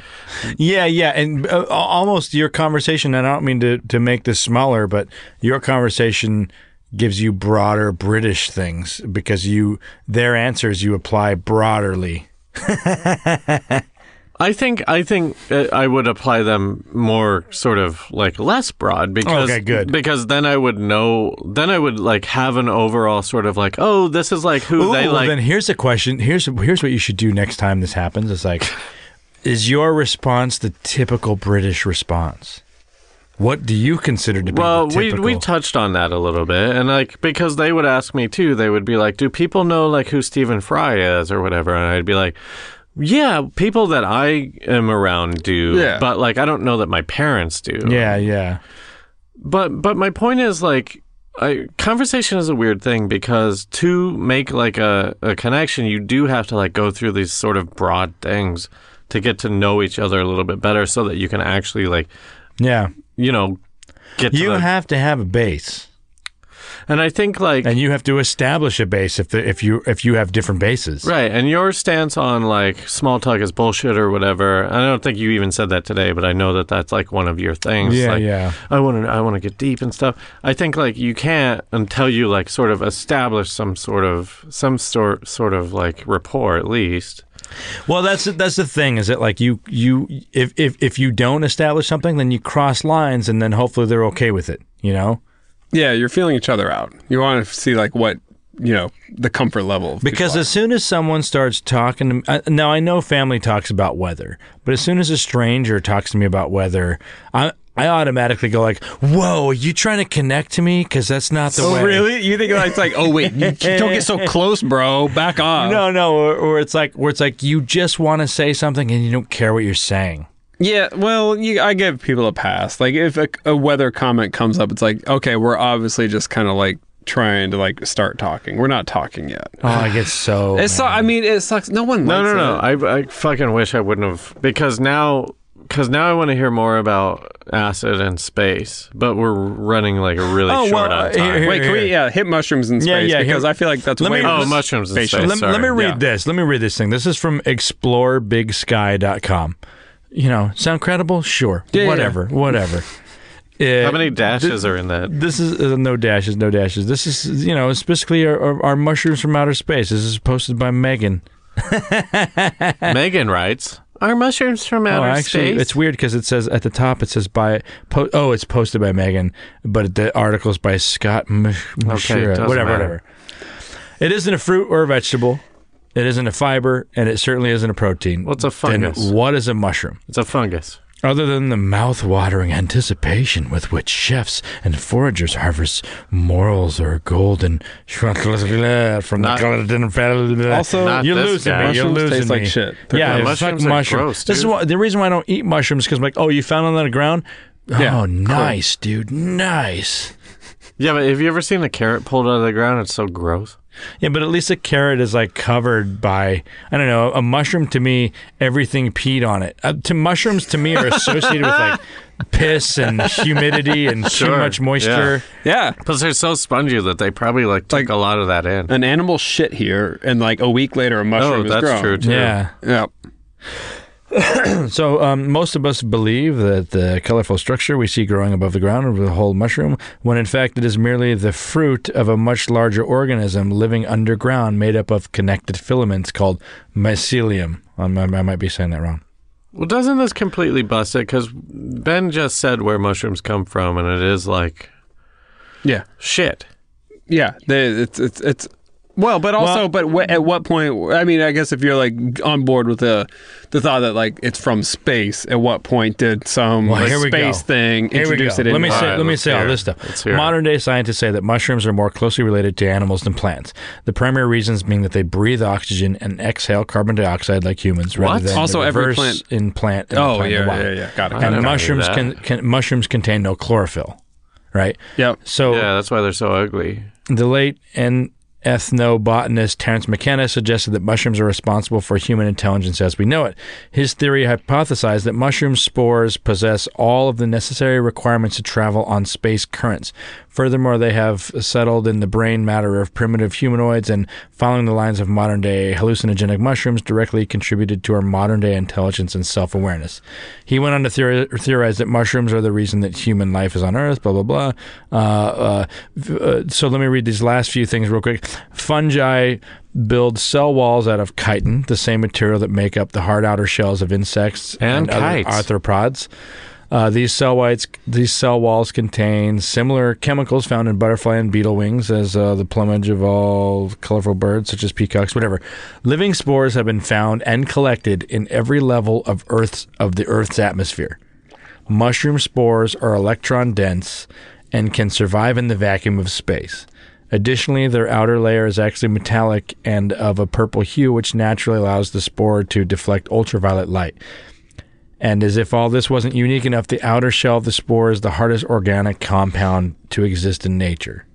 [SPEAKER 3] yeah, yeah, and uh, al- almost your conversation. And I don't mean to to make this smaller, but your conversation gives you broader British things because you their answers you apply broaderly.
[SPEAKER 2] I think I think uh, I would apply them more sort of like less broad because
[SPEAKER 3] Okay, good.
[SPEAKER 2] because then I would know then I would like have an overall sort of like oh this is like who
[SPEAKER 3] Ooh,
[SPEAKER 2] they
[SPEAKER 3] well,
[SPEAKER 2] like
[SPEAKER 3] then here's a question. Here's here's what you should do next time this happens. It's like, is your response the typical British response? What do you consider to be
[SPEAKER 2] well
[SPEAKER 3] the
[SPEAKER 2] we
[SPEAKER 3] typical?
[SPEAKER 2] we touched on that a little bit and like because they would ask me too they would be like do people know like who Stephen Fry is or whatever and I'd be like yeah people that I am around do
[SPEAKER 4] Yeah.
[SPEAKER 2] but like I don't know that my parents do
[SPEAKER 3] yeah, yeah.
[SPEAKER 2] but but my point is like I, conversation is a weird thing because to make like a, a connection you do have to like go through these sort of broad things to get to know each other a little bit better so that you can actually like
[SPEAKER 3] Yeah.
[SPEAKER 2] you know get to
[SPEAKER 3] You
[SPEAKER 2] the-
[SPEAKER 3] have to have a base.
[SPEAKER 2] and i think like
[SPEAKER 3] And you have to establish a base if the, if you if you have different bases.
[SPEAKER 2] right and your stance on like small talk is bullshit or whatever i don't think you even said that today but i know that that's like one of your things
[SPEAKER 3] Yeah,
[SPEAKER 2] like,
[SPEAKER 3] yeah.
[SPEAKER 2] I want to I want to get deep and stuff. I think like you can't until you like sort of establish some sort of some sort sort of like rapport at least.
[SPEAKER 3] Well, that's that's the thing is that like you you if if if you don't establish something, then you cross lines, and then hopefully they're okay with it. You know,
[SPEAKER 4] Yeah, you're feeling each other out. You want to see like what you know the comfort level of people
[SPEAKER 3] because
[SPEAKER 4] are.
[SPEAKER 3] as soon as someone starts talking to me, now I know family talks about weather, but as soon as a stranger talks to me about weather, I I automatically go like, "Whoa, are you trying to connect to me? Because that's not the
[SPEAKER 4] Oh,
[SPEAKER 3] way."
[SPEAKER 4] really? You think that's like, oh wait, you don't get so close, bro. Back off.
[SPEAKER 3] No, no, or, or it's like where it's like you just want to say something and you don't care what you're saying.
[SPEAKER 4] Yeah, well, you, I give people a pass. Like if a, a weather comment comes up, it's like, okay, we're obviously just kind of like trying to like start talking. We're not talking yet.
[SPEAKER 3] Oh, I get so.
[SPEAKER 4] It's so, I mean, it sucks. No one.
[SPEAKER 2] No,
[SPEAKER 4] likes
[SPEAKER 2] no, no.
[SPEAKER 4] it.
[SPEAKER 2] I, I fucking wish I wouldn't have because now because now I want to hear more about acid and space, but we're running like a really
[SPEAKER 3] Oh,
[SPEAKER 2] short
[SPEAKER 3] well,
[SPEAKER 2] on
[SPEAKER 3] uh,
[SPEAKER 2] time.
[SPEAKER 3] here-
[SPEAKER 4] Wait, can we? Yeah, hit mushrooms in space
[SPEAKER 3] Yeah, yeah,
[SPEAKER 4] because
[SPEAKER 3] here-
[SPEAKER 4] I feel like that's
[SPEAKER 3] Let me-
[SPEAKER 4] way.
[SPEAKER 2] oh,
[SPEAKER 4] less
[SPEAKER 2] mushrooms and
[SPEAKER 4] spatial.
[SPEAKER 2] space.
[SPEAKER 3] Let,
[SPEAKER 2] sorry.
[SPEAKER 3] let me read
[SPEAKER 4] yeah.
[SPEAKER 3] this. Let me read this thing. This is from explorebigsky.com. You know, sound credible? Sure.
[SPEAKER 4] yeah,
[SPEAKER 3] whatever. Whatever.
[SPEAKER 2] <laughs>
[SPEAKER 3] Uh,
[SPEAKER 2] How many dashes are in that?
[SPEAKER 3] This is uh, no dashes, no dashes. This is, you know, specifically our, our, our mushrooms from outer space. This is posted by Megan. <laughs>
[SPEAKER 2] Megan writes, "Are mushrooms from outer
[SPEAKER 3] oh, actually,
[SPEAKER 2] space?"
[SPEAKER 3] it's weird because it says at the top it says by po- oh, it's posted by Megan, but the article's by Scott M- Mishra.
[SPEAKER 2] doesn't
[SPEAKER 3] whatever, whatever.
[SPEAKER 2] matter.
[SPEAKER 3] It isn't a fruit or a vegetable. It isn't a fiber, and it certainly isn't a protein.
[SPEAKER 2] Well, it's a
[SPEAKER 3] Then
[SPEAKER 2] fungus.
[SPEAKER 3] what is a mushroom?
[SPEAKER 2] It's a fungus.
[SPEAKER 3] Other than the mouth-watering anticipation with which chefs and foragers harvest morals or golden from <laughs>
[SPEAKER 2] Not-
[SPEAKER 3] the
[SPEAKER 4] Also,
[SPEAKER 2] Not
[SPEAKER 3] you're
[SPEAKER 2] this
[SPEAKER 3] losing
[SPEAKER 2] guy.
[SPEAKER 3] me. You're
[SPEAKER 4] Mushrooms
[SPEAKER 3] losing
[SPEAKER 4] taste
[SPEAKER 3] me.
[SPEAKER 4] like shit. They're
[SPEAKER 3] Yeah,
[SPEAKER 2] good.
[SPEAKER 3] it's
[SPEAKER 2] Mushrooms
[SPEAKER 3] like
[SPEAKER 2] are
[SPEAKER 3] mushroom.
[SPEAKER 2] gross,
[SPEAKER 3] This is
[SPEAKER 2] dude.
[SPEAKER 3] why the reason why I don't eat mushrooms because I'm like, oh, you found them on the ground.
[SPEAKER 4] Yeah,
[SPEAKER 3] oh,
[SPEAKER 4] cool.
[SPEAKER 3] nice, dude, nice.
[SPEAKER 2] Yeah, but have you ever seen a carrot pulled out of the ground? It's so gross.
[SPEAKER 3] Yeah, but at least a carrot is like covered by I don't know a mushroom. To me, everything peed on it. Uh, to mushrooms, to me, are associated with
[SPEAKER 2] <laughs>
[SPEAKER 3] like piss and humidity and too
[SPEAKER 2] Sure,
[SPEAKER 3] much moisture.
[SPEAKER 4] yeah.
[SPEAKER 2] Plus, they're so spongy that they probably like took
[SPEAKER 4] Like-
[SPEAKER 2] a lot of that in.
[SPEAKER 4] An animal shit here, and like a week later, a mushroom
[SPEAKER 2] Oh,
[SPEAKER 4] is
[SPEAKER 2] that's
[SPEAKER 4] grown.
[SPEAKER 2] true too.
[SPEAKER 3] yeah.
[SPEAKER 4] Yeah.
[SPEAKER 3] So, um, most of us believe that the colorful structure we see growing above the ground of the whole mushroom, when in fact it is merely the fruit of a much larger organism living underground made up of connected filaments called mycelium. Um, I, I might be saying that wrong.
[SPEAKER 2] Well, doesn't this completely bust it? Because Ben just said where mushrooms come from, and it is like
[SPEAKER 4] Yeah.
[SPEAKER 2] shit.
[SPEAKER 4] Yeah, they, it's it's it's well, but
[SPEAKER 3] Well-
[SPEAKER 4] also, but wh- at what point? I mean, I guess if you're like on board with the the thought that like it's from space, at what point did some
[SPEAKER 3] Well,
[SPEAKER 4] like,
[SPEAKER 3] here we
[SPEAKER 4] space
[SPEAKER 3] go.
[SPEAKER 4] thing
[SPEAKER 3] Here we
[SPEAKER 4] introduce
[SPEAKER 3] go.
[SPEAKER 4] it? In
[SPEAKER 3] let me
[SPEAKER 4] our-
[SPEAKER 3] say,
[SPEAKER 2] Alright,
[SPEAKER 3] let me
[SPEAKER 2] let's
[SPEAKER 3] say all
[SPEAKER 2] hear it.
[SPEAKER 3] this stuff.
[SPEAKER 2] Let's hear it.
[SPEAKER 3] Modern day scientists say that mushrooms are more closely related to animals than plants. The primary reasons being that they breathe oxygen and exhale carbon dioxide like humans,
[SPEAKER 2] What?
[SPEAKER 3] rather than
[SPEAKER 4] Also,
[SPEAKER 3] the
[SPEAKER 4] every
[SPEAKER 3] reverse
[SPEAKER 4] plant-
[SPEAKER 3] in plant. in the
[SPEAKER 4] Oh
[SPEAKER 3] plant in
[SPEAKER 4] yeah,
[SPEAKER 3] the
[SPEAKER 4] yeah,
[SPEAKER 3] wild.
[SPEAKER 4] yeah, yeah, got it.
[SPEAKER 2] I
[SPEAKER 4] Got
[SPEAKER 3] And
[SPEAKER 4] it.
[SPEAKER 2] know.
[SPEAKER 3] mushrooms
[SPEAKER 2] that.
[SPEAKER 3] can, can mushrooms contain no chlorophyll, right?
[SPEAKER 4] Yep.
[SPEAKER 3] So
[SPEAKER 2] Yeah, that's why they're so ugly.
[SPEAKER 3] the late and ethnobotanist Terence McKenna suggested that mushrooms are responsible for human intelligence as we know it. His theory hypothesized that mushroom spores possess all of the necessary requirements to travel on space currents. Furthermore, they have settled in the brain matter of primitive humanoids and following the lines of modern day hallucinogenic mushrooms directly contributed to our modern day intelligence and self awareness. He went on to theori- theorize that mushrooms are the reason that human life is on Earth, blah, blah, blah. Uh, uh, v- uh, so let me read these last few things real quick. Fungi build cell walls out of chitin, the same material that make up the hard outer shells of insects
[SPEAKER 2] And
[SPEAKER 3] other
[SPEAKER 2] kites.
[SPEAKER 3] arthropods. Uh, these cell whites, these cell walls contain similar chemicals found in butterfly and beetle wings as uh, the plumage of all colorful birds, such as peacocks, whatever. Living spores have been found and collected in every level of Earth's of the Earth's atmosphere. Mushroom spores are electron dense and can survive in the vacuum of space. Additionally, their outer layer is actually metallic and of a purple hue, which naturally allows the spore to deflect ultraviolet light. And as if all this wasn't unique enough, the outer shell of the spore is the hardest organic compound to exist in nature.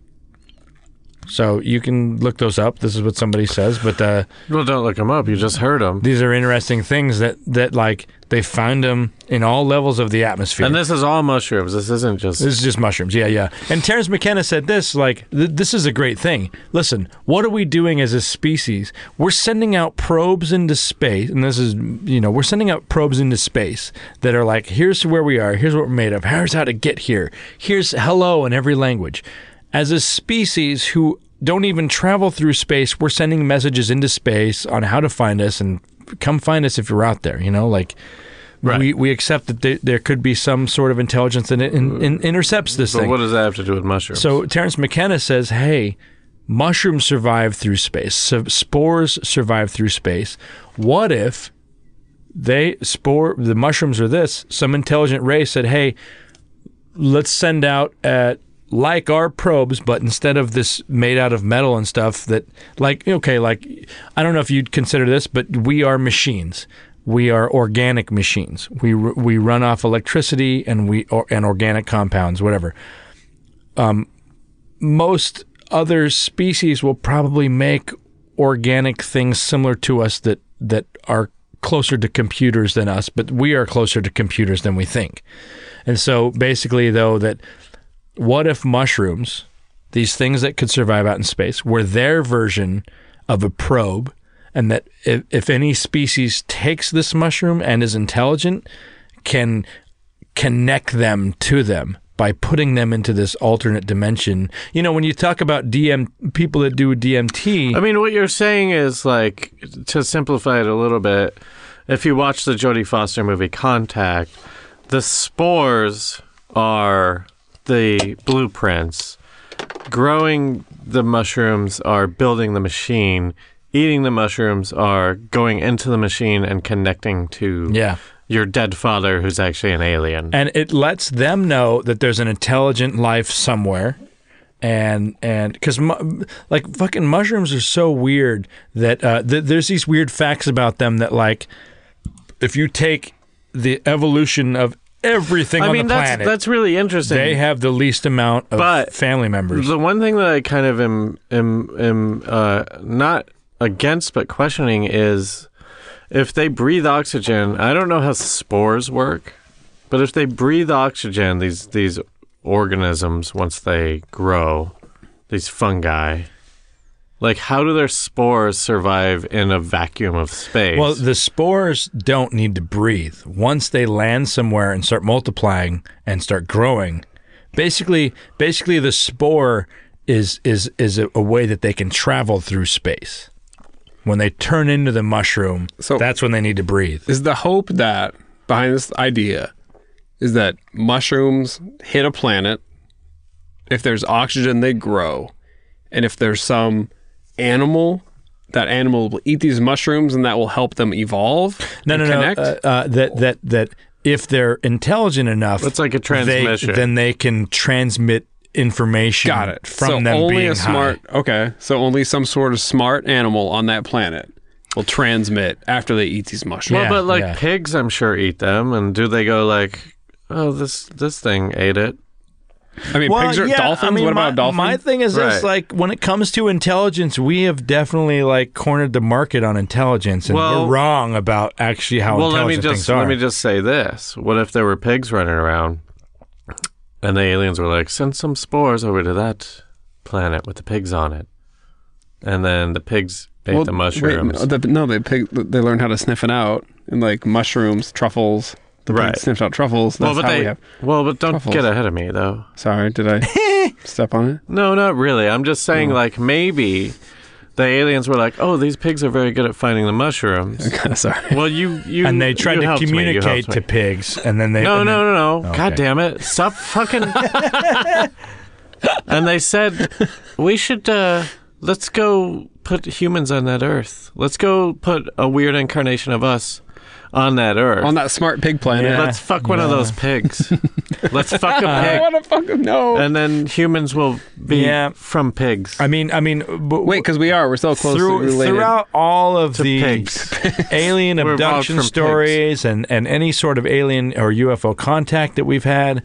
[SPEAKER 3] So you can look those up. This is what somebody says, but uh,
[SPEAKER 2] Well, don't look them up. You just heard them.
[SPEAKER 3] these are interesting things that that like they found them in all levels of the atmosphere.
[SPEAKER 2] And this is all mushrooms. This isn't just.
[SPEAKER 3] This is just mushrooms. Yeah, yeah. And Terrence McKenna said this like, th- this is a great thing. Listen, what are we doing as a species? We're sending out probes into space. And this is, you know, we're sending out probes into space that are like, here's where we are. Here's what we're made of. Here's how to get here. Here's hello in every language. As a species who don't even travel through space, we're sending messages into space on how to find us and come find us if you're out there. You know, like
[SPEAKER 2] Right.
[SPEAKER 3] we we accept that there, there could be some sort of intelligence that in, in, intercepts this
[SPEAKER 2] But
[SPEAKER 3] thing.
[SPEAKER 2] what does that have to do with mushrooms?
[SPEAKER 3] So Terrence McKenna says, "Hey, mushrooms survive through space. So spores survive through space. What if they spore the mushrooms are this? Some intelligent race said, "Hey, let's send out at like our probes, but instead of this made out of metal and stuff that like okay, like I don't know if you'd consider this, but we are machines. We are organic machines. We r- we run off electricity and we or, and organic compounds, whatever most other species will probably make organic things similar to us that that are closer to computers than us, but we are closer to computers than we think. And so basically though that what if mushrooms, these things that could survive out in space, were their version of a probe and that if, if any species takes this mushroom and is intelligent can connect them to them by putting them into this alternate dimension. You know, when you talk about DM people that do DMT,
[SPEAKER 2] I mean, what you're saying is like to simplify it a little bit. If you watch the Jodie Foster movie Contact, the spores are the blueprints. Growing the mushrooms are building the machine. Eating the mushrooms are going into the machine and connecting to
[SPEAKER 3] yeah.
[SPEAKER 2] your dead father, who's actually an alien.
[SPEAKER 3] And it lets them know that there's an intelligent life somewhere. And and cuz mu- like fucking mushrooms are so weird that uh, th- there's these weird facts about them that like if you take the evolution of everything
[SPEAKER 2] I
[SPEAKER 3] on
[SPEAKER 2] mean,
[SPEAKER 3] the
[SPEAKER 2] that's
[SPEAKER 3] planet
[SPEAKER 2] that's really interesting.
[SPEAKER 3] they have the least amount of
[SPEAKER 2] But-
[SPEAKER 3] family members.
[SPEAKER 2] The one thing that I kind of am am am uh, not against but questioning is if they breathe oxygen. I don't know how spores work, but if they breathe oxygen, these these organisms once they grow, these fungi. Like, how do their spores survive in a vacuum of space?
[SPEAKER 3] Well, the spores don't need to breathe. Once they land somewhere and start multiplying and start growing, basically, basically the spore is is is a, a way that they can travel through space. When they turn into the mushroom,
[SPEAKER 4] So-
[SPEAKER 3] that's when they need to breathe.
[SPEAKER 4] Is the hope that behind this idea is that mushrooms hit a planet. If there's oxygen, they grow. And if there's some animal, that animal will eat these mushrooms and that will help them evolve.
[SPEAKER 3] No,
[SPEAKER 4] and
[SPEAKER 3] no,
[SPEAKER 4] connect.
[SPEAKER 3] no. Uh, uh, that that that if they're intelligent enough,
[SPEAKER 2] It's like a
[SPEAKER 3] they-
[SPEAKER 2] transmission.
[SPEAKER 3] then they can transmit information.
[SPEAKER 4] Got it.
[SPEAKER 3] from
[SPEAKER 4] so
[SPEAKER 3] them
[SPEAKER 4] only
[SPEAKER 3] being
[SPEAKER 4] a smart.
[SPEAKER 3] high.
[SPEAKER 4] Okay, so only some sort of smart animal on that planet will transmit after they eat these mushrooms.
[SPEAKER 2] Well,
[SPEAKER 3] Yeah,
[SPEAKER 2] but like
[SPEAKER 3] yeah.
[SPEAKER 2] pigs, I'm sure eat them, and do they go like, oh, this this thing ate it?
[SPEAKER 4] I mean, pigs are
[SPEAKER 3] yeah,
[SPEAKER 4] dolphins.
[SPEAKER 3] I mean,
[SPEAKER 4] what
[SPEAKER 3] my,
[SPEAKER 4] about dolphins?
[SPEAKER 3] My thing is
[SPEAKER 2] Right.
[SPEAKER 3] this: like when it comes to intelligence, we have definitely like cornered the market on intelligence, and
[SPEAKER 2] Well-
[SPEAKER 3] we're wrong about actually how
[SPEAKER 2] well, let me
[SPEAKER 3] intelligent
[SPEAKER 2] just
[SPEAKER 3] things are.
[SPEAKER 2] let me just say this: What if there were pigs running around, and the aliens were like, "Send some spores over to that planet with the pigs on it," and then the pigs ate
[SPEAKER 4] Well,
[SPEAKER 2] the
[SPEAKER 4] wait,
[SPEAKER 2] mushrooms.
[SPEAKER 4] no, the- no, they pig, they learn how to sniff it out and like mushrooms, truffles. The pig
[SPEAKER 2] Right.
[SPEAKER 4] sniffed out truffles. That's
[SPEAKER 2] well, but
[SPEAKER 4] how
[SPEAKER 2] they
[SPEAKER 4] we have.
[SPEAKER 2] well, but don't
[SPEAKER 4] truffles.
[SPEAKER 2] get ahead of me though.
[SPEAKER 4] Sorry, did I step on it? <laughs>
[SPEAKER 2] No, not really. I'm just saying, like maybe the aliens were like, "Oh, these pigs are very good at finding the mushrooms."
[SPEAKER 4] Sorry.
[SPEAKER 2] well, you you
[SPEAKER 3] and they tried
[SPEAKER 2] you
[SPEAKER 3] to
[SPEAKER 2] helped me, you
[SPEAKER 3] communicate
[SPEAKER 2] helped me.
[SPEAKER 3] to pigs, and then they
[SPEAKER 2] No,
[SPEAKER 3] and
[SPEAKER 2] no, no, no.
[SPEAKER 3] Okay.
[SPEAKER 2] God damn it. Stop fucking. and they said, we should, uh, let's go put humans on that earth. Let's go put a weird incarnation of us on that earth.
[SPEAKER 4] on that smart pig planet.
[SPEAKER 3] Yeah.
[SPEAKER 2] let's fuck one of those
[SPEAKER 3] <laughs>
[SPEAKER 2] pigs. let's fuck
[SPEAKER 4] I
[SPEAKER 2] a pig.
[SPEAKER 4] want to fucking know.
[SPEAKER 2] And then humans will be
[SPEAKER 3] Yeah.
[SPEAKER 2] from pigs.
[SPEAKER 3] then- I mean, I mean, but,
[SPEAKER 4] Wait, because we are. We're so closely
[SPEAKER 3] through,
[SPEAKER 4] related.
[SPEAKER 3] throughout all of the <laughs>
[SPEAKER 2] pigs.
[SPEAKER 3] alien
[SPEAKER 2] We're evolved
[SPEAKER 3] abduction
[SPEAKER 2] from
[SPEAKER 3] stories and, and any sort of alien or UFO contact that we've had,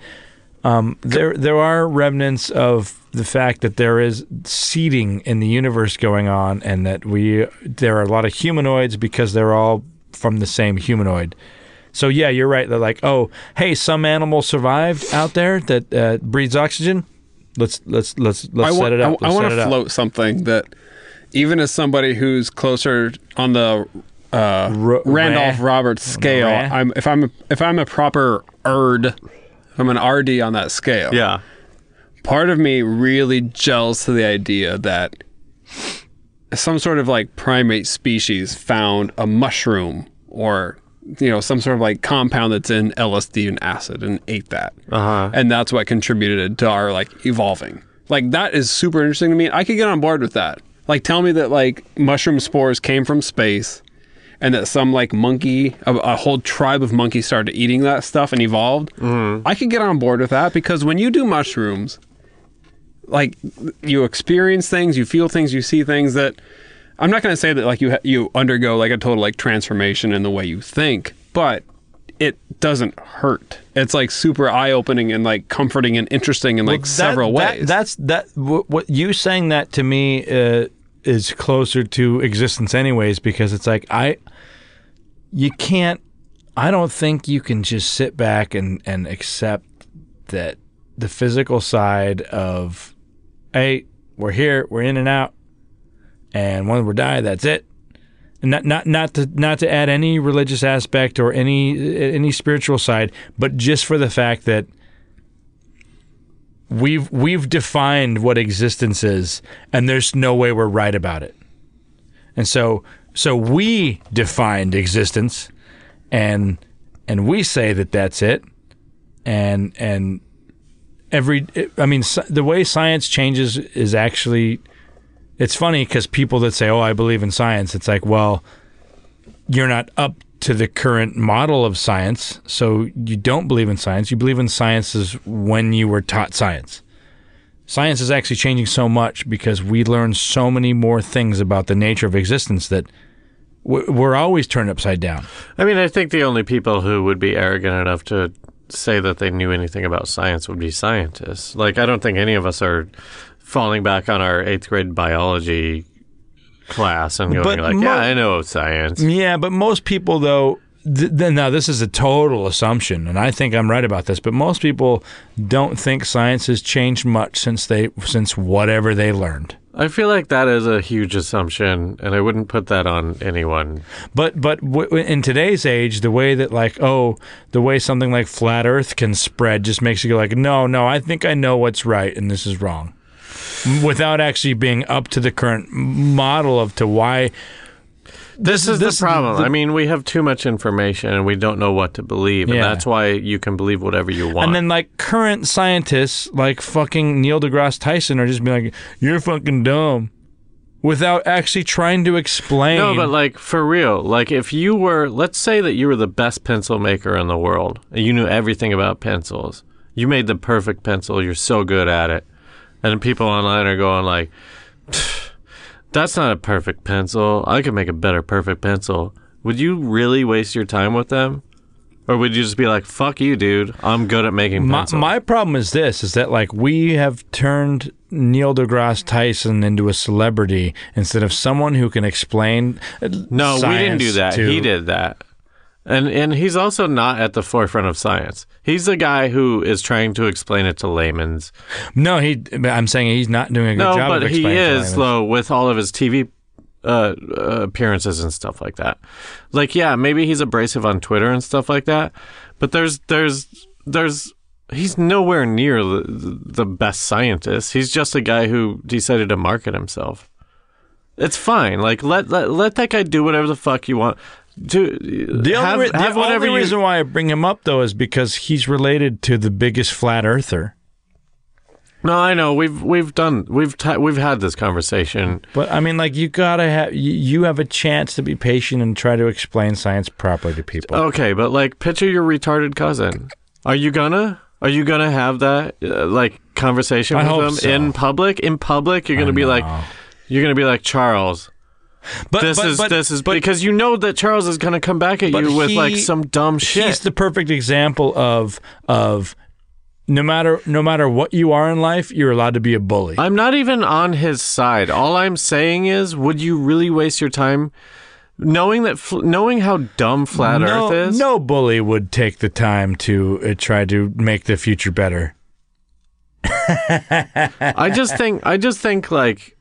[SPEAKER 3] um, there there are remnants of the fact that there is seeding in the universe going on, and that we there are a lot of humanoids because they're all from the same humanoid. So yeah, you're right. They're like, oh, hey, some animal survived out there that uh, breathes oxygen. Let's let's let's let's
[SPEAKER 4] I
[SPEAKER 3] set
[SPEAKER 4] want,
[SPEAKER 3] it up.
[SPEAKER 4] I,
[SPEAKER 3] Let's
[SPEAKER 4] want
[SPEAKER 3] set it
[SPEAKER 4] to
[SPEAKER 3] up.
[SPEAKER 4] float something that, even as somebody who's closer on the uh,
[SPEAKER 3] Ro-
[SPEAKER 4] Randolph
[SPEAKER 3] Ra-
[SPEAKER 4] Roberts scale,
[SPEAKER 3] Ra-
[SPEAKER 4] I'm if I'm if I'm a proper erd, if I'm an RD on that scale.
[SPEAKER 2] yeah.
[SPEAKER 4] Part of me really gels to the idea that some sort of like primate species found a mushroom or you know some sort of like compound that's in LSD and acid and ate that, uh-huh. and that's what contributed to our like evolving. Like that is super interesting to me. I could get on board with that. Like tell me that like mushroom spores came from space. And that some like monkey, a, a whole tribe of monkeys started eating that stuff and evolved.
[SPEAKER 3] Mm-hmm.
[SPEAKER 4] I could get on board with that because when you do mushrooms, like you experience things, you feel things, you see things that I'm not going to say that like you ha- you undergo like a total like transformation in the way you think, but it doesn't hurt. It's like super eye opening and like comforting and interesting in like
[SPEAKER 3] Well, that-
[SPEAKER 4] several
[SPEAKER 3] that-
[SPEAKER 4] ways.
[SPEAKER 3] that's that. What, what you saying that to me uh, is closer to existence, anyways, because it's like I, you can't. I don't think you can just sit back and and accept that the physical side of, hey, we're here, we're in and out, and when we die, that's it. Not, not not to not to add any religious aspect or any any spiritual side, but just for the fact that we've we've defined what existence is and there's no way we're right about it and so so we defined existence and and we say that that's it and and every i mean sci- the way science changes is actually it's funny cuz people that say oh i believe in science it's like well you're not up to the current model of science so you don't believe in science you believe in science is when you were taught science science is actually changing so much because we learn so many more things about the nature of existence that w- we're always turned upside down
[SPEAKER 2] I mean, I think the only people who would be arrogant enough to say that they knew anything about science would be scientists. Like, I don't think any of us are falling back on our eighth grade biology class and going
[SPEAKER 3] But
[SPEAKER 2] like,
[SPEAKER 3] mo-
[SPEAKER 2] "Yeah, I know science."
[SPEAKER 3] Yeah, but most people though. Th- th- now this is a total assumption, and I think I'm right about this. But most people don't think science has changed much since they since whatever they learned.
[SPEAKER 2] I feel like that is a huge assumption, and I wouldn't put that on anyone.
[SPEAKER 3] But but w- w- in today's age, the way that like oh, the way something like flat Earth can spread just makes you go like no no, I think I know what's right and this is wrong, without actually being up to the current model of to why.
[SPEAKER 2] This is
[SPEAKER 3] this-
[SPEAKER 2] the problem.
[SPEAKER 3] the-
[SPEAKER 2] I mean, we have too much information, and we don't know what to believe, and
[SPEAKER 3] Yeah.
[SPEAKER 2] that's why you can believe whatever you want.
[SPEAKER 3] And then like current scientists like fucking Neil deGrasse Tyson are just being like, You're fucking dumb without actually trying to explain
[SPEAKER 2] No, but like for real, like if you were, let's say that you were the best pencil maker in the world, and you knew everything about pencils. You made the perfect pencil. You're so good at it, and then people online are going like, <sighs> "Pfft, "That's not a perfect pencil. I could make a better perfect pencil." Would you really waste your time with them, or would you just be like, "Fuck you, dude. I'm good at making
[SPEAKER 3] my,
[SPEAKER 2] pencils."
[SPEAKER 3] my problem is this is that like we have turned Neil deGrasse Tyson into a celebrity instead of someone who can explain
[SPEAKER 2] No, we didn't
[SPEAKER 3] science
[SPEAKER 2] do that.
[SPEAKER 3] to-
[SPEAKER 2] He did that. And and he's also not at the forefront of science. He's the guy who is trying to explain it to laymen's.
[SPEAKER 3] No, he but I'm saying he's not doing a good
[SPEAKER 2] No,
[SPEAKER 3] job
[SPEAKER 2] but
[SPEAKER 3] of
[SPEAKER 2] he
[SPEAKER 3] explaining to
[SPEAKER 2] is
[SPEAKER 3] laymen.
[SPEAKER 2] though with all of his TV uh, uh, appearances and stuff like that. Like yeah, maybe he's abrasive on Twitter and stuff like that, but there's there's there's he's nowhere near the, the best scientist. He's just a guy who decided to market himself. It's fine. Like let let, let that guy do whatever the fuck you want. Do
[SPEAKER 3] The
[SPEAKER 2] have,
[SPEAKER 3] only, re- the
[SPEAKER 2] have whatever
[SPEAKER 3] only
[SPEAKER 2] you
[SPEAKER 3] reason why I bring him up though is because he's related to the biggest flat earther.
[SPEAKER 2] No, I know. We've we've done we've t- we've had this conversation.
[SPEAKER 3] But I mean, like you gotta have you, you have a chance to be patient and try to explain science properly to people.
[SPEAKER 2] Okay, but like, picture your retarded cousin. Are you gonna? Are you gonna have that uh, like conversation
[SPEAKER 3] I
[SPEAKER 2] with
[SPEAKER 3] hope
[SPEAKER 2] him
[SPEAKER 3] so.
[SPEAKER 2] in public? In public, you're gonna be like, you're gonna be like Charles.
[SPEAKER 3] but
[SPEAKER 2] This
[SPEAKER 3] but-
[SPEAKER 2] is
[SPEAKER 3] but-
[SPEAKER 2] this is
[SPEAKER 3] but
[SPEAKER 2] because you know that Charles is gonna come back at
[SPEAKER 3] But
[SPEAKER 2] you with like
[SPEAKER 3] he-
[SPEAKER 2] some dumb
[SPEAKER 3] he's
[SPEAKER 2] shit.
[SPEAKER 3] the perfect example of of no matter no matter what you are in life, you're allowed to be a bully.
[SPEAKER 2] I'm not even on his side. All I'm saying is, would you really waste your time knowing that fl- knowing how dumb flat
[SPEAKER 3] no,
[SPEAKER 2] Earth is?
[SPEAKER 3] no bully would take the time to uh, try to make the future better.
[SPEAKER 2] I
[SPEAKER 3] <laughs>
[SPEAKER 2] just think I just think like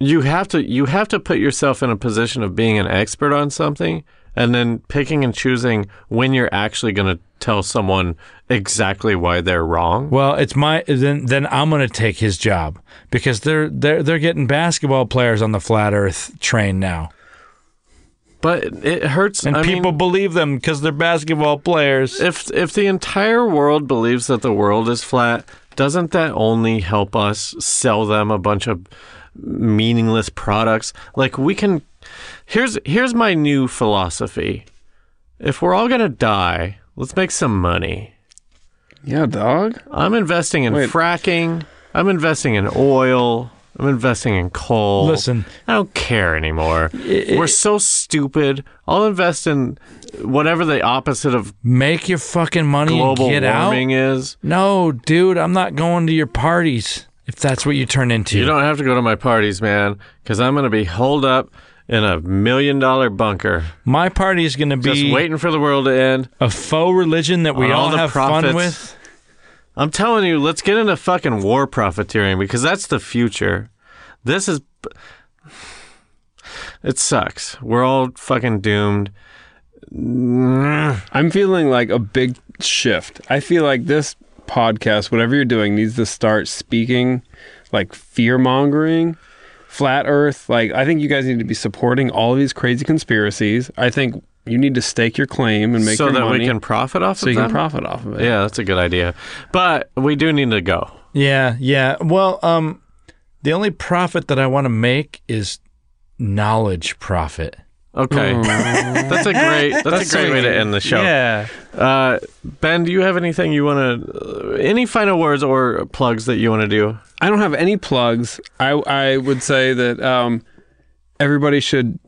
[SPEAKER 2] you have to you have to put yourself in a position of being an expert on something and then picking and choosing when you're actually going to tell someone exactly why they're wrong.
[SPEAKER 3] Well, it's my then then I'm going to take his job because they're they're they're getting basketball players on the flat earth train now.
[SPEAKER 2] But it hurts.
[SPEAKER 3] And
[SPEAKER 2] I mean,
[SPEAKER 3] people believe them cuz they're basketball players.
[SPEAKER 2] if if the entire world believes that the world is flat, doesn't that only help us sell them a bunch of meaningless products? Like we can Here's here's my new philosophy. If we're all going to die, let's make some money.
[SPEAKER 4] Yeah, dog.
[SPEAKER 2] I'm investing in
[SPEAKER 4] Wait.
[SPEAKER 2] fracking. I'm investing in oil. I'm investing in coal.
[SPEAKER 3] Listen.
[SPEAKER 2] I don't care anymore. We're so stupid. I'll invest in whatever the opposite of
[SPEAKER 3] Make your fucking money and
[SPEAKER 2] global
[SPEAKER 3] get out.
[SPEAKER 2] warming is.
[SPEAKER 3] No, dude, I'm not going to your parties if that's what you turn into.
[SPEAKER 2] You don't have to go to my parties, man, because I'm going to be holed up in a million dollar bunker,
[SPEAKER 3] my party is going to
[SPEAKER 2] just
[SPEAKER 3] be
[SPEAKER 2] waiting for the world to end.
[SPEAKER 3] a faux religion that we
[SPEAKER 2] on
[SPEAKER 3] all
[SPEAKER 2] the
[SPEAKER 3] have fun
[SPEAKER 2] profits.
[SPEAKER 3] with.
[SPEAKER 2] I'm telling you, let's get into fucking war profiteering because that's the future. This is. It sucks. We're all fucking doomed.
[SPEAKER 4] I'm feeling like a big shift. I feel like this podcast, whatever you're doing, needs to start speaking like fear mongering, flat earth. Like, I think you guys need to be supporting all of these crazy conspiracies. I think you need to stake your claim and make
[SPEAKER 2] so
[SPEAKER 4] your
[SPEAKER 2] that
[SPEAKER 4] money
[SPEAKER 2] we can profit off
[SPEAKER 4] so
[SPEAKER 2] of
[SPEAKER 4] you
[SPEAKER 2] them?
[SPEAKER 4] can profit off of it.
[SPEAKER 2] Yeah, that's a good idea. But we do need to go.
[SPEAKER 3] Yeah, yeah. Well, um, the only profit that I want to make is knowledge profit.
[SPEAKER 2] Okay. that's a great that's, a great way to end the show.
[SPEAKER 3] Yeah.
[SPEAKER 2] Uh, ben, do you have anything you want to, uh, any final words or plugs that you want to do?
[SPEAKER 4] I don't have any plugs. I I would say that um, everybody should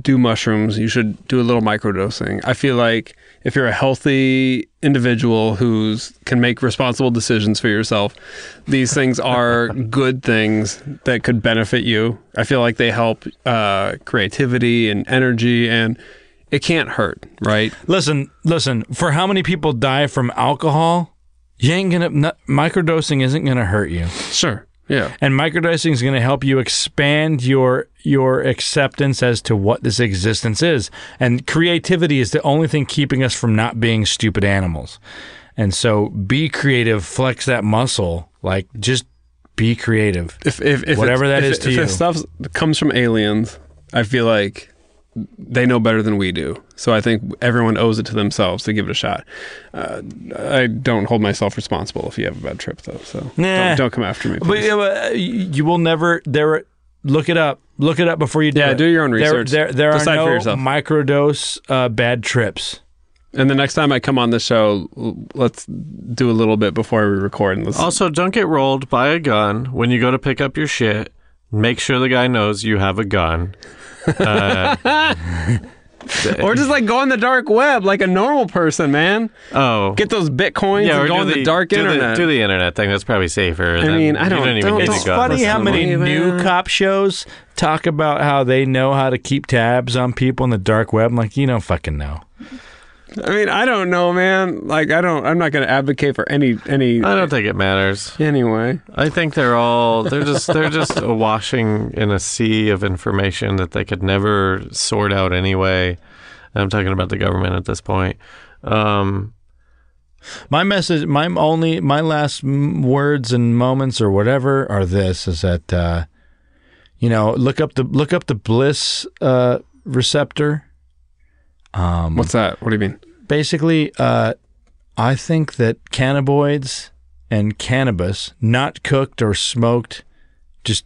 [SPEAKER 4] do mushrooms. You should do a little microdosing. I feel like if you're a healthy individual who's can make responsible decisions for yourself, these things are good things that could benefit you. I feel like they help uh, creativity and energy, and it can't hurt, right?
[SPEAKER 3] Listen, listen. For how many people die from alcohol? You ain't gonna not, microdosing isn't gonna hurt you,
[SPEAKER 4] Sure. Yeah.
[SPEAKER 3] and microdosing is gonna help you expand your your acceptance as to what this existence is. And creativity is the only thing keeping us from not being stupid animals. And so, be creative, flex that muscle. Like, just be creative.
[SPEAKER 4] if, if, if
[SPEAKER 3] Whatever
[SPEAKER 4] it's-
[SPEAKER 3] that
[SPEAKER 4] if
[SPEAKER 3] is
[SPEAKER 4] it-
[SPEAKER 3] to
[SPEAKER 4] if
[SPEAKER 3] you.
[SPEAKER 4] it stuff comes from aliens, I feel like they know better than we do. So I think everyone owes it to themselves to give it a shot. Uh, I don't hold myself responsible if you have a bad trip though. So
[SPEAKER 3] Nah.
[SPEAKER 4] don't, don't come after me.
[SPEAKER 3] But
[SPEAKER 4] please.
[SPEAKER 3] yeah, but, uh, you you will never there. Look it up. Look it up before you do
[SPEAKER 4] Yeah,
[SPEAKER 3] it.
[SPEAKER 4] do your own research.
[SPEAKER 3] There, there, there
[SPEAKER 4] Decide for
[SPEAKER 3] are no
[SPEAKER 4] yourself.
[SPEAKER 3] microdose uh, bad trips.
[SPEAKER 4] and the next time I come on the show, l- let's do a little bit before we record. And let's,
[SPEAKER 2] Also, don't get rolled by a gun when you go to pick up your shit. Make sure the guy knows you have a gun.
[SPEAKER 4] or just like go on the dark web like a normal person, man.
[SPEAKER 2] Oh,
[SPEAKER 4] Get those bitcoins and go
[SPEAKER 2] do
[SPEAKER 4] on the, dark
[SPEAKER 2] do
[SPEAKER 4] internet.
[SPEAKER 2] The, do the internet thing. That's probably safer. I
[SPEAKER 4] mean, I don't-
[SPEAKER 2] You don't even
[SPEAKER 4] don't-
[SPEAKER 2] need
[SPEAKER 4] it's
[SPEAKER 2] a gun.
[SPEAKER 4] funny how
[SPEAKER 3] How many
[SPEAKER 4] Believe
[SPEAKER 3] new
[SPEAKER 4] it.
[SPEAKER 3] cop shows talk about how they know how to keep tabs on people in the dark web? I'm like, you don't fucking know.
[SPEAKER 4] I mean, I don't know, man. Like, I don't. I'm not going to advocate for any any.
[SPEAKER 2] I don't think it matters.
[SPEAKER 4] anyway.
[SPEAKER 2] I think they're all they're just they're just washing in a sea of information that they could never sort out anyway. I'm talking about the government at this point. Um,
[SPEAKER 3] My message, my only, my last m- words and moments or whatever are this: is that uh, you know, look up the look up the bliss uh, receptor.
[SPEAKER 4] What's that? What do you mean?
[SPEAKER 3] basically, uh, I think that cannabinoids and cannabis, not cooked or smoked, just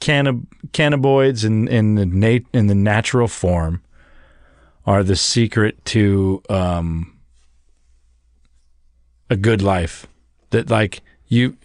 [SPEAKER 3] cannab- cannabinoids in in the nat- in the natural form, are the secret to um, a good life. That like you.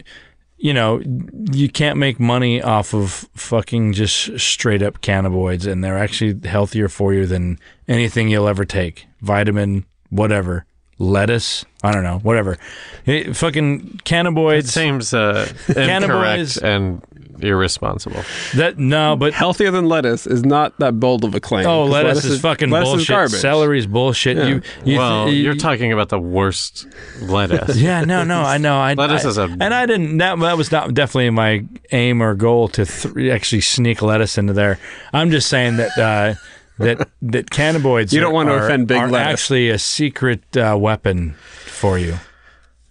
[SPEAKER 3] You know, you can't make money off of fucking just straight up cannabinoids, and they're actually healthier for you than anything you'll ever take. Vitamin, whatever, lettuce, I don't know, whatever. It- fucking
[SPEAKER 2] it
[SPEAKER 3] cannabinoids.
[SPEAKER 2] seems <laughs> uh, incorrect
[SPEAKER 3] Cannabis-
[SPEAKER 2] and irresponsible.
[SPEAKER 3] That no, but
[SPEAKER 4] healthier than lettuce is not that bold of a claim.
[SPEAKER 3] oh,
[SPEAKER 4] 'cause
[SPEAKER 3] lettuce, is fucking
[SPEAKER 4] lettuce
[SPEAKER 3] bullshit.
[SPEAKER 4] Is garbage.
[SPEAKER 3] Celery's bullshit. You, you,
[SPEAKER 2] well,
[SPEAKER 3] you-
[SPEAKER 2] you're talking about the worst <laughs> lettuce.
[SPEAKER 3] Yeah, no, no, I know. I,
[SPEAKER 2] Lettuce
[SPEAKER 3] I,
[SPEAKER 2] is a-
[SPEAKER 3] and I didn't. That, that was not definitely my aim or goal to th- actually sneak lettuce into there. I'm just saying that uh, that that cannabinoids
[SPEAKER 4] You don't want to
[SPEAKER 3] are-
[SPEAKER 4] offend Big
[SPEAKER 3] are
[SPEAKER 4] Lettuce.
[SPEAKER 3] actually a secret uh, weapon for you.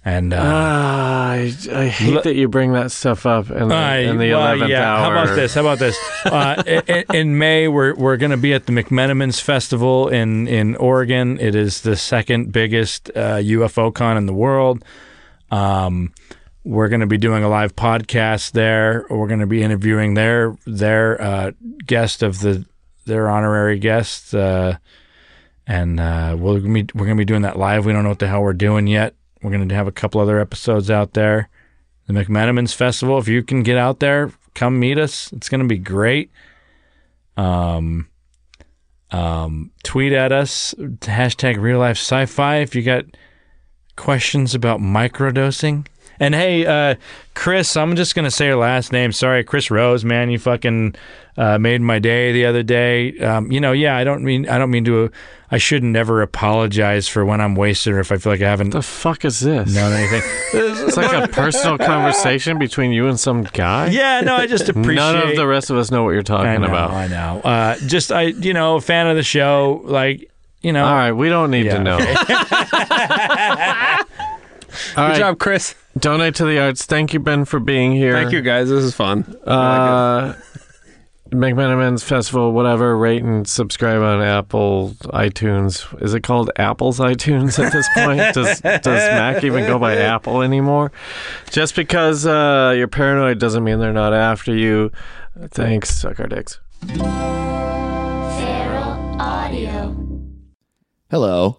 [SPEAKER 3] And uh,
[SPEAKER 2] Ah, I, I hate
[SPEAKER 3] Le-
[SPEAKER 2] that you bring that stuff up in the,
[SPEAKER 3] I-
[SPEAKER 2] in the
[SPEAKER 3] well,
[SPEAKER 2] 11th
[SPEAKER 3] yeah.
[SPEAKER 2] hour.
[SPEAKER 3] How about this? How about
[SPEAKER 2] <laughs>
[SPEAKER 3] this? Uh, i- i- in, May, we're we're going to be at the McMenamins Festival in in Oregon. It is the second biggest uh, UFO con in the world. Um, we're going to be doing a live podcast there. We're going to be interviewing their their uh, guest of the their honorary guest, uh, and uh, we'll be, we're going to be doing that live. We don't know what the hell we're doing yet. We're going to have a couple other episodes out there the McMenamins Festival. If you can get out there, come meet us. It's going to be great. Um, um, tweet at us hashtag Real Life Sci-Fi if you got questions about microdosing. And hey, uh, Chris, I'm just gonna say your last name. Sorry, Chris Rose, man, you fucking uh, made my day the other day. Um, you know, yeah, I don't mean, I don't mean to. I should never apologize for when I'm wasted or if I feel like I haven't
[SPEAKER 2] The fuck is this?
[SPEAKER 3] known anything.
[SPEAKER 2] It's like a personal conversation between you and some guy.
[SPEAKER 3] yeah, no, I just appreciate.
[SPEAKER 2] <laughs> None of the rest of us know what you're talking
[SPEAKER 3] I know,
[SPEAKER 2] about.
[SPEAKER 3] I know. Uh, just I, you know, fan of the show. Like, you know,
[SPEAKER 2] All right, we don't need
[SPEAKER 3] Yeah.
[SPEAKER 2] to know. All right,
[SPEAKER 4] Good job, Chris.
[SPEAKER 2] donate to the arts. Thank you, Ben, for being here.
[SPEAKER 4] Thank you, guys. This is fun.
[SPEAKER 2] Uh, McMenamin's Festival, whatever. Rate and subscribe on Apple iTunes. Is it called Apple's iTunes at this point? does Does Mac even go by Apple anymore? Just because uh, you're paranoid doesn't mean they're not after you. Thanks, suck our dicks.
[SPEAKER 1] Feral Audio.
[SPEAKER 6] Hello,